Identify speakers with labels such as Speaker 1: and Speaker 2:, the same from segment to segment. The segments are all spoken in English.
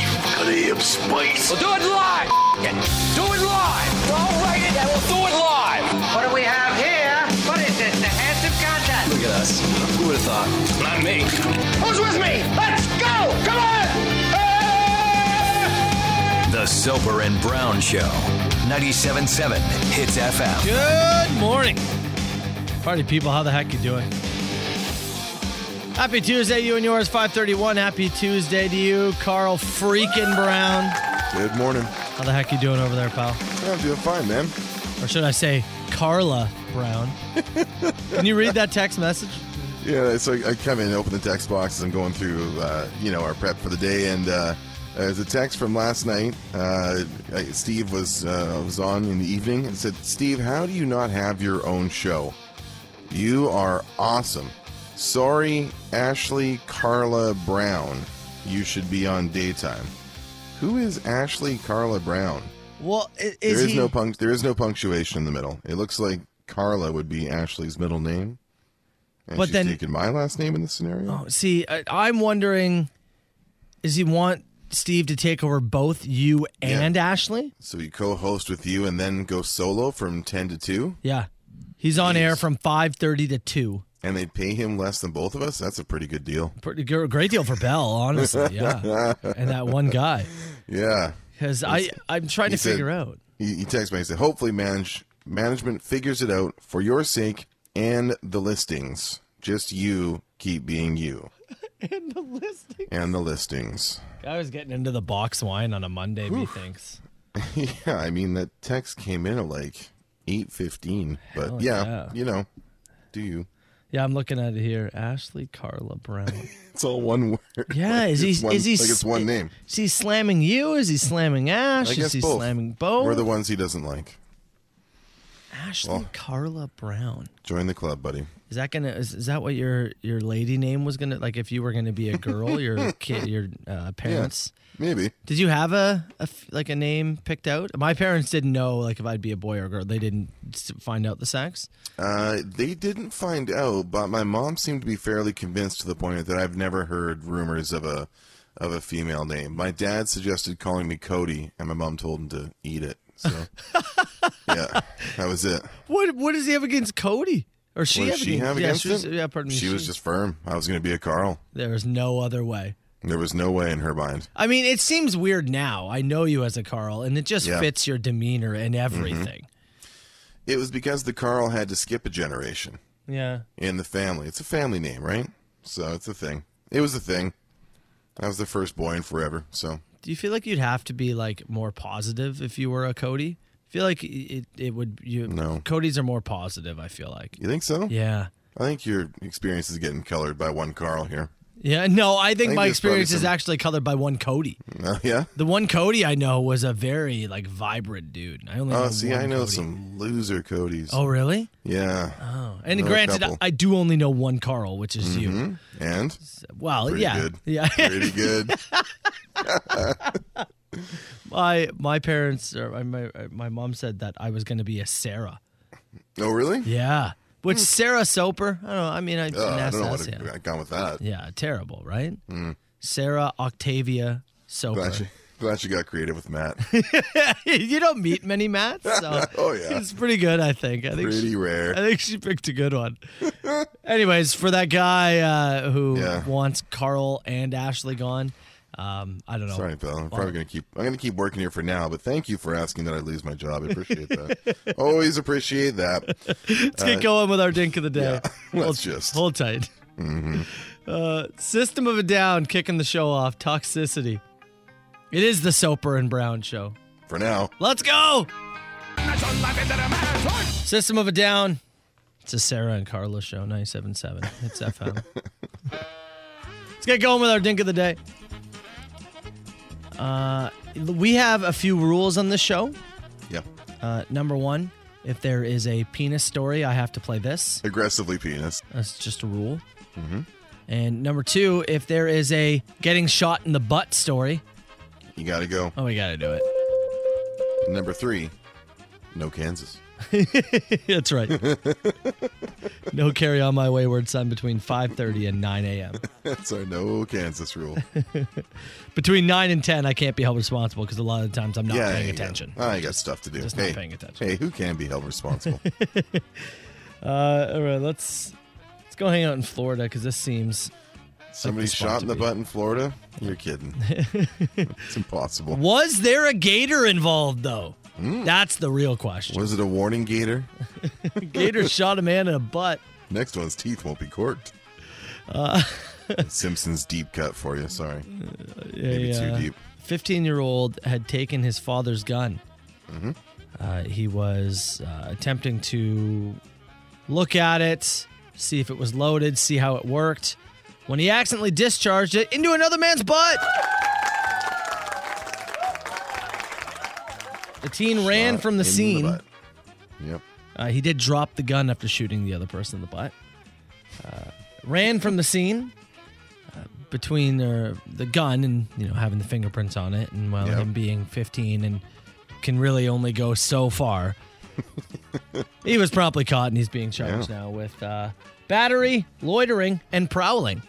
Speaker 1: sea of space.
Speaker 2: We'll do it live. F- it. Do it live. Don't write it, and we'll do it live.
Speaker 3: What do we have here? What is this? The handsome contest.
Speaker 4: Look at us. Who would have thought?
Speaker 2: Not me.
Speaker 3: Who's with me? Let's go! Come on!
Speaker 5: The Soper and Brown Show, 97.7 Hits FM.
Speaker 6: Good morning. Party people, how the heck you doing? Happy Tuesday, you and yours, 531. Happy Tuesday to you, Carl freaking Brown.
Speaker 7: Good morning.
Speaker 6: How the heck you doing over there, pal?
Speaker 7: Yeah, I'm doing fine, man.
Speaker 6: Or should I say Carla Brown? Can you read that text message?
Speaker 7: Yeah, so I come in, open the text box, as I'm going through, uh, you know, our prep for the day, and uh, there's a text from last night. Uh, I- Steve was uh, was on in the evening and said, "Steve, how do you not have your own show? You are awesome. Sorry, Ashley Carla Brown, you should be on daytime." Who is Ashley Carla Brown?
Speaker 6: Well, i-
Speaker 7: There
Speaker 6: is,
Speaker 7: is
Speaker 6: he,
Speaker 7: no punct- there is no punctuation in the middle. It looks like Carla would be Ashley's middle name. And
Speaker 6: But
Speaker 7: she's
Speaker 6: then- Oh.
Speaker 7: taking my last name in this scenario.
Speaker 6: See, I, I'm wondering, does he want Steve to take over both you
Speaker 7: Yeah.
Speaker 6: and Ashley?
Speaker 7: So you co-host with you and then go solo from 10 to 2
Speaker 6: Yeah. He's on air from 5.30 to 2.
Speaker 7: and they pay him less than both of us. That's a pretty good deal.
Speaker 6: Pretty gr- Great deal for Bell, honestly. Yeah. and that one guy.
Speaker 7: Yeah.
Speaker 6: Because I, I'm trying
Speaker 7: He
Speaker 6: to
Speaker 7: said-
Speaker 6: figure out.
Speaker 7: He, he texted me and said, "Hopefully manage management figures it out for your sake and the listings. Just you keep being you."
Speaker 6: And the listing.
Speaker 7: And the listings.
Speaker 6: I was getting into the box wine on a Monday, methinks.
Speaker 7: Yeah, I mean that text came in at like eight fifteen, but
Speaker 6: Hell
Speaker 7: yeah,
Speaker 6: yeah.
Speaker 7: you know, do you?
Speaker 6: Yeah, I'm looking at it here. Ashley Carla Brown.
Speaker 7: It's all one word.
Speaker 6: Yeah,
Speaker 7: Like
Speaker 6: is he?
Speaker 7: it's one-
Speaker 6: is he?
Speaker 7: like it's one
Speaker 6: i-
Speaker 7: name?
Speaker 6: Is he slamming you? Is he slamming Ash?
Speaker 7: I guess
Speaker 6: is he
Speaker 7: both.
Speaker 6: slamming both?
Speaker 7: We're the oh. ones he doesn't like.
Speaker 6: Ashley Carla Brown.
Speaker 7: Join the club, buddy.
Speaker 6: Is that gonna? Is, is that what your your lady name was gonna? Like, if you were gonna be a girl, your kid, your uh, parents.
Speaker 7: Maybe.
Speaker 6: Did you have a, a f- like a name picked out? My parents didn't know like if I'd be a boy or a girl. They didn't s- find out the sex.
Speaker 7: Uh, they didn't find out, but my mom seemed to be fairly convinced to the point that I've never heard rumors of a of a female name. My dad suggested calling me Cody, and my mom told him to eat it. So, yeah, that was it.
Speaker 6: What what does he have against Cody? Or she
Speaker 7: What
Speaker 6: have
Speaker 7: did she
Speaker 6: against,
Speaker 7: have
Speaker 6: yeah,
Speaker 7: against
Speaker 6: she was,
Speaker 7: it?
Speaker 6: Yeah, pardon me.
Speaker 7: she was just firm. I was going to be a Carl.
Speaker 6: there was no other way.
Speaker 7: There was no way in her mind.
Speaker 6: I mean, it seems weird now. I know you as a Carl, and it just
Speaker 7: Yeah. Mm-hmm.
Speaker 6: fits your demeanor and everything.
Speaker 7: It was because the Carl had to skip a generation
Speaker 6: Yeah.
Speaker 7: in the family. It's a family name, right? So it's a thing. It was a thing. I was the first boy in forever. So
Speaker 6: Do you feel like you'd have to be like more positive if you were a Cody? I feel like it it would you
Speaker 7: No.
Speaker 6: Cody's are more positive, I feel like.
Speaker 7: you think so?
Speaker 6: Yeah.
Speaker 7: I think your experience is getting colored by one Carl here.
Speaker 6: Yeah, no, I think,
Speaker 7: think
Speaker 6: my
Speaker 7: there's probably
Speaker 6: experience is
Speaker 7: some-
Speaker 6: actually colored by one Cody.
Speaker 7: Oh yeah.
Speaker 6: The one Cody I know was a very like vibrant dude. I only
Speaker 7: Oh,
Speaker 6: know
Speaker 7: see,
Speaker 6: one
Speaker 7: I know
Speaker 6: Cody.
Speaker 7: some loser Codys.
Speaker 6: Oh, really?
Speaker 7: yeah.
Speaker 6: Oh, and
Speaker 7: Know a
Speaker 6: granted,
Speaker 7: couple.
Speaker 6: I do only know one Carl, which is you.
Speaker 7: And
Speaker 6: Well,
Speaker 7: pretty
Speaker 6: yeah,
Speaker 7: good.
Speaker 6: yeah.
Speaker 7: Pretty good.
Speaker 6: my my parents, or my my, my mom said that I was going to be a Sarah.
Speaker 7: oh really?
Speaker 6: Yeah, which Sarah Soper? I don't know. I mean, I,
Speaker 7: Oh, Hmm. I don't know
Speaker 6: NSS,
Speaker 7: what Hmm.
Speaker 6: yeah.
Speaker 7: I gone with that.
Speaker 6: yeah, terrible, right? Sarah Octavia
Speaker 7: Glad you,
Speaker 6: Soper.
Speaker 7: glad you got creative with Matt.
Speaker 6: you don't meet many Matts, so
Speaker 7: Oh, yeah.
Speaker 6: it's pretty good. I think. I think she-
Speaker 7: Pretty rare.
Speaker 6: I think she picked a good one. Anyways, for that guy uh, who
Speaker 7: Yeah.
Speaker 6: wants Carl and Ashley gone, um, I don't know.
Speaker 7: Sorry, pal. I'm probably gonna keep. I'm gonna keep working here for now. But thank you for asking that I lose my job. I appreciate that. Always appreciate that.
Speaker 6: Let's get going with our dink of the day.
Speaker 7: Uh, let's
Speaker 6: hold,
Speaker 7: just- Mm-hmm.
Speaker 6: hold tight. Uh, System of a Down kicking the show off. Toxicity. It is the Soper and Brown show.
Speaker 7: For now,
Speaker 6: Let's go. System of a Down. It's a Sarah and Carla show. 97.7. It's FM. Let's get going with our dink of the day. Uh, we have a few rules on this show.
Speaker 7: yeah.
Speaker 6: Uh, number one, if there is a penis story, I have to play this.
Speaker 7: Aggressively penis.
Speaker 6: That's just a rule.
Speaker 7: Mm-hmm.
Speaker 6: And number two, if there is a getting shot in the butt story,
Speaker 7: You gotta go.
Speaker 6: oh, we got to do it.
Speaker 7: Number three, no Kansas.
Speaker 6: That's right. no carry on my wayward son between 5:30 and 9 a.m.
Speaker 7: That's our no Kansas rule.
Speaker 6: Between 9 and 10, I can't be held responsible because a lot of the times I'm not
Speaker 7: yeah,
Speaker 6: paying
Speaker 7: yeah.
Speaker 6: attention.
Speaker 7: I got stuff to do.
Speaker 6: Just not
Speaker 7: hey,
Speaker 6: paying attention.
Speaker 7: Hey, who can be held responsible?
Speaker 6: Uh, all right, let's let's go hang out in Florida because this seems
Speaker 7: Somebody
Speaker 6: this
Speaker 7: shot in
Speaker 6: spot to
Speaker 7: the
Speaker 6: be.
Speaker 7: butt in Florida? You're kidding. it's impossible.
Speaker 6: Was there a gator involved though?
Speaker 7: Hmm.
Speaker 6: That's the real question.
Speaker 7: Was it a warning gator?
Speaker 6: Gator shot a man in the butt.
Speaker 7: Next one's teeth won't be corked.
Speaker 6: Uh,
Speaker 7: Simpsons deep cut for you. Sorry. Maybe too deep.
Speaker 6: 15 year old had taken his father's gun.
Speaker 7: Mm-hmm.
Speaker 6: Uh, he was uh, attempting to look at it, see if it was loaded, see how it worked, when he accidentally discharged it into another man's butt. The teen ran
Speaker 7: Shot
Speaker 6: from the
Speaker 7: in
Speaker 6: scene.
Speaker 7: butt. Yep.
Speaker 6: Uh, he did drop the gun after shooting the other person in the butt. Uh, ran from the scene uh, between uh, the gun and you know having the fingerprints on it, and well,
Speaker 7: Yep.
Speaker 6: him being 15 and can really only go so far. he was promptly caught, and he's being charged now with uh, battery, loitering, and prowling.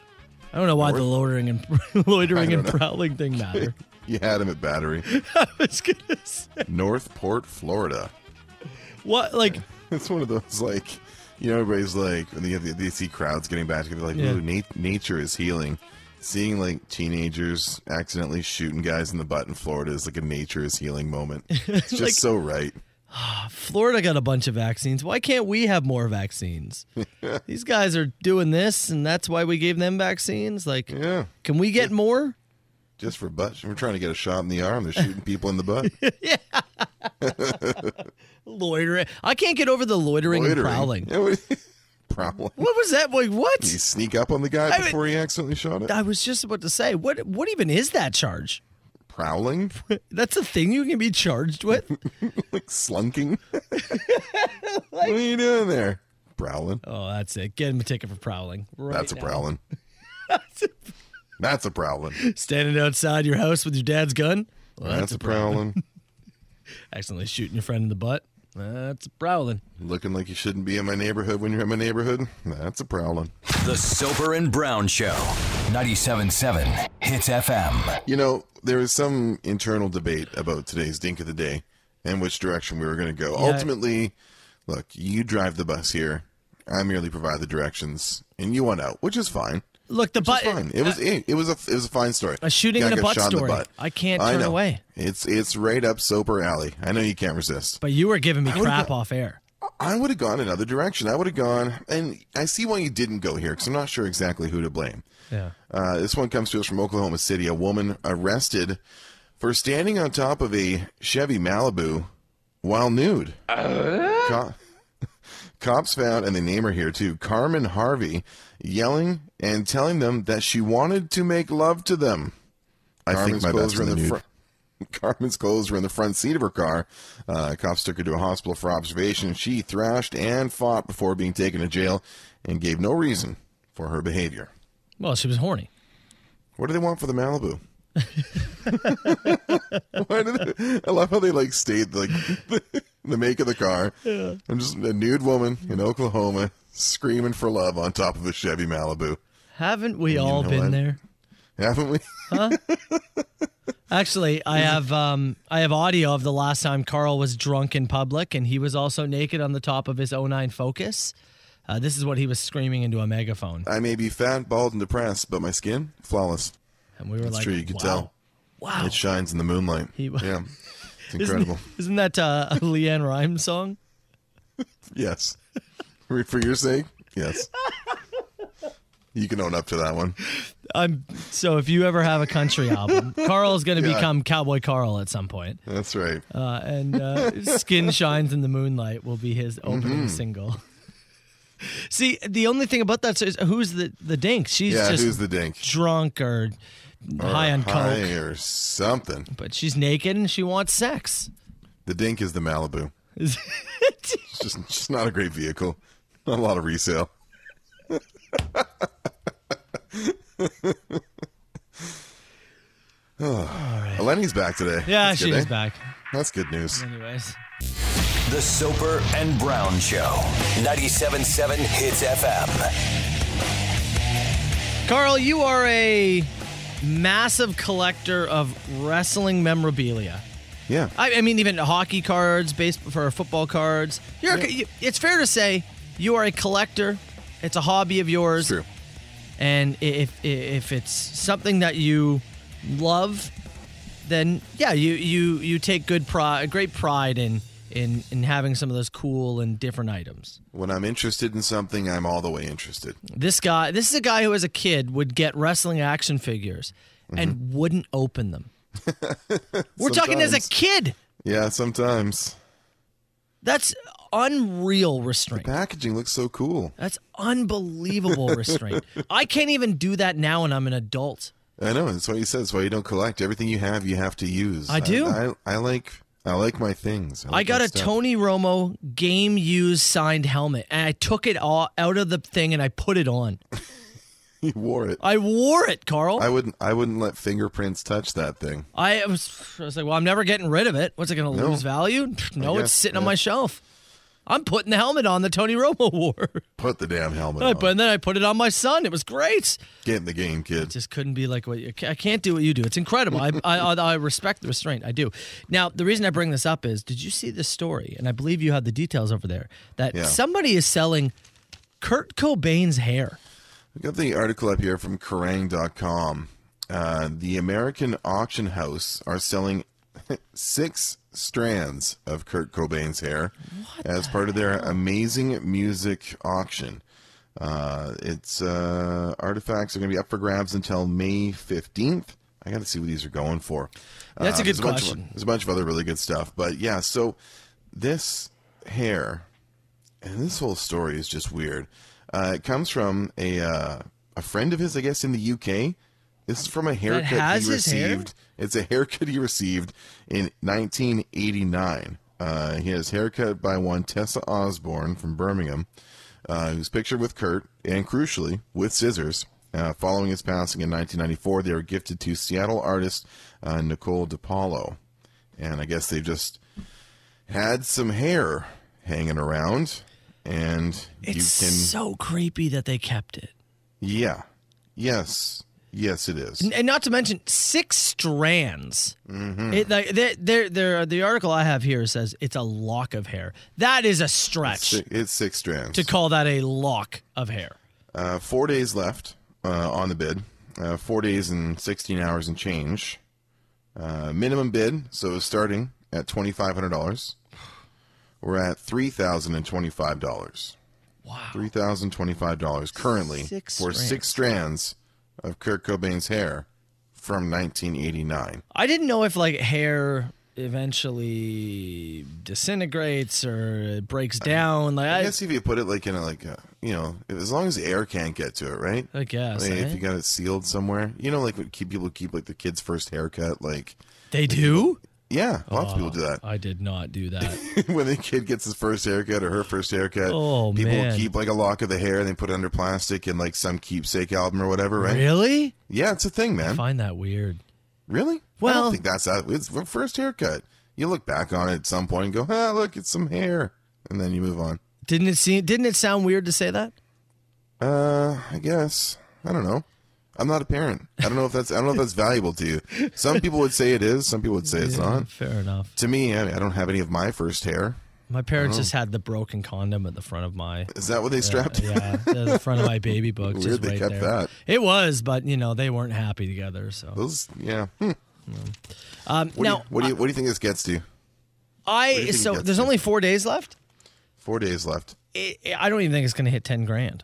Speaker 6: I don't know why the loitering and loitering and prowling thing matter.
Speaker 7: You had him at battery.
Speaker 6: I was gonna say
Speaker 7: Northport, Florida.
Speaker 6: what like
Speaker 7: It's one of those like, you know, everybody's like, when they, they see crowds getting back together, like,
Speaker 6: Yeah.
Speaker 7: ooh, nat- nature is healing. Seeing like teenagers accidentally shooting guys in the butt in Florida is like a nature is healing moment. It's just
Speaker 6: Like-
Speaker 7: so right.
Speaker 6: Florida got a bunch of vaccines. Why can't we have more vaccines? These guys are doing this, and that's why we gave them vaccines. Like,
Speaker 7: Yeah,
Speaker 6: can we get more?
Speaker 7: just for butt. We're trying to get a shot in the arm. They're shooting people in the butt.
Speaker 6: Loitering. I can't get over the loitering, and prowling.
Speaker 7: Yeah, what- prowling.
Speaker 6: What was that? Like, what?
Speaker 7: You sneak up on the guy
Speaker 6: I mean-
Speaker 7: before he accidentally shot it.
Speaker 6: I was just about to say, what? What even is that charge?
Speaker 7: Prowling,
Speaker 6: That's a thing you can be charged with.
Speaker 7: like slunking. what are you doing there? Prowling.
Speaker 6: oh, that's it. Get him a ticket for prowling. Right
Speaker 7: That's a
Speaker 6: now.
Speaker 7: prowling. That's a prowling.
Speaker 6: Standing outside your house with your dad's gun. Well,
Speaker 7: That's a prowling.
Speaker 6: Accidentally shooting your friend in the butt. That's a prowling.
Speaker 7: Looking like you shouldn't be in my neighborhood when you're in my neighborhood. That's a prowling.
Speaker 5: The Soper and Brown Show. 97.7 Hits FM.
Speaker 7: You know, there was some internal debate about today's Dink of the Day and which direction we were going to go. Ultimately, look, you drive the bus here. I merely provide the directions, and you went out, which is fine.
Speaker 6: Look, the
Speaker 7: It's
Speaker 6: butt.
Speaker 7: fine. It was it, it was a it was a fine story.
Speaker 6: uh, A shooting
Speaker 7: Guy
Speaker 6: in a
Speaker 7: got
Speaker 6: butt
Speaker 7: shot in the
Speaker 6: story.
Speaker 7: butt.
Speaker 6: I can't turn
Speaker 7: know.
Speaker 6: away.
Speaker 7: It's it's right up Soper Alley. I know you can't resist.
Speaker 6: But you were giving me
Speaker 7: would've
Speaker 6: crap
Speaker 7: got-
Speaker 6: off air.
Speaker 7: I would have gone another direction. I would have gone, and I see why you didn't go here because I'm not sure exactly who to blame.
Speaker 6: Yeah.
Speaker 7: Uh, this one comes to us from Oklahoma City. A woman arrested for standing on top of a Chevy Malibu while nude. Co- Cops found, and they name her here too, Carmen Harvey, yelling and telling them that she wanted to make love to them. I think my best in the, nude. Carmen's clothes were in the front seat of her car. Uh, cops took her to a hospital for observation. She thrashed and fought before being taken to jail and gave no reason for her behavior.
Speaker 6: Well, she was horny.
Speaker 7: What do they want for the Malibu? Why do they, I love how they like state like the, the make of the car. I'm just a nude woman in Oklahoma screaming for love on top of a Chevy Malibu.
Speaker 6: Haven't we all
Speaker 7: know
Speaker 6: been
Speaker 7: what?
Speaker 6: there?
Speaker 7: Haven't we?
Speaker 6: Actually, I have um I have audio of the last time Carl was drunk in public and he was also naked on the top of his 09 Focus. Uh, this is what he was screaming into a megaphone.
Speaker 7: I may be fat, bald, and depressed, but my skin flawless.
Speaker 6: And we were
Speaker 7: It's
Speaker 6: like,
Speaker 7: true, you can
Speaker 6: wow.
Speaker 7: tell.
Speaker 6: Wow.
Speaker 7: It shines in the moonlight.
Speaker 6: He-
Speaker 7: yeah, it's incredible.
Speaker 6: Isn't, isn't that uh, a Leanne Rhymes song?
Speaker 7: Yes. For for your sake, yes. You can own up to that one.
Speaker 6: I'm so if you ever have a country album, Carl's going to
Speaker 7: Yeah.
Speaker 6: become Cowboy Carl at some point.
Speaker 7: That's right.
Speaker 6: Uh, and uh, Skin Shines in the Moonlight will be his opening
Speaker 7: Mm-hmm.
Speaker 6: single. See, the only thing about that is who's the, the dink? She's
Speaker 7: yeah,
Speaker 6: just
Speaker 7: who's the dink?
Speaker 6: drunk or, high on
Speaker 7: High
Speaker 6: coke,
Speaker 7: or something.
Speaker 6: but she's naked and she wants sex.
Speaker 7: The dink is the Malibu.
Speaker 6: Is-
Speaker 7: It's just, just not a great vehicle. Not a lot of resale. Eleni's back today.
Speaker 6: yeah,
Speaker 7: That's good,
Speaker 6: she is
Speaker 7: eh?
Speaker 6: back.
Speaker 7: That's good news.
Speaker 6: Anyways,
Speaker 5: The Soper and Brown Show. 97.7 Hits FM.
Speaker 6: Carl, you are a massive collector of wrestling memorabilia.
Speaker 7: Yeah.
Speaker 6: I, I mean, even hockey cards, baseball, for football cards. You're, a- you- it's fair to say you are a collector. It's a hobby of yours,
Speaker 7: True.
Speaker 6: and i- if i- if it's something that you love, then yeah, you you you take good pride, great pride in in in having some of those cool and different items.
Speaker 7: When I'm interested in something, I'm all the way interested.
Speaker 6: This guy, this is a guy who as a kid would get wrestling action figures and wouldn't open them. We're talking as a
Speaker 7: Sometimes.
Speaker 6: kid.
Speaker 7: Yeah, sometimes.
Speaker 6: That's unreal restraint.
Speaker 7: Packaging looks so cool.
Speaker 6: That's unbelievable restraint. I can't even do that now when I'm an adult.
Speaker 7: I know. That's why you said. That's why you don't collect. Everything you have, you have to use.
Speaker 6: I do.
Speaker 7: I, I, I like. I like my things.
Speaker 6: I
Speaker 7: like
Speaker 6: got
Speaker 7: my
Speaker 6: a
Speaker 7: stuff.
Speaker 6: Tony Romo game used signed helmet and I took it all out of the thing and I put it on.
Speaker 7: You wore it.
Speaker 6: I wore it, Carl.
Speaker 7: I wouldn't. I wouldn't let fingerprints touch that thing.
Speaker 6: I was, I was like, well, I'm never getting rid of it. What's it going to
Speaker 7: No.
Speaker 6: lose value? No,
Speaker 7: guess,
Speaker 6: it's sitting on
Speaker 7: yeah.
Speaker 6: my shelf. I'm putting the helmet on the Tony Romo wore.
Speaker 7: Put the damn helmet
Speaker 6: I
Speaker 7: on.
Speaker 6: put- and then I put it on my son. It was great.
Speaker 7: Get in the game, kid.
Speaker 6: Just couldn't be like what you, I can't do what you do. It's incredible. I, I, I I respect the restraint. I do. Now, the reason I bring this up is, did you see this story? And I believe you had the details over there that
Speaker 7: Yeah.
Speaker 6: somebody is selling Kurt Cobain's hair.
Speaker 7: I got the article up here from Kerrang.com. Uh, the American auction house are selling six strands of Kurt Cobain's hair as part of their amazing music auction. Uh, it's uh, artifacts are going to be up for grabs until May 15th. I got to see what these are going for.
Speaker 6: That's a good
Speaker 7: Uh, there's bunch of-
Speaker 6: question.
Speaker 7: there's a bunch of other really good stuff, but yeah. So this hair and this whole story is just weird. Uh, it comes from a uh, a friend of his, I guess, in the UK. This is from a haircut
Speaker 6: has
Speaker 7: he
Speaker 6: his hair?
Speaker 7: received. It's a haircut he received in 1989. Uh, he has haircut by one Tessa Osborne from Birmingham, uh, who's pictured with Kurt and, crucially, with scissors. Uh, following his passing in 1994, they were gifted to Seattle artist uh, Nicole DiPaolo. And I guess they just had some hair hanging around, and
Speaker 6: It's
Speaker 7: you can,
Speaker 6: so creepy that they kept it.
Speaker 7: yeah, yes, yes, it is.
Speaker 6: and not to mention six strands.
Speaker 7: Mm-hmm.
Speaker 6: It, like there, there, there. The article I have here says it's a lock of hair. That is a stretch
Speaker 7: Si- It's six strands.
Speaker 6: to call that a lock of hair.
Speaker 7: Uh, four days left uh, on the bid. Uh, four days and 16 hours and change. Uh, minimum bid, so it's starting at $2,500. We're at $3,025.
Speaker 6: Wow.
Speaker 7: $3,025 currently
Speaker 6: Six
Speaker 7: for
Speaker 6: strands.
Speaker 7: six strands of Kurt Cobain's hair from 1989.
Speaker 6: I didn't know if like hair eventually disintegrates or it breaks down. Like I,
Speaker 7: I guess if you put it like in a like a, you know as long as the air can't get to it, right?
Speaker 6: I guess,
Speaker 7: Like,
Speaker 6: eh?
Speaker 7: if you got it sealed somewhere, you know, like what keep people keep like the kid's first haircut, like
Speaker 6: they do.
Speaker 7: yeah,
Speaker 6: Oh.
Speaker 7: lots of people do that.
Speaker 6: I did not do that.
Speaker 7: when the kid gets his first haircut or her first haircut,
Speaker 6: Oh,
Speaker 7: people
Speaker 6: man.
Speaker 7: will keep like a lock of the hair and they put it under plastic in like some keepsake album or whatever, right?
Speaker 6: really?
Speaker 7: Yeah, it's a thing, man.
Speaker 6: Find that weird.
Speaker 7: Really? I
Speaker 6: Well-
Speaker 7: don't think that's that. It's the first haircut. You look back on it at some point and go, ah, look, it's some hair, and then you move on.
Speaker 6: Didn't it seem? Didn't it sound weird to say that?
Speaker 7: Uh, I guess. I don't know. I'm not a parent. I don't know if that's I don't know if that's valuable to you. Some people would say it is. Some people would say it's not.
Speaker 6: Fair enough.
Speaker 7: To me, I, I don't have any of my first hair.
Speaker 6: My
Speaker 7: Oh.
Speaker 6: parents just had the broken condom at the front of my
Speaker 7: Is that what they strapped?
Speaker 6: yeah, the front of my baby book.
Speaker 7: Weird
Speaker 6: just
Speaker 7: they
Speaker 6: right
Speaker 7: kept
Speaker 6: there.
Speaker 7: that.
Speaker 6: It was, but you know they weren't happy together. So
Speaker 7: Those, yeah. Hmm.
Speaker 6: um,
Speaker 7: What, do
Speaker 6: now
Speaker 7: you, what do you what do you think this gets to? do
Speaker 6: I
Speaker 7: you think
Speaker 6: so
Speaker 7: it gets
Speaker 6: there's
Speaker 7: to?
Speaker 6: only four days left.
Speaker 7: Four days left.
Speaker 6: I I don't even think it's going to hit ten grand.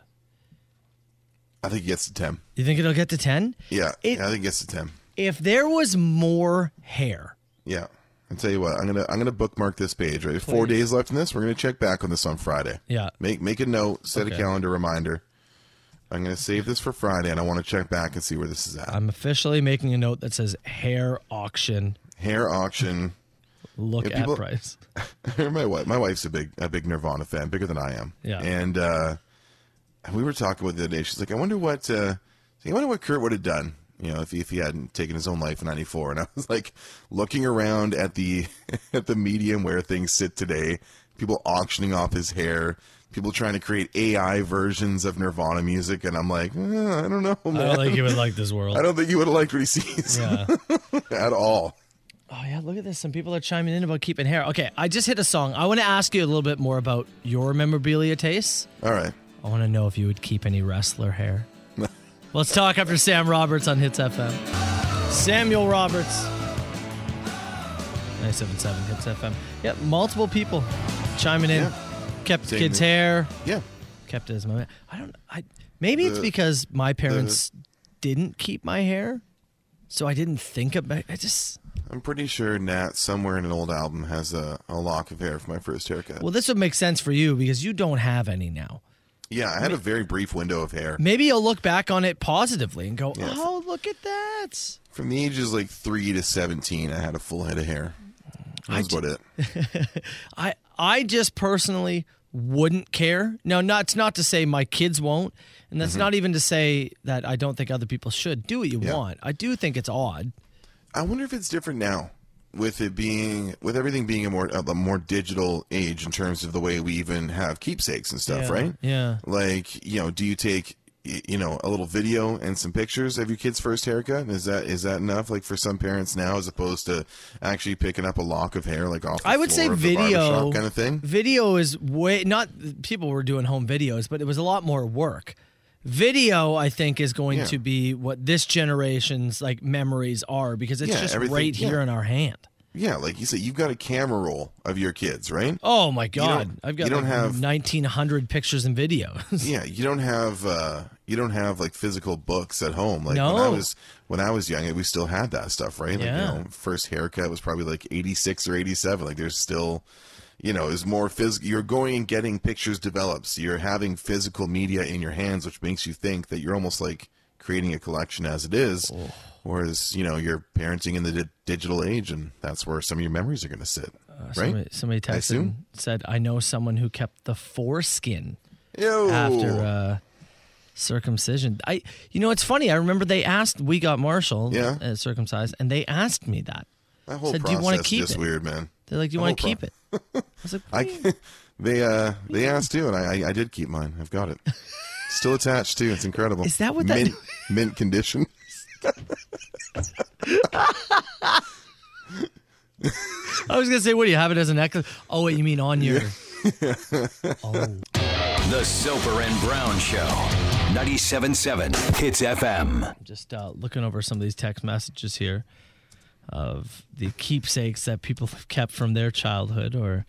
Speaker 7: I think it gets to ten.
Speaker 6: You think it'll get to ten?
Speaker 7: Yeah,
Speaker 6: It-
Speaker 7: yeah I think it gets to ten.
Speaker 6: If there was more hair,
Speaker 7: Yeah. I'll tell you what. I'm gonna I'm gonna bookmark this page. Right, four days left in this. We're gonna check back on this on Friday.
Speaker 6: Yeah.
Speaker 7: Make make a note. Set a
Speaker 6: Okay.
Speaker 7: calendar reminder. I'm gonna save this for Friday, and I want to check back and see where this is at.
Speaker 6: I'm officially making a note that says hair auction.
Speaker 7: Hair auction.
Speaker 6: Look
Speaker 7: Yeah,
Speaker 6: at
Speaker 7: people-
Speaker 6: price.
Speaker 7: my wife, my wife's a big a big Nirvana fan, bigger than I am.
Speaker 6: Yeah.
Speaker 7: And uh, we were talking with the other day. She's like, I wonder what uh, I wonder what Kurt would have done. You know, if he, if he hadn't taken his own life in '94, and I was like looking around at the at the medium where things sit today, people auctioning off his hair, people trying to create AI versions of Nirvana music, and I'm like, eh, I don't know,
Speaker 6: I
Speaker 7: man.
Speaker 6: don't think you would like this world.
Speaker 7: I don't think you would have liked what he sees
Speaker 6: yeah.
Speaker 7: at all.
Speaker 6: Oh yeah, look at this. Some people are chiming in about keeping hair. Okay, I just hit a song. I want to ask you a little bit more about your memorabilia tastes.
Speaker 7: All right.
Speaker 6: I want to know if you would keep any wrestler hair. Let's talk after Sam Roberts on Hits FM. Samuel Roberts. 977 Hits FM. Yeah, multiple people chiming in.
Speaker 7: Yeah.
Speaker 6: Kept
Speaker 7: Same
Speaker 6: kids'
Speaker 7: here.
Speaker 6: hair.
Speaker 7: Yeah.
Speaker 6: Kept it as my. I don't. I maybe it's
Speaker 7: The-
Speaker 6: because my parents didn't keep my hair, so I didn't think about. I just.
Speaker 7: I'm pretty sure Nat somewhere in an old album has a, a lock of hair for my first haircut.
Speaker 6: Well, this would make sense for you because you don't have any now.
Speaker 7: yeah, I had a very brief window of hair
Speaker 6: Maybe you'll look back on it positively and go,
Speaker 7: Yeah.
Speaker 6: "Oh, look at that."
Speaker 7: from the ages like three to seventeen. I had a full head of hair. That's
Speaker 6: d-
Speaker 7: about it.
Speaker 6: I I just personally wouldn't care. Now, not it's not to say my kids won't, and that's not even to say that I don't think other people should do what you
Speaker 7: Mm-hmm. Yeah.
Speaker 6: want. I do think it's odd.
Speaker 7: I wonder if it's different now with it being with everything being a more a more digital age in terms of the way we even have keepsakes and stuff,
Speaker 6: Yeah,
Speaker 7: right?
Speaker 6: yeah.
Speaker 7: Like, you know, do you take y- you know, a little video and some pictures of your kid's first haircut. Is that is that enough? Like for some parents now, as opposed to actually picking up a lock of hair, like off. The
Speaker 6: I would
Speaker 7: floor
Speaker 6: say
Speaker 7: of the
Speaker 6: video
Speaker 7: barbershop kind of thing.
Speaker 6: Video is way not people were doing home videos, but it was a lot more work. Video, I think, is going
Speaker 7: Yeah.
Speaker 6: to be what this generation's like memories are because it's
Speaker 7: Yeah,
Speaker 6: just
Speaker 7: everything-
Speaker 6: right here
Speaker 7: yeah.
Speaker 6: in our hand.
Speaker 7: Yeah, like you said, you've got a camera roll of your kids, right?
Speaker 6: Oh my God!
Speaker 7: don't-
Speaker 6: I've got
Speaker 7: you don't
Speaker 6: like
Speaker 7: have-
Speaker 6: 1,900 pictures and videos.
Speaker 7: Yeah, you don't have uh, you don't have like physical books at home. Like when I
Speaker 6: No.
Speaker 7: was when I was young, we still had that stuff, right? Like
Speaker 6: Yeah.
Speaker 7: you know, first haircut was probably like eighty six or eighty seven. Like there's still you know, is more physical. You're going and getting pictures developed. So you're having physical media in your hands, which makes you think that you're almost like creating a collection as it is.
Speaker 6: Oh.
Speaker 7: Whereas, you know, you're parenting in the di- digital age, and that's where some of your memories are going to sit. right?
Speaker 6: Somebody, somebody texted
Speaker 7: assume.
Speaker 6: and said, "I know someone who kept the foreskin
Speaker 7: Ew.
Speaker 6: after uh, circumcision." I, you know, it's funny. I remember they asked. We got Marshall
Speaker 7: Yeah.
Speaker 6: uh, circumcised, and they asked me that.
Speaker 7: that whole
Speaker 6: said, "Do you
Speaker 7: process
Speaker 6: wanna
Speaker 7: is
Speaker 6: keep
Speaker 7: just
Speaker 6: it?"
Speaker 7: weird, man.
Speaker 6: They're like, "Do you
Speaker 7: The
Speaker 6: want to
Speaker 7: whole
Speaker 6: keep it?" I was like, "What do you-
Speaker 7: I, they uh they asked too, and I, I I did keep mine. I've got it, still attached too. It's incredible.
Speaker 6: Is that what that-
Speaker 7: mint, mint condition?
Speaker 6: I was gonna say, what do you have it as a necklace? Oh wait, you mean on your? oh,
Speaker 5: The Soper and Brown Show. 97.7 Hits FM.
Speaker 6: I'm just uh, looking over some of these text messages here of the keepsakes that people have kept from their childhood or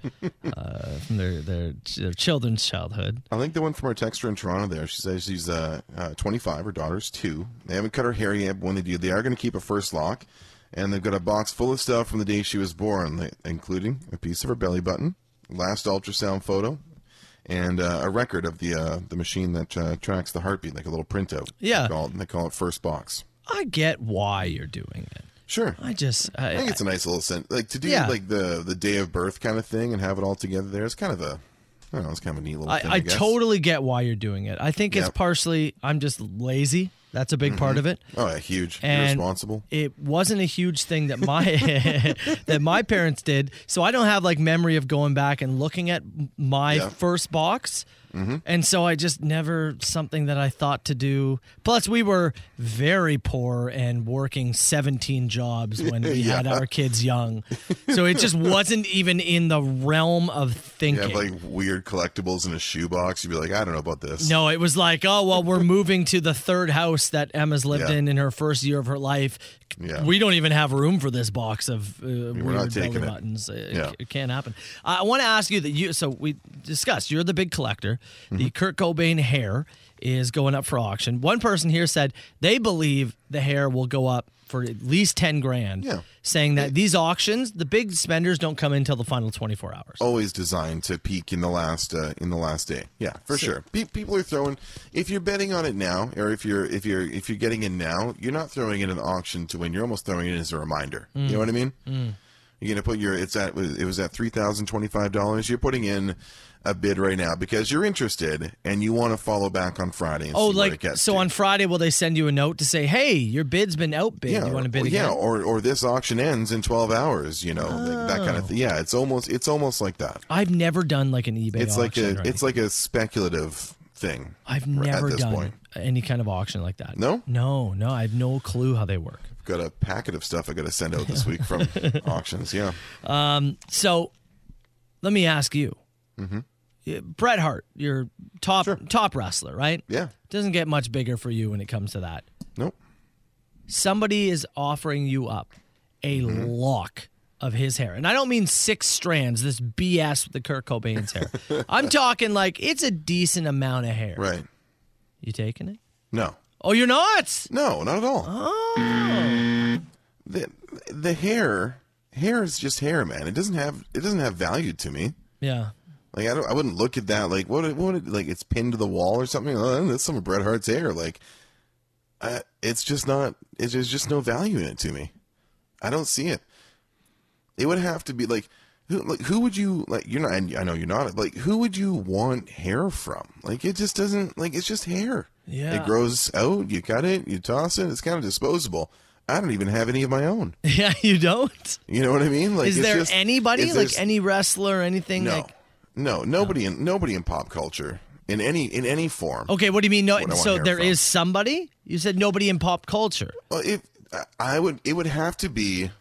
Speaker 6: uh, from their, their their children's childhood.
Speaker 7: I think the one from our texter in Toronto. There, she says she's uh, uh 25. Her daughter's two. They haven't cut her hair yet, but when they do, they are going to keep a first lock, and they've got a box full of stuff from the day she was born, li- including a piece of her belly button, last ultrasound photo. And uh, a record of the uh, the machine that uh, tracks the heartbeat, like a little printout.
Speaker 6: Yeah.
Speaker 7: they call it, they call it first box.
Speaker 6: I get why you're doing it.
Speaker 7: Sure,
Speaker 6: I just
Speaker 7: I think
Speaker 6: I,
Speaker 7: it's a nice little sen Like to do
Speaker 6: Yeah.
Speaker 7: like the the day of birth kind of thing and have it all together there. It's kind of a I don't know, it's kind of a neat little
Speaker 6: I,
Speaker 7: thing.
Speaker 6: I
Speaker 7: guess.
Speaker 6: totally get why you're doing it. I think it's
Speaker 7: Yep.
Speaker 6: partially I'm just lazy. That's a big part of it.
Speaker 7: Oh yeah, huge.
Speaker 6: And
Speaker 7: Irresponsible.
Speaker 6: It wasn't a huge thing that my that my parents did, so I don't have like memory of going back and looking at m- my
Speaker 7: Yeah. Mm-hmm.
Speaker 6: first box, and so I just never something that I thought to do. Plus, we were very poor and working seventeen jobs when we had
Speaker 7: Yeah.
Speaker 6: our kids young, so it just wasn't even in the realm of
Speaker 7: You
Speaker 6: thinking.
Speaker 7: have like weird collectibles in a shoebox. You'd be like, I don't know about this.
Speaker 6: No, it was like, oh well, we're moving to the third house that Emma's lived
Speaker 7: Yeah.
Speaker 6: in in her first year of her life.
Speaker 7: Yeah.
Speaker 6: We don't even have room for this box of uh, weird
Speaker 7: not
Speaker 6: belly
Speaker 7: taking it.
Speaker 6: buttons. It,
Speaker 7: Yeah.
Speaker 6: it can't happen. I, I want to ask you that you. So we discussed you're the big collector.
Speaker 7: Mm-hmm.
Speaker 6: The Kurt Cobain hair is going up for auction. One person here said they believe the hair will go up for at least ten grand.
Speaker 7: Yeah.
Speaker 6: Saying that these auctions, the big spenders don't come in until the final 24 hours.
Speaker 7: Always designed to peak in the last uh, in the last day. Yeah, for sure. Pe- people are throwing. If you're betting on it now, or if you're if you're if you're
Speaker 6: Mm.
Speaker 7: getting in now, you're not throwing in an auction to win. You're almost throwing it as a reminder. You know what I mean? You're gonna put your it's at it was at three thousand twenty five dollars. You're putting in a bid right now because you're interested and you want to follow back on Friday. And
Speaker 6: Oh,
Speaker 7: see where it
Speaker 6: like
Speaker 7: gets
Speaker 6: so
Speaker 7: to.
Speaker 6: on Friday, will they send you a note to say, "Hey, your bid's been outbid. you want to bid
Speaker 7: or-
Speaker 6: again?"
Speaker 7: Yeah, or or this auction ends in twelve hours. You know like that
Speaker 6: Oh.
Speaker 7: kind of thing. Yeah, it's almost it's almost like that.
Speaker 6: I've never done like an eBay.
Speaker 7: It's like
Speaker 6: auction
Speaker 7: a
Speaker 6: or
Speaker 7: it's
Speaker 6: anything.
Speaker 7: like a speculative thing.
Speaker 6: I've
Speaker 7: r- at
Speaker 6: never
Speaker 7: this
Speaker 6: done
Speaker 7: point.
Speaker 6: any kind of auction like that.
Speaker 7: No?
Speaker 6: no, no. I have no clue how they work.
Speaker 7: Got a packet of stuff I got to send out this week from auctions. Yeah,
Speaker 6: So, let me ask you,
Speaker 7: Mm-hmm.
Speaker 6: Uh, Bret Hart, your top top wrestler, right?
Speaker 7: yeah.
Speaker 6: Doesn't get much bigger for you when it comes to that.
Speaker 7: Nope.
Speaker 6: somebody is offering you up a
Speaker 7: Mm-hmm.
Speaker 6: lock of his hair. And I don't mean six strands, this BS with the Kurt Cobain's hair. I'm talking like it's a decent amount of hair.
Speaker 7: Right.
Speaker 6: You taking it?
Speaker 7: No.
Speaker 6: Oh, you're not?
Speaker 7: No, not at all. Oh.
Speaker 6: Oh.
Speaker 7: The the hair hair is just hair, man. It doesn't have it doesn't have value to me.
Speaker 6: Yeah.
Speaker 7: Like I don't I wouldn't look at that like what what like it's pinned to the wall or something. Oh, that's some of Bret Hart's hair. Like, uh, it's just not. It's, there's just no value in it to me. I don't see it. It would have to be like who like who would you like? You're not. and I know you're not. Like who would you want hair from? Like it just doesn't. Like it's just hair.
Speaker 6: Yeah.
Speaker 7: It grows out. You cut it. You toss it. It's kind of disposable. I don't even have any of my own.
Speaker 6: Yeah, you don't?
Speaker 7: You know what I mean? Like
Speaker 6: is
Speaker 7: it's
Speaker 6: there
Speaker 7: just-
Speaker 6: anybody,
Speaker 7: it's
Speaker 6: like
Speaker 7: just-
Speaker 6: any wrestler or anything?
Speaker 7: no,
Speaker 6: Like,
Speaker 7: no, nobody in nobody in pop culture in any in any form.
Speaker 6: okay, what do you mean? No,
Speaker 7: What I want
Speaker 6: so
Speaker 7: hair
Speaker 6: there is
Speaker 7: from.
Speaker 6: somebody? You said nobody in pop culture.
Speaker 7: Well, if I would, it would have to be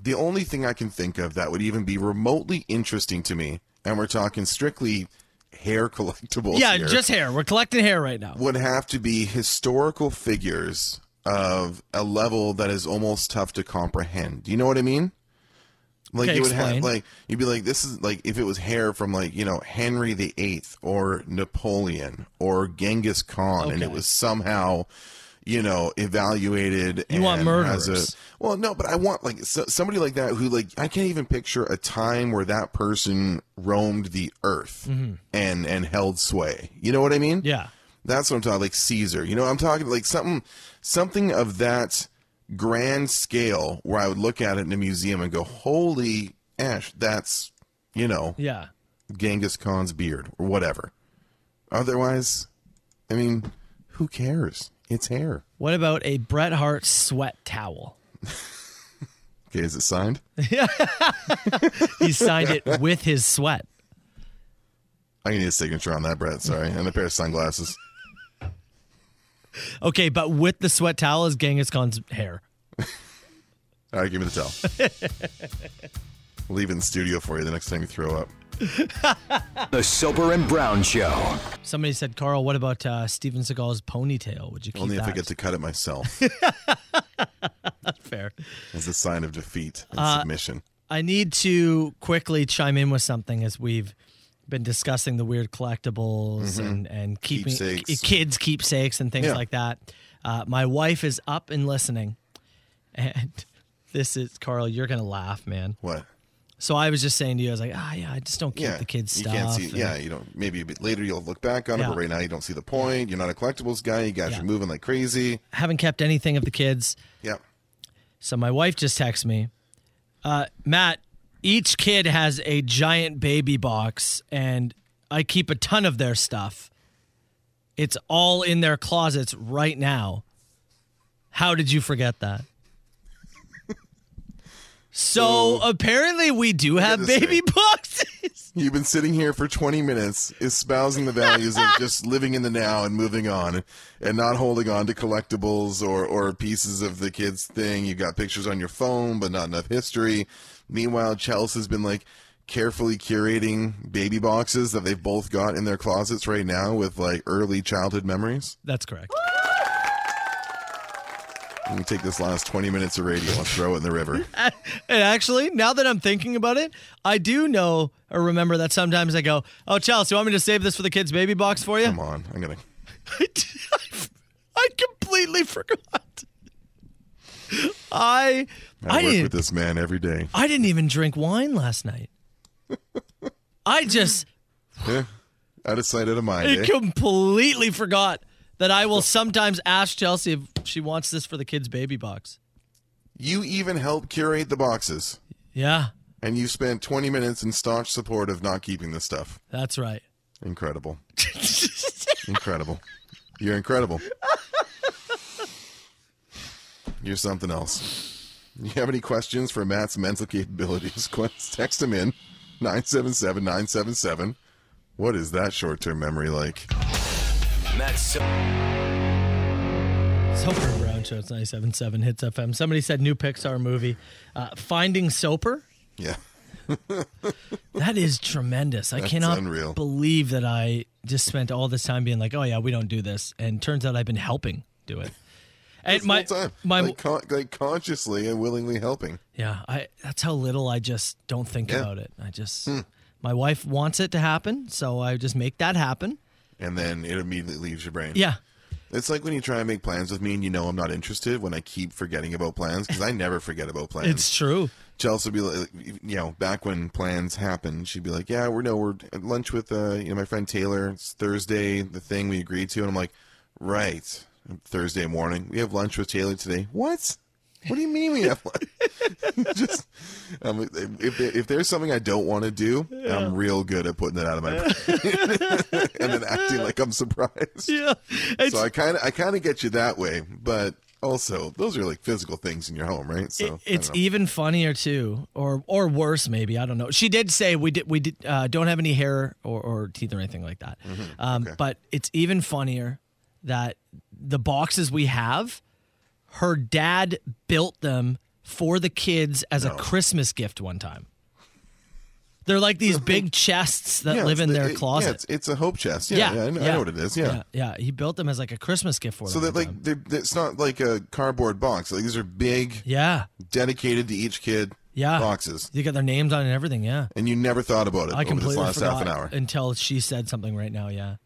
Speaker 7: the only thing I can think of that would even be remotely interesting to me. And we're talking strictly hair collectibles.
Speaker 6: yeah,
Speaker 7: here,
Speaker 6: just hair. We're collecting hair right now.
Speaker 7: would have to be historical figures of a level that is almost tough to comprehend. You know what I mean? Like
Speaker 6: Okay,
Speaker 7: you would
Speaker 6: explain.
Speaker 7: have like you'd be like this is like if it was hair from like you know Henry the Eighth or Napoleon or Genghis Khan and it
Speaker 6: Okay.
Speaker 7: was somehow you know evaluated
Speaker 6: You want
Speaker 7: and has
Speaker 6: murderers.
Speaker 7: a, well no but I want like so, somebody like that who like I can't even picture a time where that person roamed the earth
Speaker 6: Mm-hmm.
Speaker 7: and and held sway you know what I mean
Speaker 6: Yeah.
Speaker 7: that's what I'm talking like Caesar. You know, I'm talking like something something of that grand scale where I would look at it in a museum and go, "Holy ash, that's, you know,
Speaker 6: Yeah.
Speaker 7: Genghis Khan's beard or whatever." Otherwise, I mean, who cares? It's hair.
Speaker 6: What about a Bret Hart sweat towel?
Speaker 7: Okay, is it signed?
Speaker 6: He signed it with his sweat.
Speaker 7: I need a signature on that, Brett. Sorry, and a pair of sunglasses.
Speaker 6: Okay, but with the sweat towel is Genghis Khan's hair.
Speaker 7: All right, give me the towel. Leave it in the studio for you the next time you throw up.
Speaker 5: The Soper and Brown Show.
Speaker 6: Somebody said, Carl, what about uh, Steven Seagal's ponytail? Would you keep
Speaker 7: Only
Speaker 6: that?
Speaker 7: if I get to cut it myself.
Speaker 6: Fair.
Speaker 7: as a sign of defeat and submission.
Speaker 6: I need to quickly chime in with something as we've been discussing the weird collectibles and, and keeping
Speaker 7: Mm-hmm. Keepsakes.
Speaker 6: kids keepsakes and things
Speaker 7: Yeah.
Speaker 6: like that. Uh, my wife is up and listening. And this is, Carl, you're going to laugh, man.
Speaker 7: What?
Speaker 6: So I was just saying to you, I was like, ah, yeah, I just don't keep the kids'
Speaker 7: you
Speaker 6: stuff.
Speaker 7: can't see.
Speaker 6: and-
Speaker 7: Yeah, you don't. Maybe a bit later you'll look back on it,
Speaker 6: Yeah.
Speaker 7: but right now you don't see the point. You're not a collectibles guy. You guys
Speaker 6: Yeah.
Speaker 7: are moving like crazy.
Speaker 6: Haven't kept anything of the kids.
Speaker 7: Yeah.
Speaker 6: So my wife just texted me, uh, Matt. Each kid has a giant baby box, and I keep a ton of their stuff. It's all in their closets right now. How did you forget that? So apparently, we do have
Speaker 7: this
Speaker 6: baby boxes.
Speaker 7: You've been sitting here for 20 minutes, espousing the values of just living in the now and moving on, and not holding on to collectibles or or pieces of the kids' thing. You got pictures on your phone, but not enough history. Meanwhile, Chelsea's been like carefully curating baby boxes that they've both got in their closets right now with like early childhood memories.
Speaker 6: That's correct.
Speaker 7: I'm gonna take this last 20 minutes of radio and throw it in the river.
Speaker 6: And actually, now that I'm thinking about it, I do know or remember that sometimes I go, "Oh, Chelsea, you want me to save this for the kids' baby box for you?"
Speaker 7: Come on, I'm gonna.
Speaker 6: I, did- I- I completely forgot. I I,
Speaker 7: I, work with
Speaker 6: didn't
Speaker 7: this man every day.
Speaker 6: I didn't even drink wine last night. I just
Speaker 7: Yeah, out of sight, out of mind.
Speaker 6: I
Speaker 7: eh?
Speaker 6: completely forgot that I will sometimes ask Chelsea if she wants this for the kids' baby box.
Speaker 7: You even help curate the boxes.
Speaker 6: Yeah,
Speaker 7: and you spent 20 minutes in staunch support of not keeping this stuff.
Speaker 6: that's right.
Speaker 7: Incredible. incredible. You're incredible. You're something else. You have any questions for Matt's mental capabilities? Quest- Text him in 977 977. What is that short term memory like?
Speaker 5: Matt So-
Speaker 6: Soper and Brown Show. It's 97.7 Hits FM. Somebody said new Pixar movie, uh, Finding Soper.
Speaker 7: Yeah.
Speaker 6: That is tremendous. I cannot
Speaker 7: unreal.
Speaker 6: believe that I just spent all this time being like, "Oh yeah, we don't do this," and turns out I've been helping do it. And
Speaker 7: This
Speaker 6: my
Speaker 7: whole time.
Speaker 6: my
Speaker 7: like, con- like consciously and willingly helping.
Speaker 6: yeah, I that's how little I just don't think
Speaker 7: Yeah. Hmm.
Speaker 6: about it. I just my wife wants it to happen, so I just make that happen.
Speaker 7: And then it immediately leaves your brain.
Speaker 6: Yeah,
Speaker 7: It's like when you try and make plans with me and you know I'm not interested when I keep forgetting about plans because I never forget about plans.
Speaker 6: it's true.
Speaker 7: Chelsea would be like, you know, back when plans happened, she'd be like, yeah, we're no, we're at lunch with, uh, you know, my friend Taylor. It's Thursday, the thing we agreed to. And I'm like, right. Thursday morning, we have lunch with Taylor today. What? What do you mean we have lunch? Just, um, if, if there's something I don't want to do, I'm real good at putting it out of my brain and then acting like I'm surprised.
Speaker 6: Yeah, it's
Speaker 7: So I kind of, I kind of get you that way, but also those are like physical things in your home, right? So I don't
Speaker 6: it's
Speaker 7: know.
Speaker 6: even funnier too, or or worse maybe. I don't know. She did say we did we did uh, don't have any hair or, or teeth or anything like that.
Speaker 7: Mm-hmm.
Speaker 6: Um, But it's even funnier that the boxes we have, her dad built them for the kids as a Christmas gift one time. They're like these big chests that
Speaker 7: Yeah,
Speaker 6: live
Speaker 7: it's
Speaker 6: in
Speaker 7: the-
Speaker 6: their
Speaker 7: it- Yeah,
Speaker 6: closet.
Speaker 7: it's, it's a hope chest. Yeah,
Speaker 6: Yeah,
Speaker 7: yeah, I, know, I
Speaker 6: yeah.
Speaker 7: know what it is. Yeah.
Speaker 6: yeah, He built them as like a Christmas gift for them.
Speaker 7: So that
Speaker 6: one
Speaker 7: like
Speaker 6: time.
Speaker 7: they're, they're- it's not like a cardboard box. Like these are big,
Speaker 6: yeah,
Speaker 7: dedicated to each kid
Speaker 6: yeah,
Speaker 7: boxes,
Speaker 6: You got their names on it and everything. Yeah.
Speaker 7: and you never thought about it
Speaker 6: I
Speaker 7: over this
Speaker 6: completely
Speaker 7: last
Speaker 6: forgot
Speaker 7: half an hour.
Speaker 6: until she said something right now. Yeah,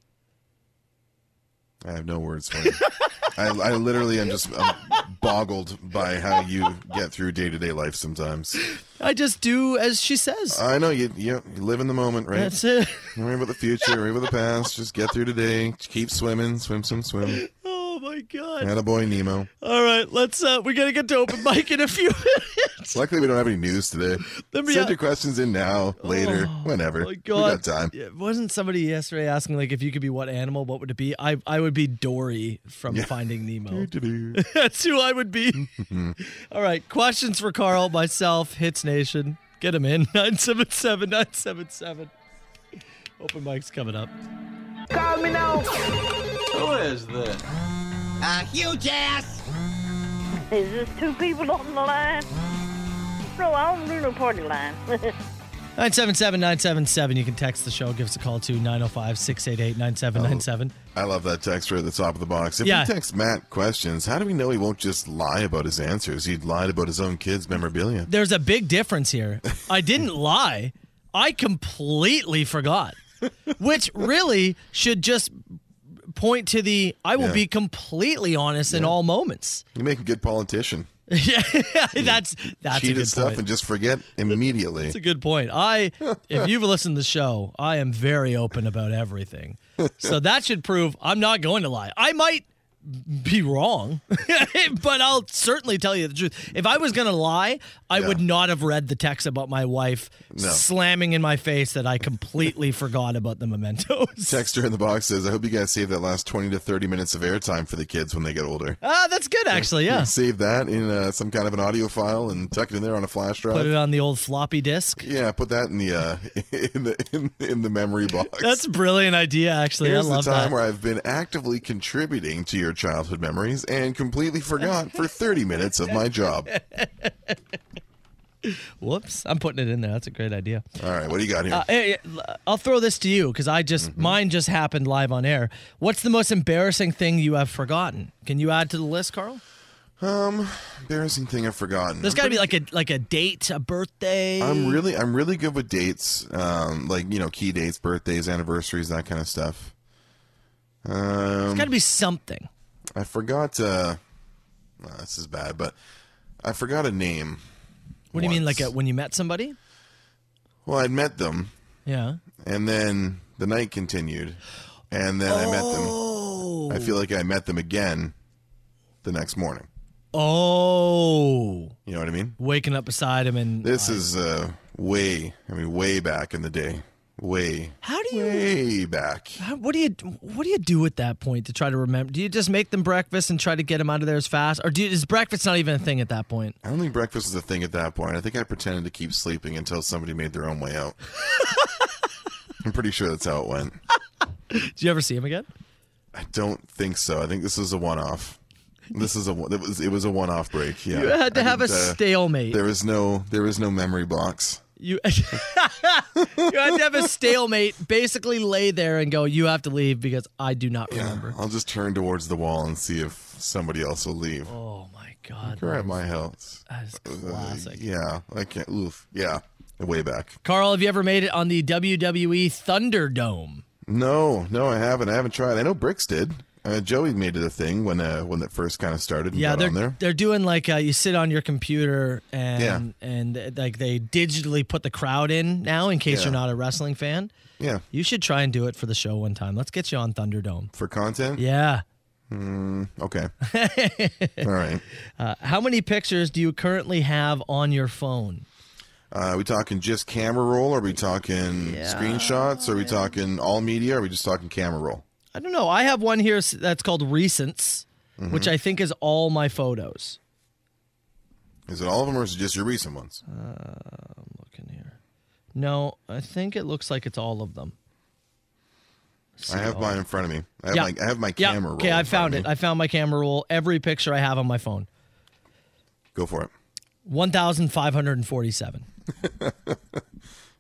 Speaker 7: I have no words for you. I, I literally am just I'm boggled by how you get through day to day life sometimes.
Speaker 6: I just do as she says.
Speaker 7: I know you, you you live in the moment, right?
Speaker 6: That's it.
Speaker 7: Don't worry about the future, worry about the past. Just get through today. Keep swimming, swim, swim, swim.
Speaker 6: Oh my god!
Speaker 7: Attaboy Nemo.
Speaker 6: All right, let's. uh We gotta get to open mic in a few minutes.
Speaker 7: Luckily, we don't have any news today.
Speaker 6: Let me-
Speaker 7: Send your questions in now, later, whenever.
Speaker 6: Oh my
Speaker 7: We got
Speaker 6: god!
Speaker 7: time.
Speaker 6: Yeah, wasn't somebody yesterday asking like if you could be what animal? What would it be? I I would be Dory from Finding Nemo.
Speaker 7: Doo-doo.
Speaker 6: That's who I would be.
Speaker 7: Mm-hmm.
Speaker 6: All right, questions for Carl, myself, Hits Nation. Get him in 977 977. Open mic's coming up.
Speaker 1: Is this two people on the line? No, I don't do no party line.
Speaker 6: 977 977. You can text the show. Give us a call oh to 905 688 9797.
Speaker 7: I love that text right at the top of the box. If
Speaker 6: Yeah.
Speaker 7: we text Matt questions, how do we know he won't just lie about his answers? He lied about his own kids' memorabilia.
Speaker 6: There's a big difference here. I didn't lie, I completely forgot, which really should just point to the I will
Speaker 7: Yeah.
Speaker 6: be completely honest in all moments.
Speaker 7: You make a good politician.
Speaker 6: yeah, that's that's a
Speaker 7: Cheated
Speaker 6: good
Speaker 7: stuff
Speaker 6: point.
Speaker 7: and just forget immediately.
Speaker 6: That's a good point. I, if you've listened to the show, I am very open about everything. So that should prove I'm not going to lie. I might be wrong, but I'll certainly tell you the truth. If I was going to lie, I
Speaker 7: Yeah.
Speaker 6: would not have read the text about my wife
Speaker 7: No.
Speaker 6: slamming in my face that I completely forgot about the mementos.
Speaker 7: Texter in the box says, I hope you guys save that last 20 to 30 minutes of airtime for the kids when they get older.
Speaker 6: Ah, that's good actually. Yeah.
Speaker 7: Save that in uh, some kind of an audio file and tuck it in there on a flash drive.
Speaker 6: Put it on the old floppy disk.
Speaker 7: yeah, put that in the uh, in the in, in the memory box.
Speaker 6: That's a brilliant idea actually.
Speaker 7: Here's
Speaker 6: I love
Speaker 7: the time
Speaker 6: that.
Speaker 7: where I've been actively contributing to your childhood memories and completely forgot for 30 minutes of my job.
Speaker 6: Whoops. I'm putting it in there. That's a great idea.
Speaker 7: All right, what do you got here?
Speaker 6: Uh, hey, I'll throw this to you because I just
Speaker 7: Mm-hmm.
Speaker 6: mine just happened live on air. What's the most embarrassing thing you have forgotten? Can you add to the list, Carl?
Speaker 7: Embarrassing thing I've forgotten.
Speaker 6: There's got to be like a like a date, a birthday.
Speaker 7: I'm really I'm really good with dates, um, like you know, key dates, birthdays, anniversaries, that kind of stuff. Um,
Speaker 6: There's got to be something.
Speaker 7: I forgot. Uh, nah, this is bad, but I forgot a name.
Speaker 6: What do you mean, like a,
Speaker 7: once.
Speaker 6: when you met somebody?
Speaker 7: Well, I'd met them,
Speaker 6: Yeah.
Speaker 7: and then the night continued, and then I met them. I
Speaker 6: Oh.
Speaker 7: feel like I met them again the next morning.
Speaker 6: Oh,
Speaker 7: You know, what I mean?
Speaker 6: waking up beside him and
Speaker 7: This is uh, way, I mean, way back in the day. Way,
Speaker 6: how do you
Speaker 7: way back.
Speaker 6: how, what do you what do you do at that point to try to remember? Do you just make them breakfast and try to get them out of there as fast, or do you, is breakfast not even a thing at that point?
Speaker 7: I don't think breakfast was a thing at that point. I think I pretended to keep sleeping until somebody made their own way out. I'm pretty sure that's how it went.
Speaker 6: Do you ever see him again?
Speaker 7: I don't think so. I think this was a one-off. This is a one- it was it was a one-off break. Yeah,
Speaker 6: You had to
Speaker 7: I
Speaker 6: have a
Speaker 7: didn't, uh,
Speaker 6: stalemate.
Speaker 7: There was no there was no memory box.
Speaker 6: You you had to have a stalemate. Basically, lay there and go. You have to leave because I do not remember.
Speaker 7: I'll just turn towards the wall and see if somebody else will leave.
Speaker 6: Oh my god,
Speaker 7: You're at my house.
Speaker 6: that is
Speaker 7: Uh,
Speaker 6: classic.
Speaker 7: yeah, I can't. Oof. Yeah, way back.
Speaker 6: Carl, have you ever made it on the WWE Thunderdome?
Speaker 7: No, no, I haven't. I haven't tried. I know Bricks did. Uh, Joey made it a thing when uh, when it first kind of started. And
Speaker 6: Yeah,
Speaker 7: got
Speaker 6: they're
Speaker 7: on there.
Speaker 6: they're doing like uh, you sit on your computer and
Speaker 7: Yeah.
Speaker 6: and uh, like they digitally put the crowd in now in case
Speaker 7: Yeah.
Speaker 6: you're not a wrestling fan.
Speaker 7: Yeah,
Speaker 6: You should try and do it for the show one time. Let's get you on Thunderdome.
Speaker 7: for content.
Speaker 6: Yeah.
Speaker 7: Okay. All right.
Speaker 6: Uh, how many pictures do you currently have on your phone?
Speaker 7: Uh, are we talking just camera roll? Are we talking screenshots? Are we talking all media? Are we just talking camera roll?
Speaker 6: I don't know. I have one here s- that's called Recents, which
Speaker 7: Mm-hmm.
Speaker 6: I think is all my photos.
Speaker 7: Is it all of them or is it just your recent ones?
Speaker 6: Looking here. No, I think it looks like it's all of them.
Speaker 7: I have mine in front of me. I have
Speaker 6: Yeah.
Speaker 7: my I have my
Speaker 6: Yeah.
Speaker 7: camera roll.
Speaker 6: Okay,
Speaker 7: in
Speaker 6: I
Speaker 7: front
Speaker 6: found
Speaker 7: of
Speaker 6: it.
Speaker 7: me.
Speaker 6: I found my camera roll. Every picture I have on my phone.
Speaker 7: Go for it.
Speaker 6: 1,547.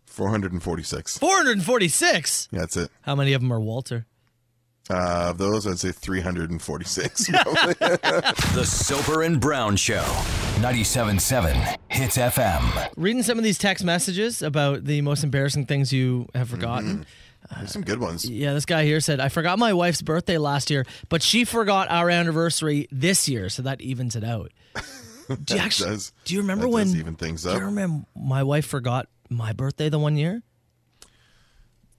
Speaker 7: 446.
Speaker 6: 446?
Speaker 7: Yeah, that's it.
Speaker 6: How many of them are Walter?
Speaker 7: Uh, of those, I'd say 346.
Speaker 5: The Soper and Brown Show. 97.7 Hits FM.
Speaker 6: Reading some of these text messages about the most embarrassing things you have forgotten.
Speaker 7: Mm-hmm. There's some good ones.
Speaker 6: Yeah, this guy here said, I forgot my wife's birthday last year, but she forgot our anniversary this year, so that evens it out. Do you actually
Speaker 7: does-
Speaker 6: do you remember
Speaker 7: that
Speaker 6: when
Speaker 7: does even things
Speaker 6: Do
Speaker 7: up.
Speaker 6: you remember my wife forgot my birthday the one year?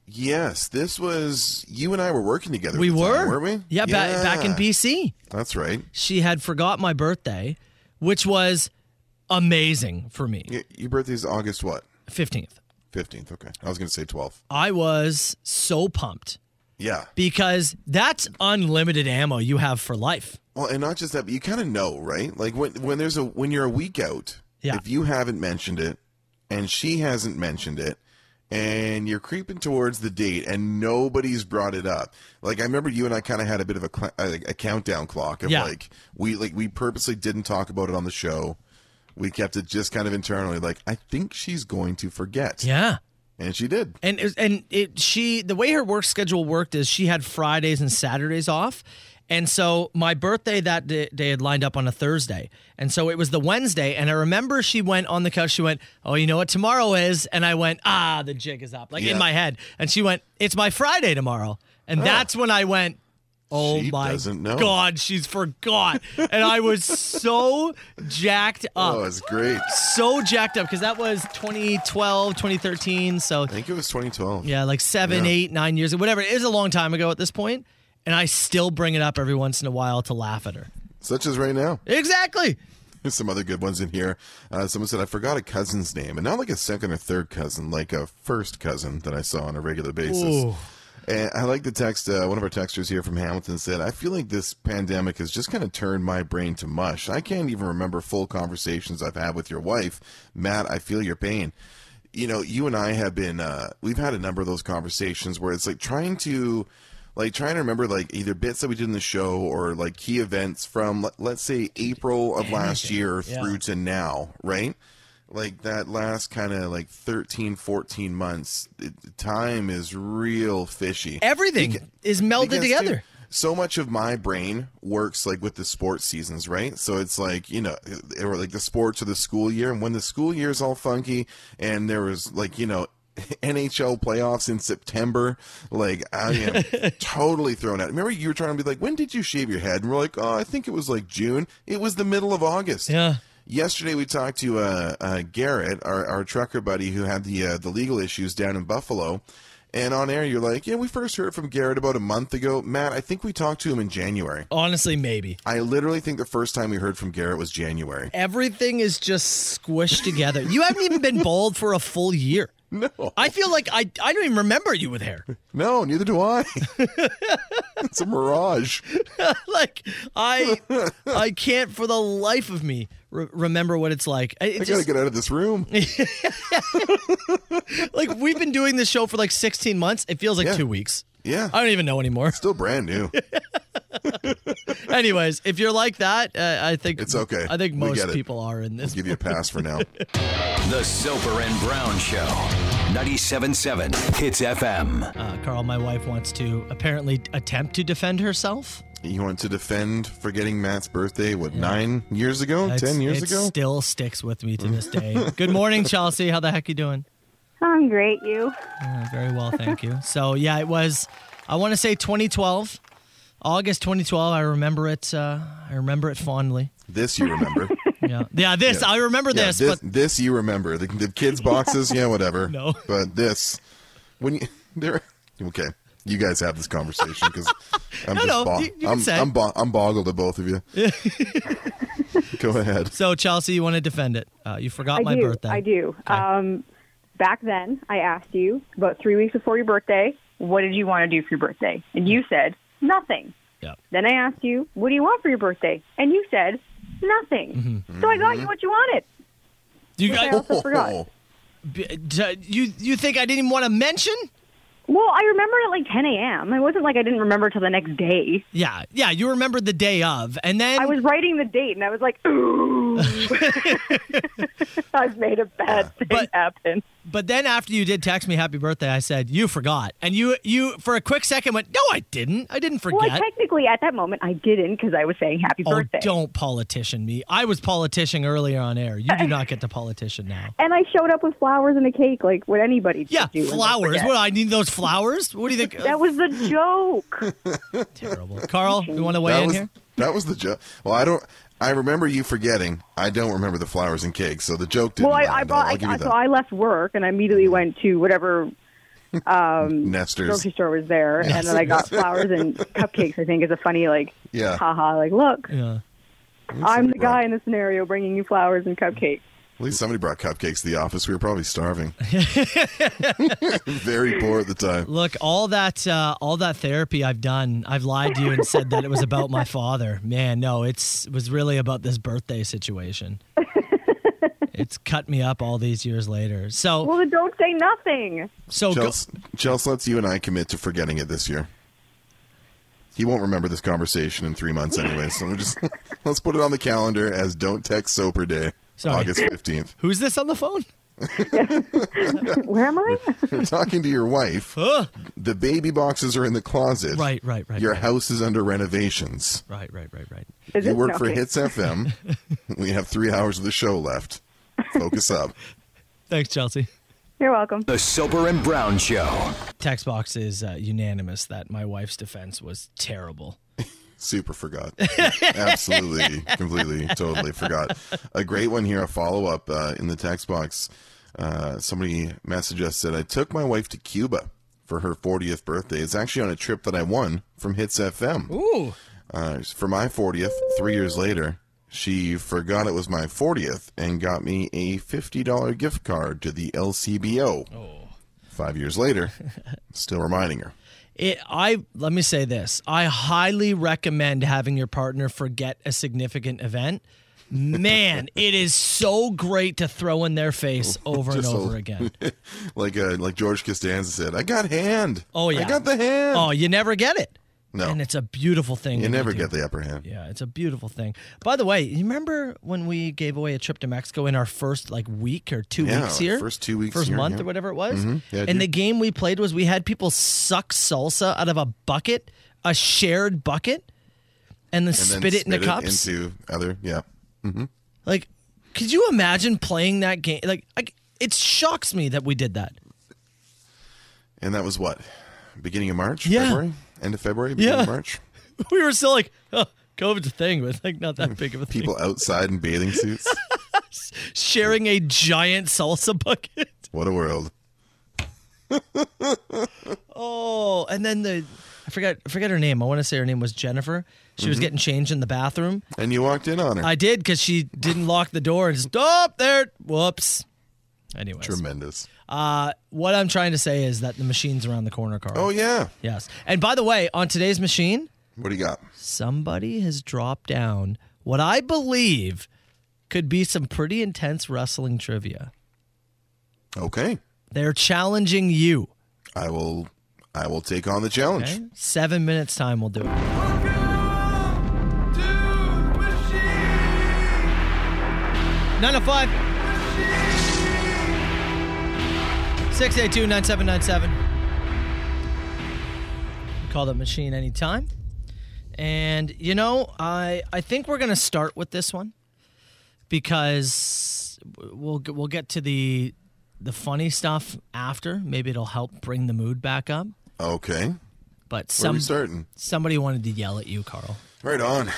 Speaker 7: Yes, this was you and I were working together. at
Speaker 6: We
Speaker 7: the time,
Speaker 6: were?
Speaker 7: weren't we?
Speaker 6: Yeah, ba- back in
Speaker 7: Yeah,
Speaker 6: BC.
Speaker 7: That's right.
Speaker 6: She had forgot my birthday, which was amazing for me.
Speaker 7: Y- Your birthday's August what?
Speaker 6: 15th.
Speaker 7: 15th. Okay. I was going to say 12th.
Speaker 6: I was so pumped
Speaker 7: Yeah.
Speaker 6: because that's unlimited ammo you have for life.
Speaker 7: Well, and not just that, but you kind of know, right? Like when when there's a when you're a week out,
Speaker 6: Yeah.
Speaker 7: if you haven't mentioned it and she hasn't mentioned it and you're creeping towards the date and nobody's brought it up. Like I remember you and I kind of had a bit of a, cl- a a countdown clock of
Speaker 6: Yeah.
Speaker 7: like we like we purposely didn't talk about it on the show. We kept it just kind of internally like I think she's going to forget.
Speaker 6: Yeah.
Speaker 7: And she did.
Speaker 6: And it, and it she the way her work schedule worked is she had Fridays and Saturdays off. And so my birthday that day, day had lined up on a Thursday. And so it was the Wednesday and I remember she went on the couch she went, "Oh, you know what tomorrow is?" And I went, "Ah, the jig is up." Like
Speaker 7: Yeah.
Speaker 6: in my head. And she went, "It's my Friday tomorrow." And that's when I went, "Oh
Speaker 7: She
Speaker 6: my
Speaker 7: doesn't know.
Speaker 6: god, she's forgot." and I was so jacked up.
Speaker 7: Oh, it's great. I
Speaker 6: so jacked up because that was 2012, 2013, so
Speaker 7: think it was 2012.
Speaker 6: yeah, like seven,
Speaker 7: Yeah.
Speaker 6: eight, nine years, whatever. It is a long time ago at this point, and I still bring it up every once in a while to laugh at her.
Speaker 7: Such as right now.
Speaker 6: Exactly.
Speaker 7: There's some other good ones in here. Uh, someone said, I forgot a cousin's name, and not like a second or third cousin, like a first cousin that I saw on a regular basis.
Speaker 6: Ooh.
Speaker 7: And I like the text. Uh, one of our texters here from Hamilton said, I feel like this pandemic has just kind of turned my brain to mush. I can't even remember full conversations I've had with your wife. Matt, I feel your pain. You know, you and I have been, uh, we've had a number of those conversations where it's like trying to. Like trying to remember like either bits that we did in the show or like key events from let- let's say April of last year
Speaker 6: Yeah.
Speaker 7: through to now, right? like that last kind of like 13 14 months it- time is real fishy
Speaker 6: Everything is melded
Speaker 7: Because,
Speaker 6: together.
Speaker 7: dude, so much of my brain works like with the sports seasons right so it's like you know or like the sports or the school year and when the school year's all funky and there was like you know NHL playoffs in September, like I am totally thrown out. Remember, you were trying to be like, "When did you shave your head?" And we're like, "Oh, I think it was like June. It was the middle of August."
Speaker 6: Yeah.
Speaker 7: Yesterday we talked to uh, uh, Garrett, our, our trucker buddy who had the uh, the legal issues down in Buffalo, And on air, you're like, yeah, we first heard from Garrett about a month ago. Matt, I think we talked to him in January.
Speaker 6: Honestly, maybe.
Speaker 7: I literally think the first time we heard from Garrett was January.
Speaker 6: Everything is just squished together. You haven't even been bald for a full year.
Speaker 7: No,
Speaker 6: I feel like I, I don't even remember you with hair.
Speaker 7: no, neither do I. it's a mirage.
Speaker 6: like I I can't for the life of me re- remember what it's like. I-
Speaker 7: I
Speaker 6: It's
Speaker 7: gotta
Speaker 6: just,
Speaker 7: get out of this room.
Speaker 6: like we've been doing this show for like 16 months. It feels like
Speaker 7: Yeah.
Speaker 6: 2 weeks.
Speaker 7: Yeah,
Speaker 6: I don't even know anymore.
Speaker 7: still brand new.
Speaker 6: Anyways, if you're like that, uh, I think
Speaker 7: It's okay.
Speaker 6: I think
Speaker 7: We
Speaker 6: most
Speaker 7: get it.
Speaker 6: people are in this.
Speaker 7: Give you a pass for now.
Speaker 5: The Soper and Brown Show. 97.7 Hits FM.
Speaker 6: Uh, Carl, my wife wants to apparently attempt to defend herself.
Speaker 7: You want to defend forgetting Matt's birthday? What nine years ago?
Speaker 6: It's-
Speaker 7: Ten years
Speaker 6: it
Speaker 7: ago?
Speaker 6: still sticks with me to this day. Good morning, Chelsea. How the heck you doing?
Speaker 1: I'm great, you.
Speaker 6: Uh, very well, thank you. So yeah, it was. I want to say 2012, August 2012. I remember it. Uh, I remember it fondly.
Speaker 7: this you remember?
Speaker 6: Yeah, yeah. This I remember
Speaker 7: Yeah,
Speaker 6: this,
Speaker 7: this,
Speaker 6: but
Speaker 7: this you remember? The, the kids' boxes? yeah, whatever.
Speaker 6: No.
Speaker 7: but this when you there. Okay, you guys have this conversation because I'm just
Speaker 6: no,
Speaker 7: bo-
Speaker 6: you- you can
Speaker 7: I'm
Speaker 6: say.
Speaker 7: I'm, bo- I'm boggled at both of you. Go ahead.
Speaker 6: so Chelsea, you want to defend it? Uh, you forgot
Speaker 4: I
Speaker 6: my
Speaker 4: do.
Speaker 6: birthday.
Speaker 4: I do. Um, back then, I asked you about three weeks before your birthday, what did you want to do for your birthday? And you
Speaker 6: Mm-hmm.
Speaker 4: said, nothing.
Speaker 6: Yep.
Speaker 4: Then I asked you, what do you want for your birthday? And you said, nothing.
Speaker 6: Mm-hmm.
Speaker 4: So I got you what you wanted.
Speaker 6: Do you,
Speaker 4: I
Speaker 6: guys-
Speaker 4: also forgot.
Speaker 7: Oh,
Speaker 6: b- d- you you think I didn't want to mention?
Speaker 4: Well, I remembered at like 10 a.m. It wasn't like I didn't remember till the next day.
Speaker 6: Yeah, yeah. You remembered the day of, and then
Speaker 4: I was writing the date and I was like, ooh. I've made a bad thing
Speaker 6: But-
Speaker 4: happen.
Speaker 6: But then after you did text me happy birthday, I said you forgot, and you you for a quick second went, no, I didn't. I didn't forget.
Speaker 4: Well, technically, at that moment, I didn't because I was saying happy
Speaker 6: Oh,
Speaker 4: birthday.
Speaker 6: don't politician me. I was politician earlier on air. You do not get to politician now.
Speaker 4: And I showed up with flowers and a cake, like what anybody should
Speaker 6: Yeah,
Speaker 4: do. when they
Speaker 6: flowers.
Speaker 4: forget.
Speaker 6: What I need those flowers? What do you think? Oh,
Speaker 4: That was the joke.
Speaker 6: terrible. Carl, you want to weigh
Speaker 7: That
Speaker 6: in
Speaker 7: was
Speaker 6: here?
Speaker 7: that was the joke. Well, I don't. I remember you forgetting. I don't remember the flowers and cakes, so the joke didn't.
Speaker 4: well, I,
Speaker 7: land.
Speaker 4: I
Speaker 7: I'll-
Speaker 4: bought.
Speaker 7: I'll give
Speaker 4: I,
Speaker 7: you
Speaker 4: so
Speaker 7: that.
Speaker 4: I left work and I immediately went to whatever
Speaker 7: Nesters.
Speaker 4: grocery store was there, and then I got flowers and cupcakes. I think is a funny like,
Speaker 7: Yeah.
Speaker 4: haha, like look,
Speaker 6: Yeah.
Speaker 4: I'm the
Speaker 7: right.
Speaker 4: guy in the scenario bringing you flowers and cupcakes.
Speaker 7: At least somebody brought cupcakes to the office. We were probably starving. Very poor at the time.
Speaker 6: Look, all that uh, all that therapy I've done, I've lied to you and said that it was about my father. Man, no, it's it was really about this birthday situation. It's cut me up all these years later. So
Speaker 4: Well, then don't say nothing.
Speaker 6: so Oh, go-
Speaker 7: Chelsea, Chelsea lets you and I commit to forgetting it this year. He won't remember this conversation in three months anyway, so we just let's put it on the calendar as Don't Text Soper Day,
Speaker 6: Sorry.
Speaker 7: August fifteenth.
Speaker 6: who's this on the phone?
Speaker 4: Where am I?
Speaker 7: You're talking to your wife.
Speaker 6: Huh?
Speaker 7: The baby boxes are in the closet.
Speaker 6: Right, right, right.
Speaker 7: Your
Speaker 6: right,
Speaker 7: house is under renovations.
Speaker 6: right, right, right, right.
Speaker 4: Is
Speaker 7: You
Speaker 4: it?
Speaker 7: work
Speaker 4: No,
Speaker 7: for
Speaker 4: okay.
Speaker 7: Hits FM. we have three hours of the show left. Focus up.
Speaker 6: Thanks, Chelsea.
Speaker 4: You're welcome.
Speaker 5: The Soper and Brown Show.
Speaker 6: Text box is uh, unanimous that my wife's defense was terrible.
Speaker 7: Super forgot. Absolutely, completely, totally forgot. A great one here, a follow up uh, in the text box. Uh, somebody messaged us said, I took my wife to Cuba for her 40th birthday. It's actually on a trip that I won from Hits FM.
Speaker 6: Ooh.
Speaker 7: Uh, for my 40th, three years later, she forgot it was my 40th and got me a $50 gift card to the LCBO. Five years later, still reminding her.
Speaker 6: It, I let me say this. I highly recommend having your partner forget a significant event. Man, it is so great to throw in their face over and
Speaker 7: Just a-
Speaker 6: over again.
Speaker 7: Like uh, like George Costanza said, I got hand.
Speaker 6: Oh, yeah.
Speaker 7: I got the hand.
Speaker 6: Oh, you never get it.
Speaker 7: No.
Speaker 6: And it's a beautiful thing.
Speaker 7: You
Speaker 6: when
Speaker 7: never
Speaker 6: do.
Speaker 7: get the upper hand.
Speaker 6: Yeah, it's a beautiful thing. By the way, you remember when we gave away a trip to Mexico in our first like week or two
Speaker 7: Yeah,
Speaker 6: weeks
Speaker 7: our
Speaker 6: here?
Speaker 7: first two weeks
Speaker 6: First
Speaker 7: here,
Speaker 6: month
Speaker 7: yeah. Mm-hmm.
Speaker 6: or whatever it was?
Speaker 7: Yeah, I do.
Speaker 6: and the game we played was we had people suck salsa out of a bucket, a shared bucket, and then
Speaker 7: And then
Speaker 6: spit it into cups.
Speaker 7: Into other, yeah.
Speaker 6: like, could you imagine playing that game? Like, I, it shocks me that we did that.
Speaker 7: And that was what? Beginning of March?
Speaker 6: Yeah.
Speaker 7: February? End of February? Beginning of
Speaker 6: Yeah.
Speaker 7: March?
Speaker 6: we were still like, oh, COVID's a thing, but like not that big of a thing.
Speaker 7: People outside in bathing suits?
Speaker 6: Sharing a giant salsa bucket.
Speaker 7: what a world.
Speaker 6: Oh, and then the I forgot I forget her name. I want to say her name was Jennifer. She
Speaker 7: Mm-hmm.
Speaker 6: was getting changed in the bathroom.
Speaker 7: And you walked in on her.
Speaker 6: I did because she didn't lock the door and just up there. Whoops. Anyways,
Speaker 7: Tremendous.
Speaker 6: uh, what I'm trying to say is that the machine's around the corner, Carl.
Speaker 7: Oh yeah.
Speaker 6: Yes. And by the way, on today's machine,
Speaker 7: What do you got?
Speaker 6: somebody has dropped down what I believe could be some pretty intense wrestling trivia.
Speaker 7: Okay.
Speaker 6: They're challenging you.
Speaker 7: I will. I will take on the challenge.
Speaker 6: Okay? Seven minutes time will do it. Nine oh five. 682-9797. Call that machine anytime. And you know, I I think we're gonna start with this one because we'll we'll get to the the funny stuff after. Maybe it'll help bring the mood back up.
Speaker 7: Okay. Where
Speaker 6: But
Speaker 7: are
Speaker 6: some
Speaker 7: we starting?
Speaker 6: somebody wanted to yell at you, Carl.
Speaker 7: Right on.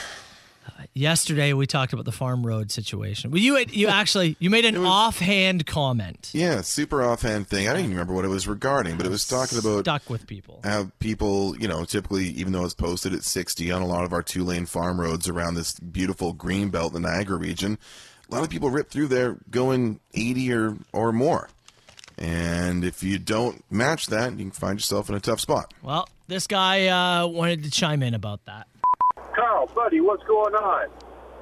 Speaker 6: Yesterday we talked about the farm road situation. Well, you you actually you made an offhand comment.
Speaker 7: Yeah. Super offhand thing. I don't even remember what it was regarding, but it was talking about
Speaker 6: stuck with people.
Speaker 7: how people, you know, typically, even though it's posted at 60 on a lot of our two lane farm roads around this beautiful green belt in the Niagara region, a lot of people rip through there going 80 or, or more. And if you don't match that, you can find yourself in a tough spot.
Speaker 6: Well, this guy uh, wanted to chime in about that.
Speaker 8: Carl, buddy, what's going on?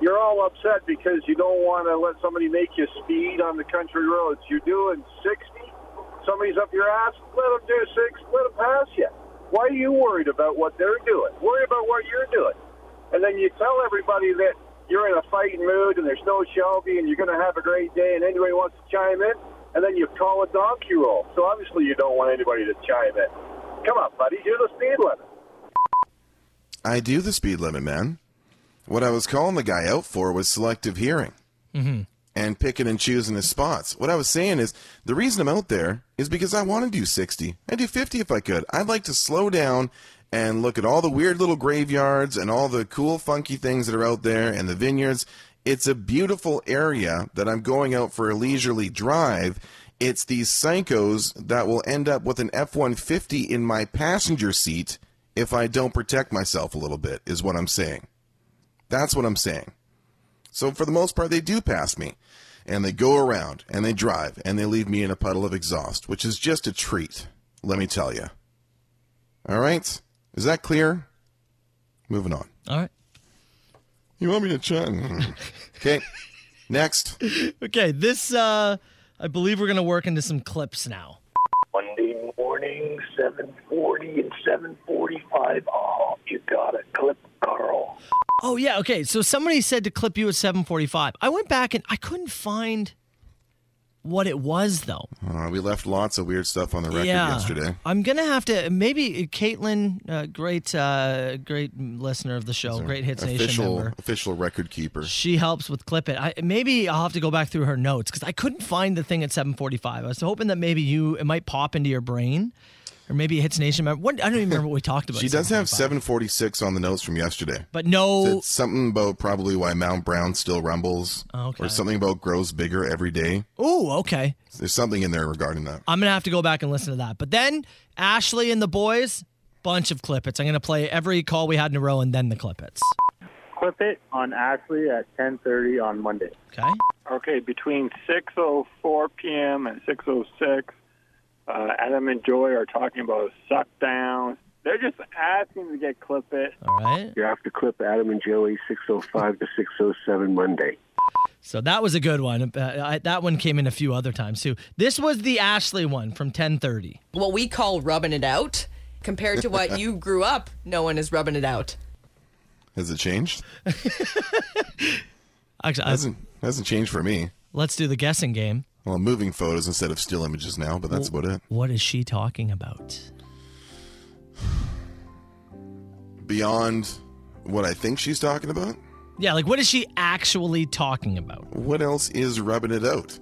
Speaker 8: You're all upset because you don't want to let somebody make you speed on the country roads. You're doing 60. Somebody's up your ass. Let them do six. Let them pass you. Why are you worried about what they're doing? Worry about what you're doing. And then you tell everybody that you're in a fighting mood and there's no Shelby and you're going to have a great day and anybody wants to chime in. And then you call a donkey roll. So obviously you don't want anybody to chime in. Come on, buddy. You're the speed limit.
Speaker 7: I do the speed limit, man. What I was calling the guy out for was selective hearing and picking and choosing his spots. What I was saying is the reason I'm out there is because I want to do 60. I'd do 50 if I could. I'd like to slow down and look at all the weird little graveyards and all the cool, funky things that are out there and the vineyards. It's a beautiful area that I'm going out for a leisurely drive. It's these psychos that will end up with an F 150 in my passenger seat if I don't protect myself a little bit, is what I'm saying. That's what I'm saying. So for the most part, they do pass me. And they go around and they drive and they leave me in a puddle of exhaust, which is just a treat, let me tell you. All right? Is that clear? Moving on.
Speaker 6: All right.
Speaker 7: You want me to chat? okay. Next.
Speaker 6: Okay, this uh, I believe we're gonna work into some clips now.
Speaker 9: Monday morning, 7:40 and 7:45. Oh, you got a clip, Carl.
Speaker 6: Oh yeah, okay. So somebody said to clip you at 7:45. I went back and I couldn't find what it was though.
Speaker 7: Uh, we left lots of weird stuff on the record yesterday.
Speaker 6: I'm gonna have to maybe Caitlin, uh, great, uh, great listener of the show, great Hits Nation
Speaker 7: Official
Speaker 6: member.
Speaker 7: official record keeper.
Speaker 6: She helps with clip it. I, maybe I'll have to go back through her notes because I couldn't find the thing at 7:45. I was hoping that maybe you it might pop into your brain, or maybe it hits Nation. Member. What I don't even remember what we talked about.
Speaker 7: She
Speaker 6: at
Speaker 7: does
Speaker 6: 7:45.
Speaker 7: have 746 on the notes from yesterday.
Speaker 6: but no.
Speaker 7: It's something about probably why Mount Brown still rumbles,
Speaker 6: Okay.
Speaker 7: or something about grows bigger every day.
Speaker 6: Oh, okay.
Speaker 7: There's something in there regarding that.
Speaker 6: I'm gonna have to go back and listen to that. But then Ashley and the boys, bunch of clip its. I'm gonna play every call we had in a row and then the clip its.
Speaker 9: Clip it on Ashley at 10:30 on Monday.
Speaker 6: Okay.
Speaker 8: Okay, between 6:04 p.m. and 6:06, uh, Adam and Joy are talking about suck down. They're just asking to get clip it.
Speaker 6: All right.
Speaker 9: You have to clip Adam and Joey 6:05 to 6:07 Monday.
Speaker 6: So that was a good one. Uh, I, that one came in a few other times too. This was the Ashley one from 10:30.
Speaker 10: What we call rubbing it out, compared to what you grew up, no one is rubbing it out.
Speaker 7: Has it changed?
Speaker 6: Actually, I,
Speaker 7: hasn't hasn't changed for me.
Speaker 6: let's do the guessing game.
Speaker 7: Well, I'm moving photos instead of still images now, but that's about it.
Speaker 6: What is she talking about?
Speaker 7: Beyond what I think she's talking about,
Speaker 6: Yeah, like what is she actually talking about?
Speaker 7: what else is rubbing it out?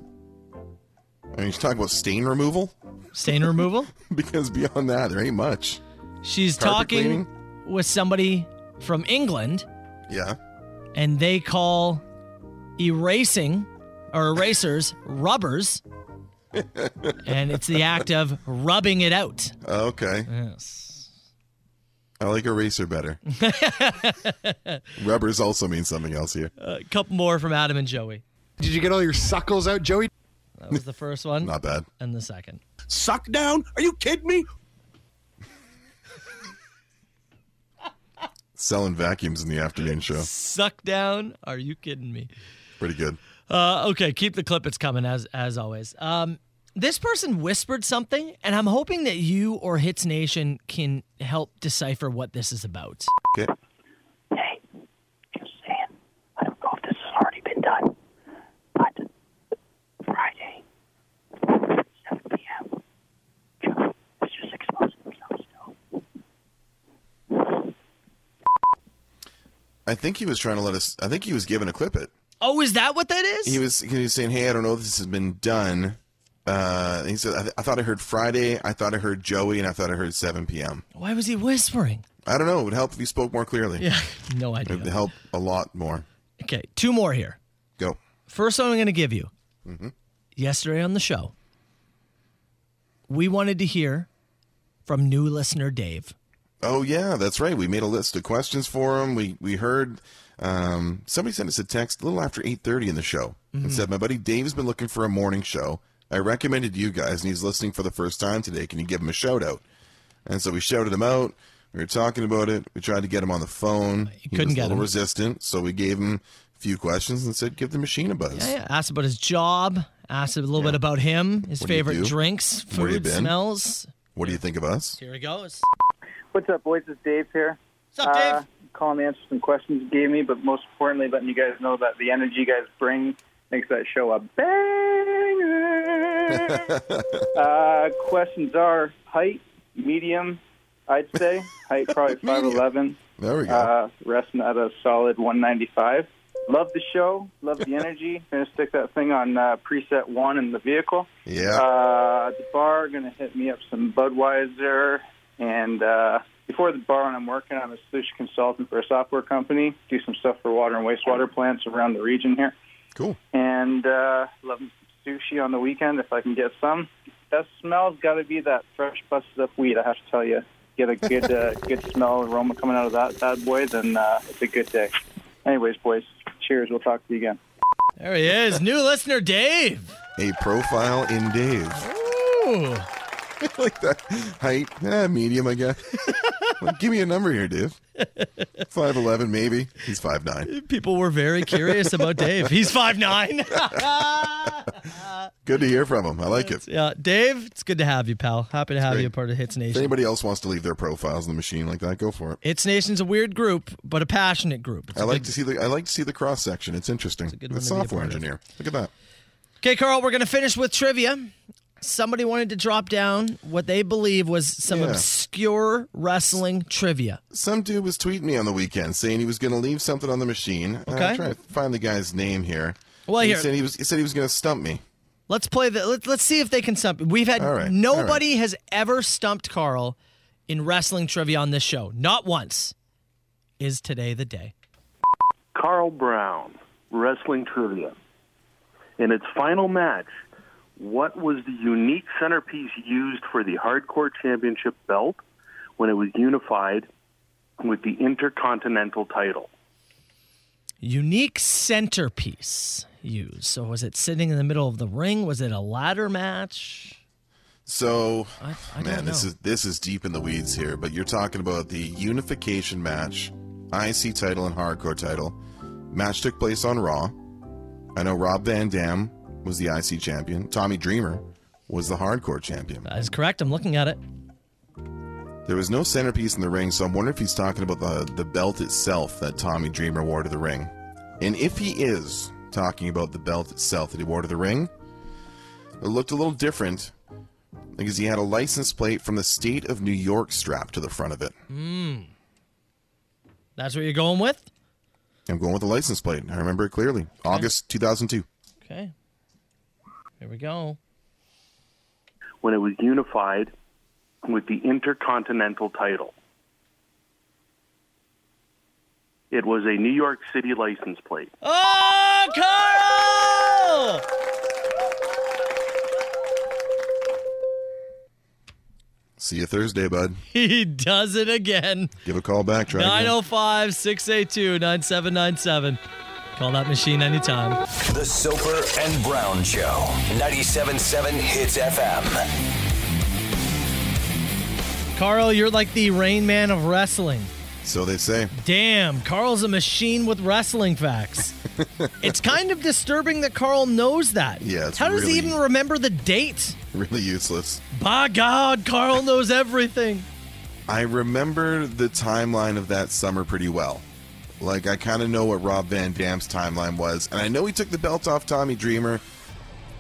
Speaker 7: I mean, she's talking about stain removal
Speaker 6: Stain removal?
Speaker 7: because beyond that, there ain't much.
Speaker 6: She's
Speaker 7: Carpet
Speaker 6: talking
Speaker 7: cleaning?
Speaker 6: with somebody from England
Speaker 7: Yeah,
Speaker 6: and they call erasing or erasers rubbers and it's the act of rubbing it out.
Speaker 7: Okay.
Speaker 6: Yes.
Speaker 7: I like eraser better. Rubbers also means something else here.
Speaker 6: A couple more from Adam and Joey.
Speaker 11: Did you get all your suckles out, Joey?
Speaker 6: That was the first one.
Speaker 7: Not bad.
Speaker 6: And the second.
Speaker 11: Suck down? Are you kidding me?
Speaker 7: Selling vacuums in the afternoon show.
Speaker 6: Suck down. Are you kidding me?
Speaker 7: Pretty good.
Speaker 6: Uh, okay, keep the clip. It's coming as as always. Um, this person whispered something, and I'm hoping that you or Hits Nation can help decipher what this is about.
Speaker 7: Okay.
Speaker 9: Hey, just saying. I don't know if this has already been done, but Friday, 7 p.m., Joe was just exposing himself still.
Speaker 7: I think he was trying to let us. I think he was giving a clip it.
Speaker 6: Oh, is that what that is?
Speaker 7: He was he was saying, "Hey, I don't know if this has been done." Uh, he said, I, th- "I thought I heard Friday. I thought I heard Joey, and I thought I heard 7 p.m."
Speaker 6: Why was he whispering?
Speaker 7: I don't know. It would help if you spoke more clearly.
Speaker 6: Yeah, no
Speaker 7: it would
Speaker 6: idea.
Speaker 7: help a lot more.
Speaker 6: Okay, two more here.
Speaker 7: Go.
Speaker 6: First one I'm going to give you.
Speaker 7: Mhm.
Speaker 6: Yesterday on the show, we wanted to hear from new listener Dave.
Speaker 7: Oh yeah, that's right. We made a list of questions for him. We we heard um, somebody sent us a text a little after eight thirty in the show
Speaker 6: Mm-hmm.
Speaker 7: and said, "My buddy Dave's been looking for a morning show. I recommended you guys, and he's listening for the first time today. Can you give him a shout out?" And so we shouted him out. We were talking about it. We tried to get him on the phone. He
Speaker 6: couldn't
Speaker 7: was
Speaker 6: get
Speaker 7: a little
Speaker 6: him.
Speaker 7: resistant, so we gave him a few questions and said, "Give the machine a buzz."
Speaker 6: Yeah, yeah. Asked about his job. Asked a little bit about him, his
Speaker 7: What do you
Speaker 6: favorite
Speaker 7: do?
Speaker 6: drinks,
Speaker 7: Where you
Speaker 6: food,
Speaker 7: been?
Speaker 6: smells.
Speaker 7: What do you think of us?
Speaker 6: Here he goes.
Speaker 12: What's up, boys? It's Dave here.
Speaker 6: What's up, Dave?
Speaker 12: Uh, calling to answer some questions you gave me, but most importantly, letting you guys know that the energy you guys bring makes that show a banger. uh, questions are height, medium, I'd say. Height probably 5'11.
Speaker 7: There we go.
Speaker 12: Uh, resting at a solid 195. Love the show. Love the energy. Gonna stick that thing on uh, preset one in the vehicle.
Speaker 7: Yeah.
Speaker 12: Uh, at the bar, gonna hit me up some Budweiser. And uh, before the bar, when I'm working, I'm a solution consultant for a software company. Do some stuff for water and wastewater plants around the region here.
Speaker 7: Cool.
Speaker 12: And uh, love some sushi on the weekend if I can get some. Best smell's got to be that fresh busted up weed. I have to tell you, get a good uh, good smell aroma coming out of that bad boy, then uh, it's a good day. Anyways, boys, cheers. We'll talk to you again.
Speaker 6: There he is, new listener Dave.
Speaker 7: A profile in Dave.
Speaker 6: Ooh.
Speaker 7: like that height, eh, medium, I guess. Like, give me a number here, Dave. Five eleven, maybe. He's five nine.
Speaker 6: People were very curious about Dave. He's five nine.
Speaker 7: Good to hear from him. I like it.
Speaker 6: yeah, Dave, it's good to have you, pal. Happy to have
Speaker 7: great.
Speaker 6: you a part of Hits
Speaker 7: If
Speaker 6: Nation.
Speaker 7: anybody else wants to leave their profiles in the machine like that, go for it.
Speaker 6: Hits Nation's a weird group, but a passionate group. It's
Speaker 7: I
Speaker 6: a
Speaker 7: like
Speaker 6: good-
Speaker 7: to see the I like to see the cross section. It's interesting.
Speaker 6: good
Speaker 7: the
Speaker 6: one to be a
Speaker 7: software
Speaker 6: part of.
Speaker 7: engineer. Look at that.
Speaker 6: Okay, Carl, we're going to finish with trivia. Somebody wanted to drop down what they believe was some
Speaker 7: Yeah.
Speaker 6: obscure wrestling trivia.
Speaker 7: Some dude was tweeting me on the weekend saying he was going to leave something on the machine. Uh,
Speaker 6: Okay.
Speaker 7: I'm trying to find the guy's name here.
Speaker 6: Well,
Speaker 7: he
Speaker 6: here-
Speaker 7: said he was. He said he was going to stump me.
Speaker 6: Let's play the. Let, let's see if they can stump. We've had
Speaker 7: All right,
Speaker 6: nobody has ever stumped Carl in wrestling trivia on this show. Not once. Is today the day?
Speaker 13: Carl Brown, wrestling trivia. In its final match, what was the unique centerpiece used for the Hardcore Championship belt when it was unified with the Intercontinental title?
Speaker 6: Unique centerpiece used. So was it sitting in the middle of the ring? Was it a ladder match?
Speaker 7: So,
Speaker 6: I
Speaker 7: man,
Speaker 6: don't
Speaker 7: this
Speaker 6: know.
Speaker 7: is this is deep in the weeds here. But you're talking about the unification match, IC title and hardcore title. Match took place on Raw. I know Rob Van Dam was the IC champion. Tommy Dreamer was the hardcore champion.
Speaker 6: That is correct. I'm looking at it.
Speaker 7: There was no centerpiece in the ring, so I'm wondering if he's talking about the the belt itself that Tommy Dreamer wore to the ring. And if he is talking about the belt itself that he wore to the ring, it looked a little different because he had a license plate from the state of New York strapped to the front of it.
Speaker 6: Hmm. That's what you're going with.
Speaker 7: I'm going with the license plate. I remember it clearly. August 2002.
Speaker 6: Okay. Here we go.
Speaker 13: When it was unified with the Intercontinental title, it was a New York City license plate.
Speaker 6: Oh, Carl!
Speaker 7: See you Thursday, bud.
Speaker 6: He does it again.
Speaker 7: Give a call back, Dragon.
Speaker 6: 905 682 9797. Call that machine anytime.
Speaker 5: The Soper and Brown Show. 97.7 Hits FM.
Speaker 6: Carl, you're like the rain man of wrestling.
Speaker 7: So they say.
Speaker 6: Damn, Carl's a machine with wrestling facts. it's kind of disturbing that Carl knows that.
Speaker 7: Yeah, it's
Speaker 6: How does he
Speaker 7: really-
Speaker 6: even remember the date?
Speaker 7: Really useless.
Speaker 6: By God, Carl knows everything.
Speaker 7: I remember the timeline of that summer pretty well. Like I kind of know what Rob Van Dam's timeline was, and I know he took the belt off Tommy Dreamer.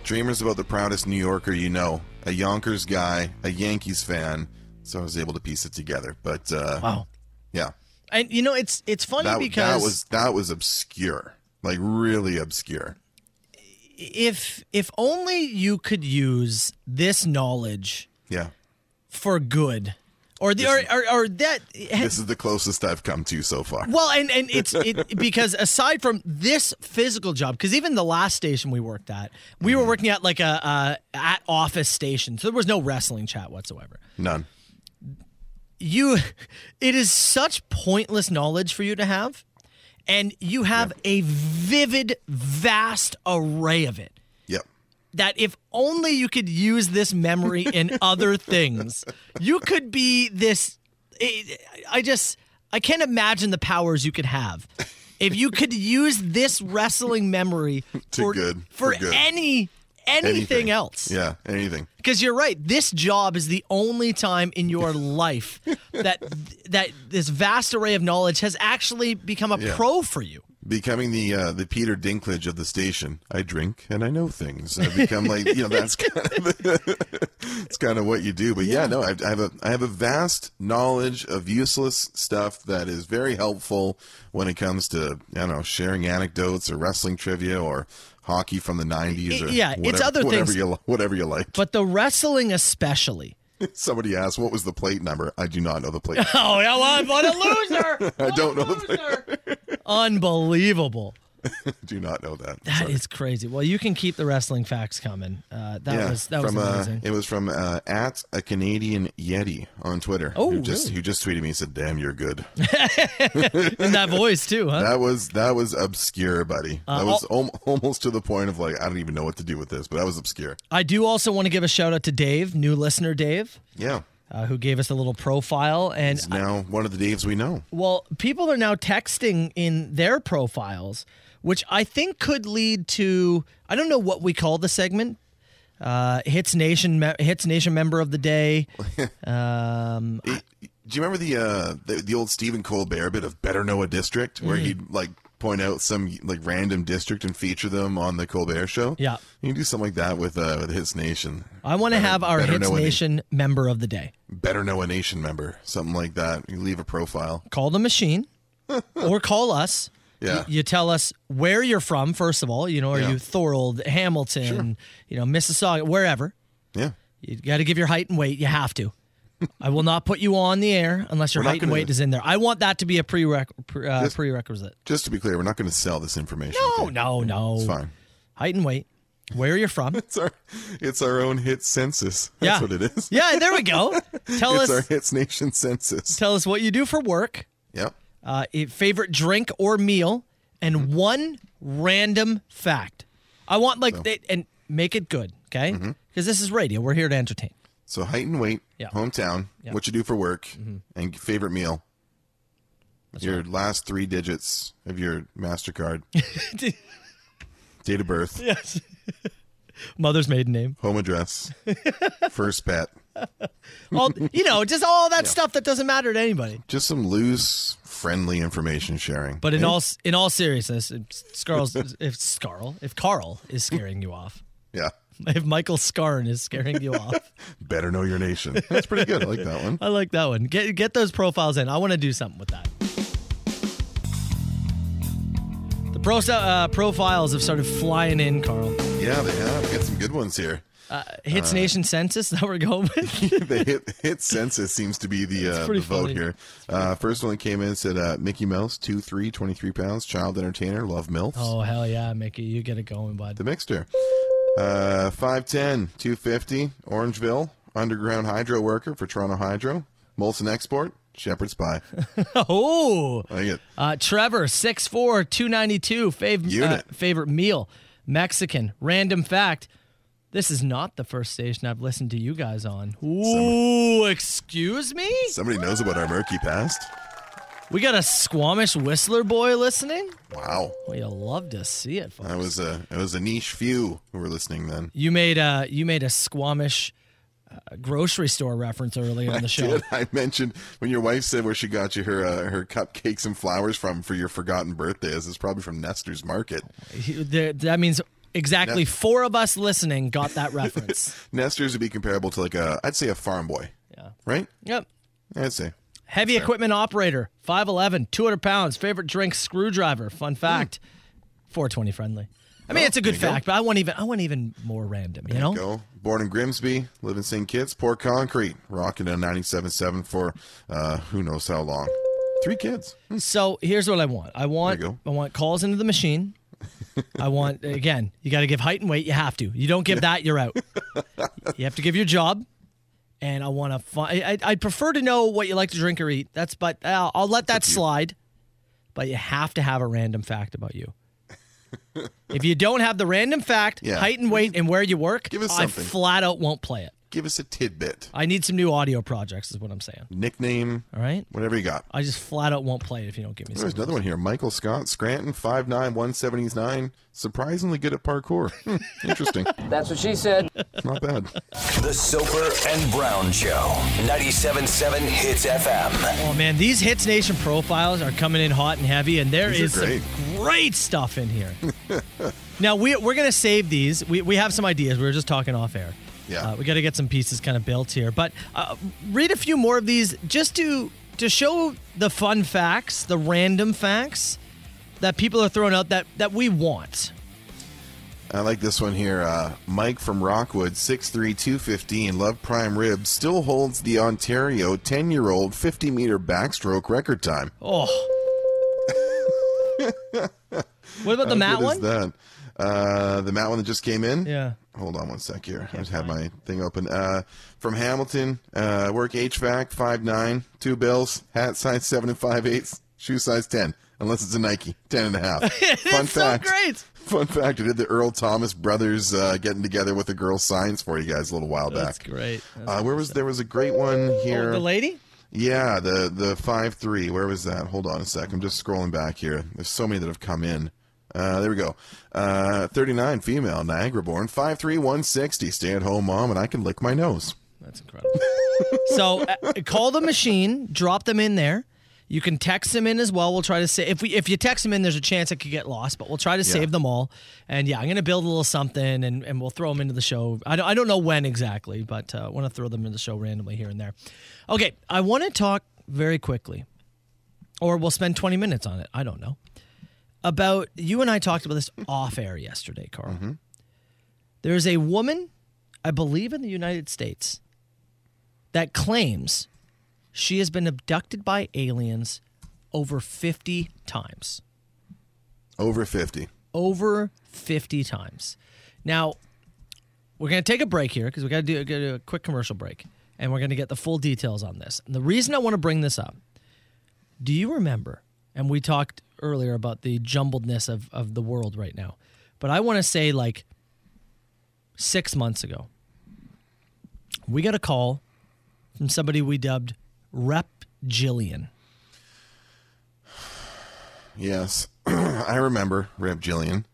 Speaker 7: Dreamer's about the proudest New Yorker you know, a Yonkers guy, a Yankees fan. So I was able to piece it together. But uh,
Speaker 6: wow,
Speaker 7: yeah,
Speaker 6: And you know, it's it's funny
Speaker 7: that,
Speaker 6: because
Speaker 7: that was that was obscure, like really obscure.
Speaker 6: if if only you could use this knowledge
Speaker 7: Yeah,
Speaker 6: for good, or the or, or, or that
Speaker 7: this is the closest I've come to so far.
Speaker 6: Well, and and it's it, because aside from this physical job, because even the last station we worked at, we were working at like a uh, at office station, so there was no wrestling chat whatsoever.
Speaker 7: None.
Speaker 6: You, it is such pointless knowledge for you to have, and you have a vivid, vast array of it.
Speaker 7: Yep.
Speaker 6: That if only you could use this memory in other things, you could be this. I I just, I can't imagine the powers you could have if you could use this wrestling memory
Speaker 7: To
Speaker 6: for
Speaker 7: good,
Speaker 6: for,
Speaker 7: for good.
Speaker 6: any anything, else.
Speaker 7: Yeah, anything.
Speaker 6: Because you're right. This job is the only time in your life that that this vast array of knowledge has actually become a
Speaker 7: Yeah.
Speaker 6: pro for you.
Speaker 7: Becoming the uh, the Peter Dinklage of the station. I drink and I know things. I become like you know that's kind of it's kind of what you do. But yeah, no, I, I have a I have a vast knowledge of useless stuff that is very helpful when it comes to I don't know sharing anecdotes or wrestling trivia or hockey from the nineties or
Speaker 6: Yeah, it's
Speaker 7: whatever-
Speaker 6: other
Speaker 7: whatever
Speaker 6: things.
Speaker 7: you li- whatever you like.
Speaker 6: But the wrestling, especially.
Speaker 7: Somebody asked what was the plate number. I do not know the plate.
Speaker 6: Oh, yeah, well, what a loser!
Speaker 7: I don't know the plate.
Speaker 6: Unbelievable.
Speaker 7: do not know that.
Speaker 6: That is crazy. Well, you can keep the wrestling facts coming. Uh, that was that was
Speaker 7: from,
Speaker 6: amazing.
Speaker 7: Uh, it was from uh, at a Canadian Yeti on Twitter.
Speaker 6: Oh,
Speaker 7: who just
Speaker 6: really?
Speaker 7: who just tweeted me and said, "Damn, you're good."
Speaker 6: In that voice too, huh?
Speaker 7: That was that was obscure, buddy.
Speaker 6: Uh,
Speaker 7: that was al- almost to the point of like I don't even know what to do with this, but that was obscure.
Speaker 6: I do also want to give a shout out to Dave, new listener Dave,
Speaker 7: Yeah,
Speaker 6: uh, who gave us a little profile. And
Speaker 7: it's now one of the Daves we know.
Speaker 6: well, people are now texting in their profiles, which I think could lead to I don't know what we call the segment. Uh, hits nation, me- hits nation member of the day. Um,
Speaker 7: Do you remember the uh the, the old Stephen Colbert bit of Better Know a District, where
Speaker 6: Mm.
Speaker 7: he'd like point out some like random district and feature them on the Colbert Show?
Speaker 6: Yeah.
Speaker 7: you can do something like that with uh with Hits Nation.
Speaker 6: I want to have our
Speaker 7: better
Speaker 6: hits
Speaker 7: know a-
Speaker 6: nation member of the day.
Speaker 7: Better Know a Nation member, something like that. You leave a profile.
Speaker 6: call the machine or call us.
Speaker 7: Yeah.
Speaker 6: Y- You, tell us where you're from, first of all. You know, are
Speaker 7: Yeah.
Speaker 6: you Thorold, Hamilton, you know, Mississauga, wherever.
Speaker 7: Yeah.
Speaker 6: You got to give your height and weight. You have to. I will not put you on the air unless your
Speaker 7: We're not
Speaker 6: height and
Speaker 7: gonna-
Speaker 6: weight is in there. I want that to be a prereq- pre- uh,
Speaker 7: Just-
Speaker 6: prerequisite.
Speaker 7: Just to be clear, we're not going to sell this information.
Speaker 6: No, no, no.
Speaker 7: It's fine.
Speaker 6: Height and weight, where you're from.
Speaker 7: It's our, it's our own hit census.
Speaker 6: Yeah.
Speaker 7: That's what it is.
Speaker 6: yeah, there we go. Tell us,
Speaker 7: it's our hits nation census.
Speaker 6: tell us what you do for work.
Speaker 7: Yep.
Speaker 6: uh, i- favorite drink or meal, and one random fact. I want like
Speaker 7: So-
Speaker 6: they, and make it good, okay? Because this is radio. We're here to entertain.
Speaker 7: So height and weight,
Speaker 6: Yeah.
Speaker 7: hometown,
Speaker 6: Yeah. Mm-hmm.
Speaker 7: what you do for work, and favorite meal. your last three digits of your Mastercard. Date of birth.
Speaker 6: Yes. Mother's maiden name.
Speaker 7: Home address. first pet.
Speaker 6: All you know, just all that stuff that doesn't matter to anybody.
Speaker 7: Just some loose, friendly information sharing.
Speaker 6: But in
Speaker 7: Eh?
Speaker 6: all s- in all seriousness, if Scarl's if Scarl if Carl is scaring you off,
Speaker 7: yeah,
Speaker 6: if Michael Scarn is scaring you off,
Speaker 7: better know your nation. That's pretty good. I like that one.
Speaker 6: I like that one. Get get those profiles in. I want to do something with that. The pro, uh, profiles have started flying in, Carl.
Speaker 7: Yeah, they have. We got some good ones here.
Speaker 6: Uh, Hits
Speaker 7: Uh,
Speaker 6: Nation census that we're going with.
Speaker 7: the hit, hit census seems to be the, uh, the
Speaker 6: pretty
Speaker 7: vote
Speaker 6: funny.
Speaker 7: here. Uh, first one that came in said uh, Mickey Mouse, 2'3", 23 pounds, child entertainer, love MILFs.
Speaker 6: oh hell yeah, Mickey, you get it going, bud.
Speaker 7: The Mixter. Uh, 5'10", 250, Orangeville, underground hydro worker for Toronto Hydro, Molson Export, Shepherd's Pie.
Speaker 6: oh,
Speaker 7: I get
Speaker 6: Uh, Trevor, 6'4", 292, fav-
Speaker 7: Unit.
Speaker 6: uh, favorite meal, Mexican. Random fact, this is not the first station I've listened to you guys on. Ooh, excuse me?
Speaker 7: somebody knows about our murky past.
Speaker 6: We got a Squamish Whistler boy listening?
Speaker 7: Wow,
Speaker 6: Well, you'll love to see it, folks.
Speaker 7: that was a it was a niche few who were listening then.
Speaker 6: You made a, you made a Squamish uh, grocery store reference earlier on the
Speaker 7: I
Speaker 6: show.
Speaker 7: did. I mentioned when your wife said where she got you her uh, her cupcakes and flowers from for your forgotten birthdays. It's probably from Nestor's Market.
Speaker 6: He- there- that means exactly
Speaker 7: Yeah.
Speaker 6: four of us listening got that reference.
Speaker 7: Nestor's would be comparable to like a I'd say a farm boy.
Speaker 6: Yeah.
Speaker 7: Right.
Speaker 6: Yep.
Speaker 7: I'd say.
Speaker 6: Heavy
Speaker 7: Fair.
Speaker 6: equipment operator, 5'11, 200 pounds. Favorite drink, screwdriver. Fun fact, 420 friendly. I mean,
Speaker 7: Hmm. Well,
Speaker 6: it's a good
Speaker 7: there you go.
Speaker 6: fact, but I want even I want even more random. You
Speaker 7: There
Speaker 6: know,
Speaker 7: go. Born in Grimsby, live in St. Kitts, poor concrete, rocking a 97.7 for uh, who knows how long. Three kids.
Speaker 6: So here's what I want. I want
Speaker 7: There you
Speaker 6: I want calls into the machine. I want again. You got to give height and weight. You have to. You don't give that, you're out. you have to give your job. And I want to find. I, I'd prefer to know what you like to drink or eat. That's but I'll, I'll let that slide. But you have to have a random fact about you. if you don't have the random fact,
Speaker 7: Yeah.
Speaker 6: height and weight, and where you work,
Speaker 7: Give us
Speaker 6: I
Speaker 7: something.
Speaker 6: flat out won't play it.
Speaker 7: Give us a tidbit.
Speaker 6: I need some new audio projects, is what I'm saying.
Speaker 7: Nickname.
Speaker 6: All right.
Speaker 7: Whatever you got.
Speaker 6: I just flat out won't play it if you don't give me.
Speaker 7: There's
Speaker 6: something.
Speaker 7: another one here. Michael Scott, Scranton, 5'9, 179. Surprisingly good at parkour. Hmm, Interesting.
Speaker 2: That's what she said.
Speaker 7: Not bad.
Speaker 5: The Soper and Brown Show. 97.7 Hits FM.
Speaker 6: Oh man, these Hits Nation profiles are coming in hot and heavy, and there
Speaker 5: These are
Speaker 6: is
Speaker 5: great.
Speaker 6: some great stuff in here. now we we're gonna save these. We we have some ideas. We were just talking off air.
Speaker 7: Yeah.
Speaker 6: uh, we got to get some pieces kind of built here, but uh, read a few more of these just to to show the fun facts, the random facts that people are throwing out that that we want.
Speaker 7: I like this one here. Uh, Mike from Rockwood, 63215, Love Prime Rib, still holds the Ontario 10 year old 50 meter backstroke record time.
Speaker 6: Oh. what about the
Speaker 7: How
Speaker 6: Matt
Speaker 7: good
Speaker 6: one?
Speaker 7: is that? Uh, the Matt one that just came in.
Speaker 6: Yeah.
Speaker 7: Hold on one sec here. I just had my thing open. Uh, from Hamilton, uh, work HVAC five nine, two bills, hat size seven and five eighths, shoe size ten, unless it's a Nike ten and a half. Fun fact.
Speaker 6: Great.
Speaker 7: Fun fact: I did the Earl Thomas brothers uh, getting together with the girl science for you guys a little while
Speaker 6: That's
Speaker 7: back.
Speaker 6: great. Oh,
Speaker 7: Uh, where was there was a great one here?
Speaker 6: the lady?
Speaker 7: Yeah, the the five three. Where was that? Hold on a sec. I'm just scrolling back here. There's so many that have come in. Uh, there we go. Uh, 39 female, Niagara born, 5'3", 160, stay at home mom, and I can lick my nose.
Speaker 6: That's incredible. so uh, call the machine, drop them in there. You can text them in as well. We'll try to say if we if you text them in, there's a chance it could get lost, but we'll try to
Speaker 7: Yeah.
Speaker 6: save them all. And yeah, I'm gonna build a little something and, and we'll throw them into the show. I don't I don't know when exactly, but uh, I want to throw them in the show randomly here and there. Okay, I want to talk very quickly, or we'll spend 20 minutes on it. I don't know about you and I talked about this off air yesterday, Carl. There's a woman, I believe, in the United States that claims she has been abducted by aliens over 50 times.
Speaker 7: Over 50.
Speaker 6: Over 50 times. Now, we're going to take a break here because we got to do, gotta do a quick commercial break and we're going to get the full details on this. And the reason I want to bring this up do you remember? And we talked earlier about the jumbledness of, of the world right now. But I want to say, like, six months ago, we got a call from somebody we dubbed Rep Jillian.
Speaker 7: Yes, I remember Rep Jillian.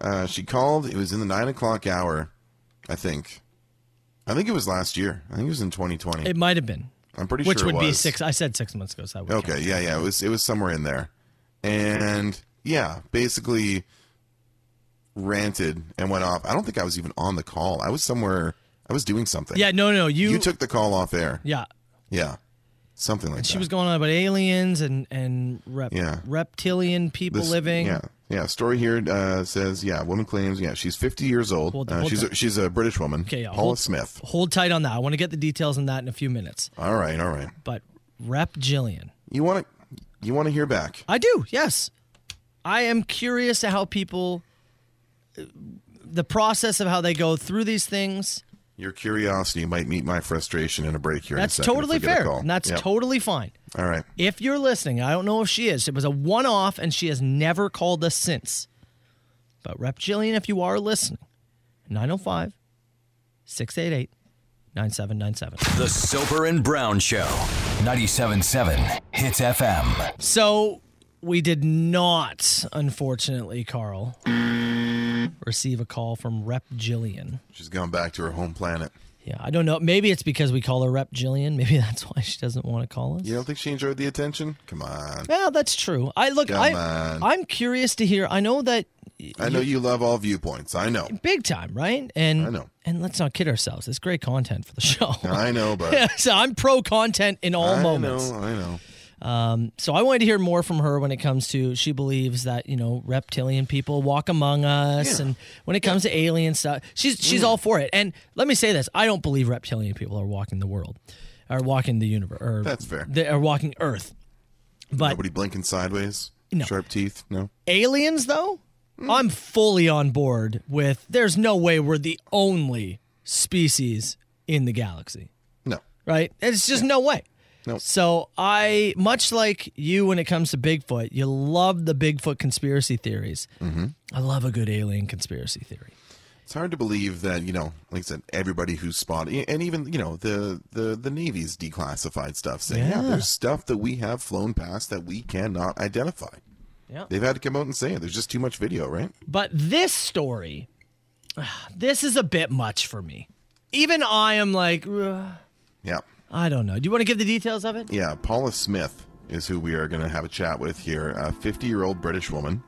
Speaker 7: Uh, she called. It was in the nine o'clock hour, I think. I think it was last year. I think it was in 2020.
Speaker 6: It might have been.
Speaker 7: I'm pretty
Speaker 6: Which
Speaker 7: sure it
Speaker 6: would be
Speaker 7: was.
Speaker 6: six. I said six months ago, so that would
Speaker 7: Okay, yeah, yeah, it was it was somewhere in there, and yeah, basically ranted and went off. I don't think I was even on the call. I was somewhere. I was doing something.
Speaker 6: Yeah, no, no, you-
Speaker 7: you took the call off air.
Speaker 6: Yeah.
Speaker 7: Yeah, something like that.
Speaker 6: She was going on about aliens and, and rep,
Speaker 7: Yeah.
Speaker 6: reptilian people
Speaker 7: This-
Speaker 6: living.
Speaker 7: Yeah, yeah. Story here uh, says, yeah, woman claims, yeah, she's 50 years old.
Speaker 6: Hold-
Speaker 7: uh,
Speaker 6: hold
Speaker 7: she's
Speaker 6: on.
Speaker 7: a, she's a British woman.
Speaker 6: Okay, yeah,
Speaker 7: Paula
Speaker 6: hold-
Speaker 7: Smith.
Speaker 6: Hold tight on that. I want to get the details on that in a few minutes.
Speaker 7: All right, all right.
Speaker 6: But Rep Jillian.
Speaker 7: You want to you want to hear back?
Speaker 6: I do, yes. I am curious to how people, the process of how they go through these things,
Speaker 7: Your curiosity might meet my frustration in a break here.
Speaker 6: That's
Speaker 7: in a second if
Speaker 6: totally
Speaker 7: we get a
Speaker 6: fair.
Speaker 7: call.
Speaker 6: And that's
Speaker 7: Yep.
Speaker 6: totally fine.
Speaker 7: All right.
Speaker 6: If you're listening, I don't know if she is. It was a one off and she has never called us since. But Reptilian, if you are listening, 905 688 9797.
Speaker 5: The Soper and Brown Show. 97.7 Hits FM.
Speaker 6: So we did not, unfortunately, Carl, receive a call from Rep Jillian.
Speaker 7: She's gone back to her home planet.
Speaker 6: Yeah, I don't know. Maybe it's because we call her Rep Jillian. Maybe that's why she doesn't want to call us.
Speaker 7: You don't think she enjoyed the attention? Come on.
Speaker 6: Yeah, that's true. I look.
Speaker 7: Come
Speaker 6: I,
Speaker 7: on.
Speaker 6: I'm curious to hear. I know that.
Speaker 7: I know you love all viewpoints. I know.
Speaker 6: big time, right? And
Speaker 7: I know.
Speaker 6: And let's not kid ourselves. It's great content for the show.
Speaker 7: I know, but
Speaker 6: so I'm pro content in all
Speaker 7: I
Speaker 6: moments.
Speaker 7: know. I know.
Speaker 6: Um, so I wanted to hear more from her when it comes to she believes that you know reptilian people walk among us, and when it comes to alien stuff, she's she's
Speaker 7: Mm.
Speaker 6: all for it. And let me say this: I don't believe reptilian people are walking the world, are walking the universe. Or
Speaker 7: That's fair.
Speaker 6: They are walking Earth. But
Speaker 7: nobody blinking sideways.
Speaker 6: No.
Speaker 7: Sharp teeth. No.
Speaker 6: Aliens, though,
Speaker 7: Mm.
Speaker 6: I'm fully on board with. There's no way we're the only species in the galaxy.
Speaker 7: No.
Speaker 6: Right? It's just no way.
Speaker 7: No.
Speaker 6: So I, much like you, when it comes to Bigfoot, you love the Bigfoot conspiracy theories.
Speaker 7: Mm-hmm.
Speaker 6: I love a good alien conspiracy theory.
Speaker 7: It's hard to believe that you know, like I said, everybody who's spotted, and even you know, the the the Navy's declassified stuff saying, yeah,
Speaker 6: Yeah.
Speaker 7: there's stuff that we have flown past that we cannot identify.
Speaker 6: Yeah.
Speaker 7: They've had to come out and say it. There's just too much video, right?
Speaker 6: But this story, ah, this is a bit much for me. Even I am like, "Ugh,
Speaker 7: Yeah.
Speaker 6: I don't know. Do you want to give the details of it?
Speaker 7: Yeah, Paula Smith is who we are going to have a chat with here. A 50 year old British woman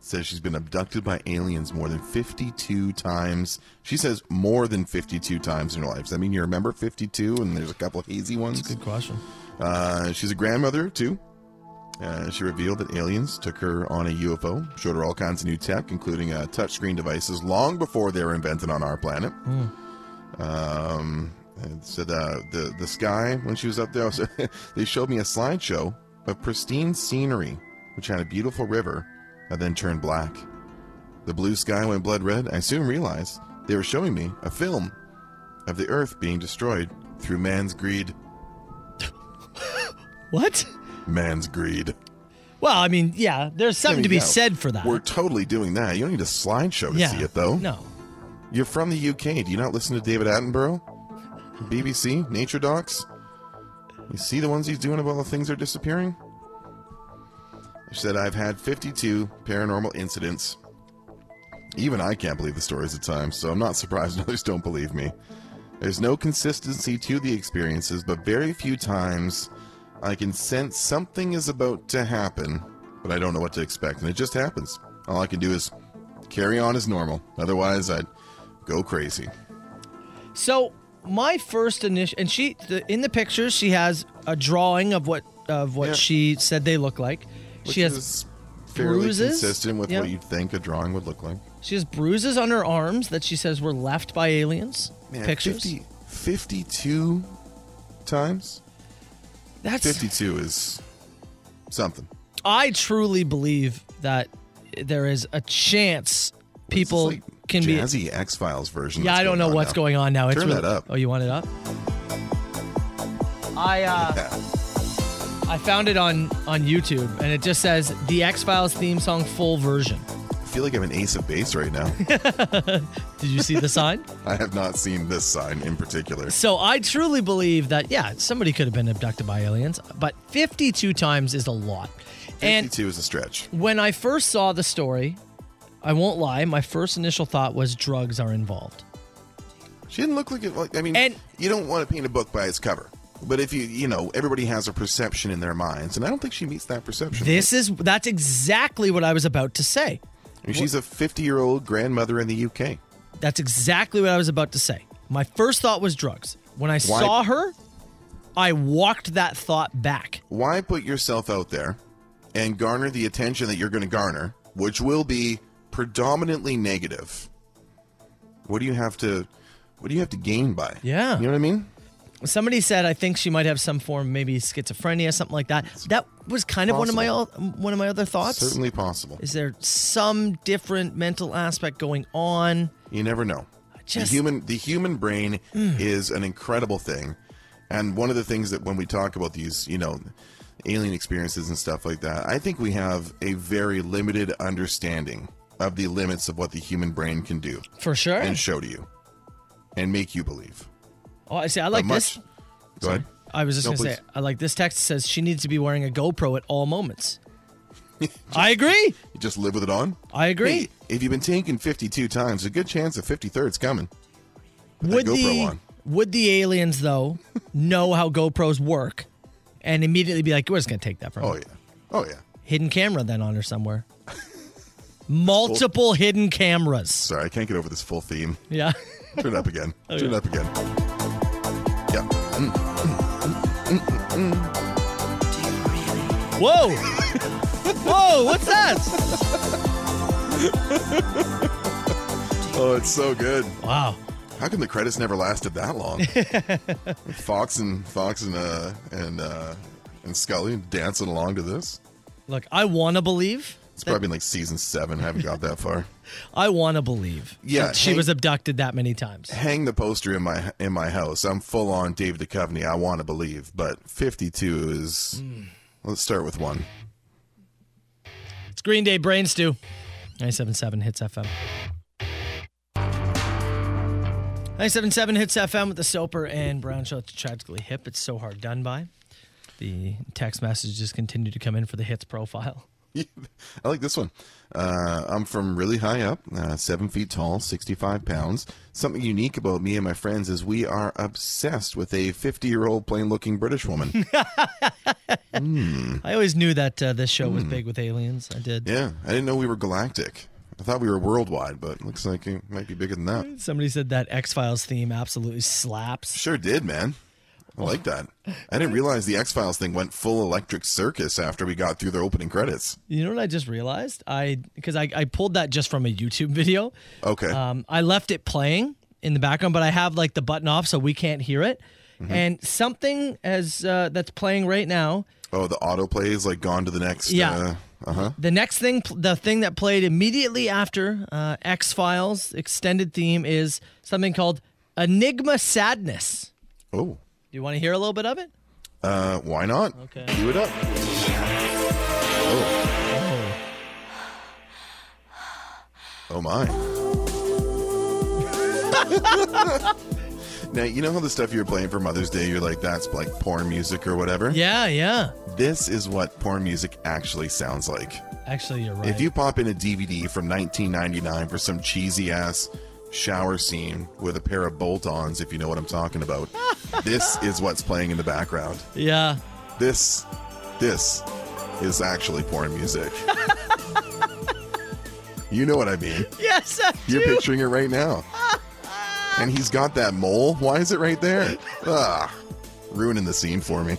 Speaker 7: says she's been abducted by aliens more than 52 times. She says more than 52 times in her life. Does that mean you remember 52 and there's a couple of hazy ones?
Speaker 6: good question.
Speaker 7: Uh, she's a grandmother, too. Uh, she revealed that aliens took her on a UFO, showed her all kinds of new tech, including uh, touchscreen devices, long before they were invented on our planet.
Speaker 6: Mm.
Speaker 7: Um, and said uh, the the sky when she was up there. Also, they showed me a slideshow of pristine scenery, which had a beautiful river, and then turned black. The blue sky went blood red. I soon realized they were showing me a film of the Earth being destroyed through man's greed.
Speaker 6: what?
Speaker 7: Man's greed.
Speaker 6: Well, I mean, yeah, there's something
Speaker 7: I mean,
Speaker 6: to be
Speaker 7: yeah,
Speaker 6: said for that.
Speaker 7: We're totally doing that. You don't need a slideshow to
Speaker 6: Yeah,
Speaker 7: see it, though.
Speaker 6: No.
Speaker 7: You're from the UK. Do you not listen to David Attenborough? BBC, Nature Docs? You see the ones he's doing about the things that are disappearing? She said, I've had 52 paranormal incidents. Even I can't believe the stories at times, so I'm not surprised others don't believe me. There's no consistency to the experiences, but very few times I can sense something is about to happen, but I don't know what to expect, and it just happens. All I can do is carry on as normal. Otherwise, I'd go crazy.
Speaker 6: So my first initial, and she the, in the pictures she has a drawing of what of what
Speaker 7: Yeah.
Speaker 6: she said they look like.
Speaker 7: Which
Speaker 6: she has
Speaker 7: is Fairly
Speaker 6: bruises.
Speaker 7: consistent with
Speaker 6: Yeah.
Speaker 7: what you'd think a drawing would look like.
Speaker 6: She has bruises on her arms that she says were left by aliens. pictures.
Speaker 7: 50 52 times?
Speaker 6: That's
Speaker 7: 52 is something.
Speaker 6: I truly believe that there is a chance people can be.
Speaker 7: Jazzy X Files version.
Speaker 6: Yeah,
Speaker 7: that's
Speaker 6: I don't
Speaker 7: going
Speaker 6: know
Speaker 7: on
Speaker 6: what's
Speaker 7: now.
Speaker 6: going on now. It's
Speaker 7: Turn
Speaker 6: really,
Speaker 7: that up.
Speaker 6: Oh, you want it up? I uh, I found it on on YouTube, and it just says the X Files theme song full version.
Speaker 7: I feel like I'm an ace of base right now.
Speaker 6: Did you see the sign?
Speaker 7: I have not seen this sign in particular.
Speaker 6: So I truly believe that yeah, somebody could have been abducted by aliens, but 52 times is a lot. And
Speaker 7: 52 is a stretch.
Speaker 6: when I first saw the story, I won't lie, my first initial thought was drugs are involved.
Speaker 7: She didn't look like it. Like, I mean, you don't want to paint a book by its cover. But if you, you know, everybody has a perception in their minds, and I don't think she meets that perception.
Speaker 6: This is that's exactly what I was about to say.
Speaker 7: I mean, she's a 50 year old grandmother in the UK.
Speaker 6: That's exactly what I was about to say. My first thought was drugs. When I
Speaker 7: Why-
Speaker 6: saw her, I walked that thought back.
Speaker 7: Why put yourself out there and garner the attention that you're going to garner, which will be predominantly negative? What do you have to? What do you have to gain by?
Speaker 6: Yeah. You know
Speaker 7: what I mean?
Speaker 6: Somebody said I think she might have some form maybe schizophrenia something like that. That was kind of one of my o- one of my other thoughts.
Speaker 7: Certainly possible.
Speaker 6: Is there some different mental aspect going on?
Speaker 7: You never know.
Speaker 6: I Just-
Speaker 7: the human the human brain
Speaker 6: Mm.
Speaker 7: is an incredible thing, and one of the things that when we talk about these, you know, alien experiences and stuff like that, I think we have a very limited understanding of the limits of what the human brain can do
Speaker 6: For sure.
Speaker 7: and show to you, and make you believe.
Speaker 6: Oh, I see. I like
Speaker 7: But
Speaker 6: this.
Speaker 7: much- Go ahead.
Speaker 6: I was just
Speaker 7: No,
Speaker 6: gonna
Speaker 7: please.
Speaker 6: say, I like this text says she needs to be wearing a GoPro at all moments. I agree.
Speaker 7: You just live with it on.
Speaker 6: I agree.
Speaker 7: Hey, if you've been taken 52 times, a good chance of 53rd's coming. Put that
Speaker 6: Would
Speaker 7: GoPro
Speaker 6: the
Speaker 7: on.
Speaker 6: would the aliens though know how GoPros work and immediately be like, we're just gonna take that from? Oh yeah,
Speaker 7: oh yeah.
Speaker 6: Hidden camera then on her somewhere. Multiple hidden cameras.
Speaker 7: Sorry, I can't get over this full theme.
Speaker 6: Yeah.
Speaker 7: Turn it up again.
Speaker 6: Oh,
Speaker 7: Turn
Speaker 6: yeah.
Speaker 7: it up again. Yeah. Mm, mm, mm, mm, mm.
Speaker 6: Whoa! Whoa! What's that?
Speaker 7: Oh, it's so good.
Speaker 6: Wow.
Speaker 7: How come the credits never lasted that long? Fox and Fox and uh and uh and Scully dancing along to this.
Speaker 6: Look, I want to believe.
Speaker 7: It's probably in like season seven. I haven't got that far.
Speaker 6: I want to believe.
Speaker 7: Yeah,
Speaker 6: that she
Speaker 7: Hank-
Speaker 6: was abducted that many times.
Speaker 7: Hang the poster in my in my house. I'm full on Dave Duchovny. I want to believe, but 52 is.
Speaker 6: Hmm.
Speaker 7: Let's start with one.
Speaker 6: It's Green Day Brain Stew. 977 Hits FM. 977 Hits FM with the Soper and Brown Show. It's tragically hip. It's so hard done by. The text messages continue to come in for the hits profile.
Speaker 7: I like this one. Uh, I'm from really high up, uh, seven feet tall, 65 pounds. Something unique about me and my friends is we are obsessed with a 50 year old plain looking British woman. Hmm.
Speaker 6: I always knew that uh, this show was big with aliens. I did.
Speaker 7: Yeah, I didn't know we were galactic. I thought we were worldwide, but looks like it might be bigger than that.
Speaker 6: Somebody said that X Files theme absolutely slaps.
Speaker 7: Sure did, man. I like that. I didn't realize the X Files thing went full electric circus after we got through their opening credits.
Speaker 6: You know what I just realized? I because I, I pulled that just from a YouTube video.
Speaker 7: Okay.
Speaker 6: Um, I left it playing in the background, but I have like the button off so we can't hear it.
Speaker 7: Mm-hmm.
Speaker 6: And something as uh, that's playing right now.
Speaker 7: Oh, the autoplay is like gone to the next.
Speaker 6: Yeah.
Speaker 7: Uh huh.
Speaker 6: The next thing, the thing that played immediately after uh, X Files extended theme is something called Enigma Sadness.
Speaker 7: Oh.
Speaker 6: Do you want to hear a little bit of it?
Speaker 7: Uh, why not?
Speaker 6: Okay.
Speaker 7: Do it up. Oh. Oh my. now you know how the stuff you're playing for Mother's Day, you're like, that's like porn music or whatever.
Speaker 6: Yeah, yeah.
Speaker 7: This is what porn music actually sounds like.
Speaker 6: Actually, you're right.
Speaker 7: If you pop in a DVD from 1999 for some cheesy ass shower scene with a pair of bolt-ons, if you know what I'm talking about, this is what's playing in the background.
Speaker 6: yeah.
Speaker 7: This, this is actually porn music. you know what I mean.
Speaker 6: Yes, I
Speaker 7: You're
Speaker 6: do.
Speaker 7: picturing it right now. And he's got that mole. Why is it right there? Ah, ruining the scene for me.
Speaker 6: you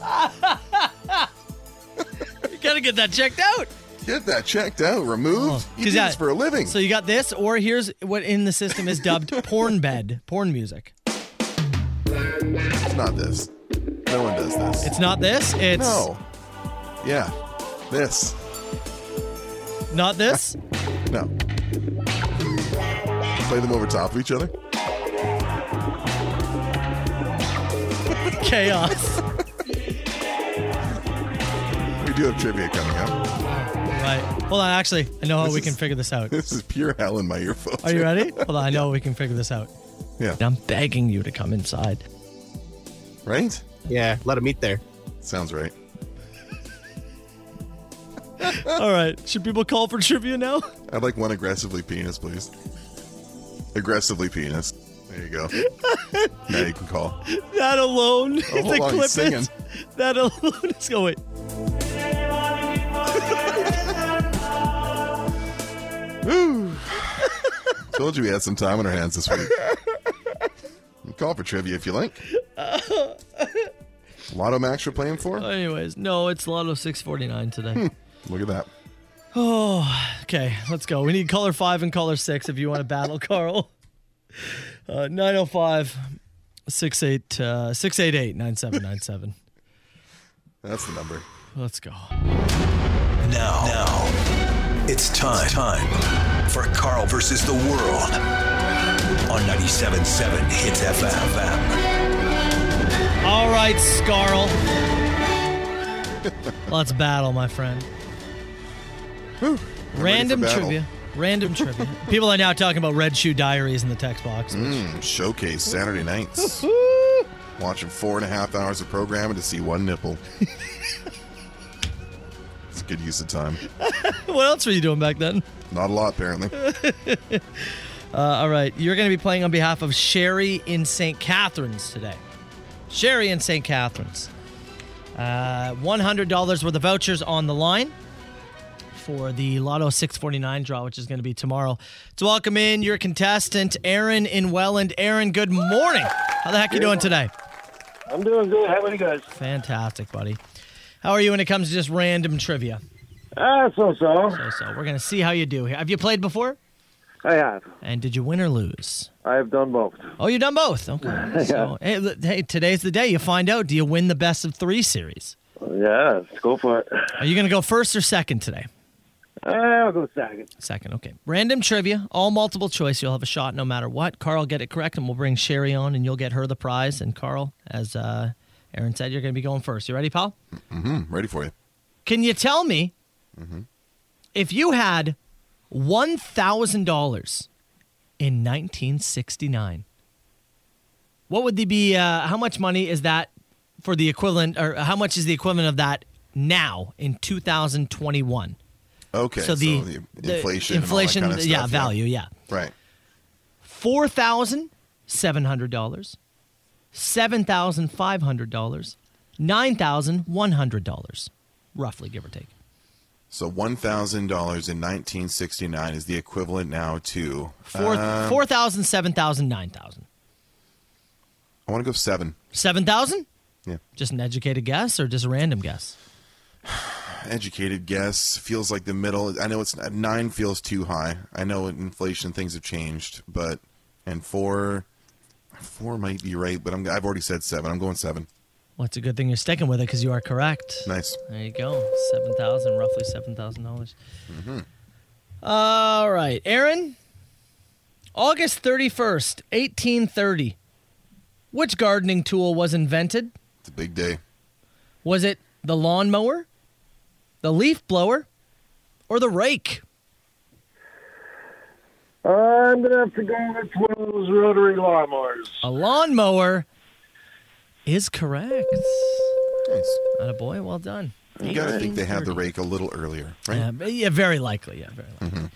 Speaker 6: gotta get that checked out.
Speaker 7: Get that checked out, removed. You do
Speaker 6: Because, yeah,
Speaker 7: this for a living.
Speaker 6: Oh, So you got this, or here's what in the system is dubbed porn bed, porn music.
Speaker 7: It's not this. No one does this.
Speaker 6: It's not this. It's
Speaker 7: no. Yeah, this.
Speaker 6: not this.
Speaker 7: No. Play them over top of each other.
Speaker 6: Chaos.
Speaker 7: We do have trivia coming up.
Speaker 6: Right. Hold on. Actually, I know how
Speaker 7: This
Speaker 6: we can
Speaker 7: is-
Speaker 6: figure this out.
Speaker 7: This is pure hell in my earphones.
Speaker 6: Are you ready? Hold on. I know we can figure this out.
Speaker 7: Yeah.
Speaker 6: I'm begging you to come inside.
Speaker 7: Right?
Speaker 14: Yeah, let him eat there.
Speaker 7: Sounds right.
Speaker 6: All right. Should people call for trivia now?
Speaker 7: I'd like one aggressively penis, please. Aggressively penis. There you go. now you can call.
Speaker 6: That alone.
Speaker 7: Oh, hold
Speaker 6: the
Speaker 7: on,
Speaker 6: clip
Speaker 7: he's singing.
Speaker 6: is. That alone. Let's go. Wait.
Speaker 7: Woo. Told you we had some time on our hands this week. Call for trivia if you like. Lotto Max we're playing for?
Speaker 6: Anyways, no, it's Lotto 649 today.
Speaker 7: Hmm. Look at that.
Speaker 6: Oh, okay. Let's go. We need caller five and caller six if you want to battle, Carl. Uh, 905 68 uh, 688 9797.
Speaker 7: That's the number.
Speaker 6: Let's go.
Speaker 5: Now, now, it's time, time for Carl versus the world. on 97.7 Hits FM.
Speaker 6: All right, Scarl. Let's battle, my friend. Random
Speaker 7: battle.
Speaker 6: trivia. Random trivia. People are now talking about Red Shoe Diaries in the text box.
Speaker 7: Mm, showcase Saturday nights. Watching four and a half hours of programming to see one nipple. it's a good use of time.
Speaker 6: what else were you doing back then?
Speaker 7: Not a lot, apparently.
Speaker 6: Uh, all right, you're going to be playing on behalf of Sherry in St. Catharines today. Sherry in St. Catharines. Uh, $100 worth of vouchers on the line for the Lotto 649 draw, which is going to be tomorrow. To welcome in your contestant, Aaron in Welland. Aaron, good morning. How the heck you doing today?
Speaker 14: I'm doing good. How are you guys?
Speaker 6: Fantastic, buddy. How are you when it comes to just random trivia?
Speaker 14: Ah, so so.
Speaker 6: So so. We're gonna see how you do here. Have you played before?
Speaker 14: I have.
Speaker 6: And did you win or lose?
Speaker 14: I have done both.
Speaker 6: Oh, you've done both. Okay. So hey, l- hey, today's the day you find out. Do you win the best of three series?
Speaker 14: Yeah, let's go for it.
Speaker 6: Are you gonna go first or second today?
Speaker 14: Uh, I'll go second.
Speaker 6: Second, okay. Random trivia, all multiple choice. You'll have a shot no matter what. Carl, get it correct, and we'll bring Sherry on, and you'll get her the prize. And Carl, as uh, Aaron said, you're going to be going first. You ready, pal?
Speaker 7: Mm-hmm. Ready for you.
Speaker 6: Can you tell me
Speaker 7: Mhm.
Speaker 6: if you had one thousand dollars in 1969? What would the be? Uh, how much money is that for the equivalent, or how much is the equivalent of that now in 2021?
Speaker 7: Okay.
Speaker 6: So
Speaker 7: So
Speaker 6: the-
Speaker 7: the,
Speaker 6: the
Speaker 7: inflation,
Speaker 6: inflation,
Speaker 7: and all that kind of
Speaker 6: yeah,
Speaker 7: stuff,
Speaker 6: value, yeah.
Speaker 7: Right.
Speaker 6: four thousand seven hundred dollars, seven thousand five hundred dollars, nine thousand one hundred dollars, roughly, give or take.
Speaker 7: So one thousand dollars in nineteen sixty nine is the equivalent now to
Speaker 6: Four,
Speaker 7: um,
Speaker 6: four thousand, seven thousand, nine thousand,
Speaker 7: I want to go seven.
Speaker 6: seven thousand.
Speaker 7: Yeah.
Speaker 6: Just an educated guess or just a random guess?
Speaker 7: Educated guess feels like the middle. I know it's uh, nine feels too high. I know in inflation things have changed, but and four, four might be right. But I'm, I've already said seven. I'm going seven.
Speaker 6: Well, it's a good thing you're sticking with it because you are correct.
Speaker 7: Nice.
Speaker 6: There you go. Seven thousand, roughly seven thousand dollars.
Speaker 7: Mm-hmm.
Speaker 6: All right, Aaron. August thirty first, eighteen thirty. Which gardening tool was invented?
Speaker 7: It's a big day.
Speaker 6: Was it the lawnmower, the leaf blower, or the rake?
Speaker 14: I'm gonna have to go with one of those rotary lawnmowers.
Speaker 6: A lawnmower is correct.
Speaker 7: Nice.
Speaker 6: Not a boy. Well done.
Speaker 7: You got to think they had the rake a little earlier, right? Mm-hmm.
Speaker 6: Yeah, but- yeah, very likely. Yeah, very likely.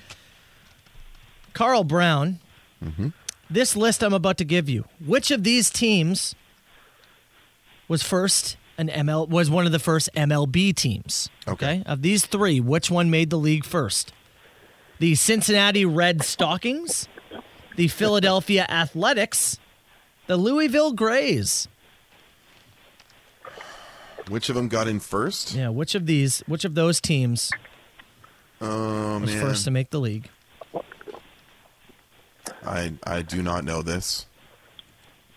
Speaker 6: Carl Brown.
Speaker 7: Mm-hmm.
Speaker 6: This list I'm about to give you. Which of these teams was first an ML was one of the first MLB teams? Okay. Of these three, which one made the league first? The Cincinnati Red Stockings, the Philadelphia Athletics, the Louisville Grays.
Speaker 7: Which of them got in first?
Speaker 6: Yeah, which of these which of those teams
Speaker 7: Oh
Speaker 6: was
Speaker 7: man,
Speaker 6: first to make the league?
Speaker 7: I I do not know this.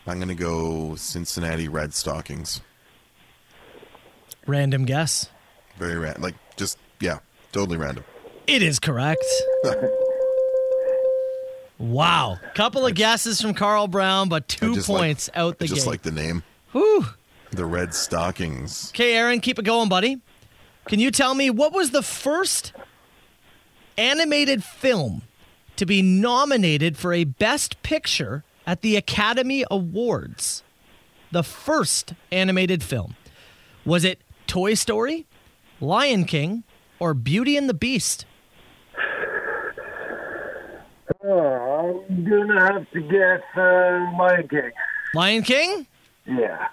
Speaker 7: I'm gonna go Cincinnati Red Stockings.
Speaker 6: Random guess.
Speaker 7: Very random. Like just yeah, totally random.
Speaker 6: It is correct. wow. Couple of guesses from Carl Brown, but
Speaker 7: I
Speaker 6: two
Speaker 7: just like-
Speaker 6: points out the
Speaker 7: I just
Speaker 6: gate.
Speaker 7: like the name.
Speaker 6: Whew.
Speaker 7: The Red Stockings.
Speaker 6: Okay, Aaron, keep it going, buddy. Can you tell me what was the first animated film to be nominated for a Best Picture at the Academy Awards? The first animated film. Was it Toy Story, Lion King, or Beauty and the Beast?
Speaker 14: Oh, I'm gonna have to guess uh, Lion King.
Speaker 6: Lion King?
Speaker 14: Yeah.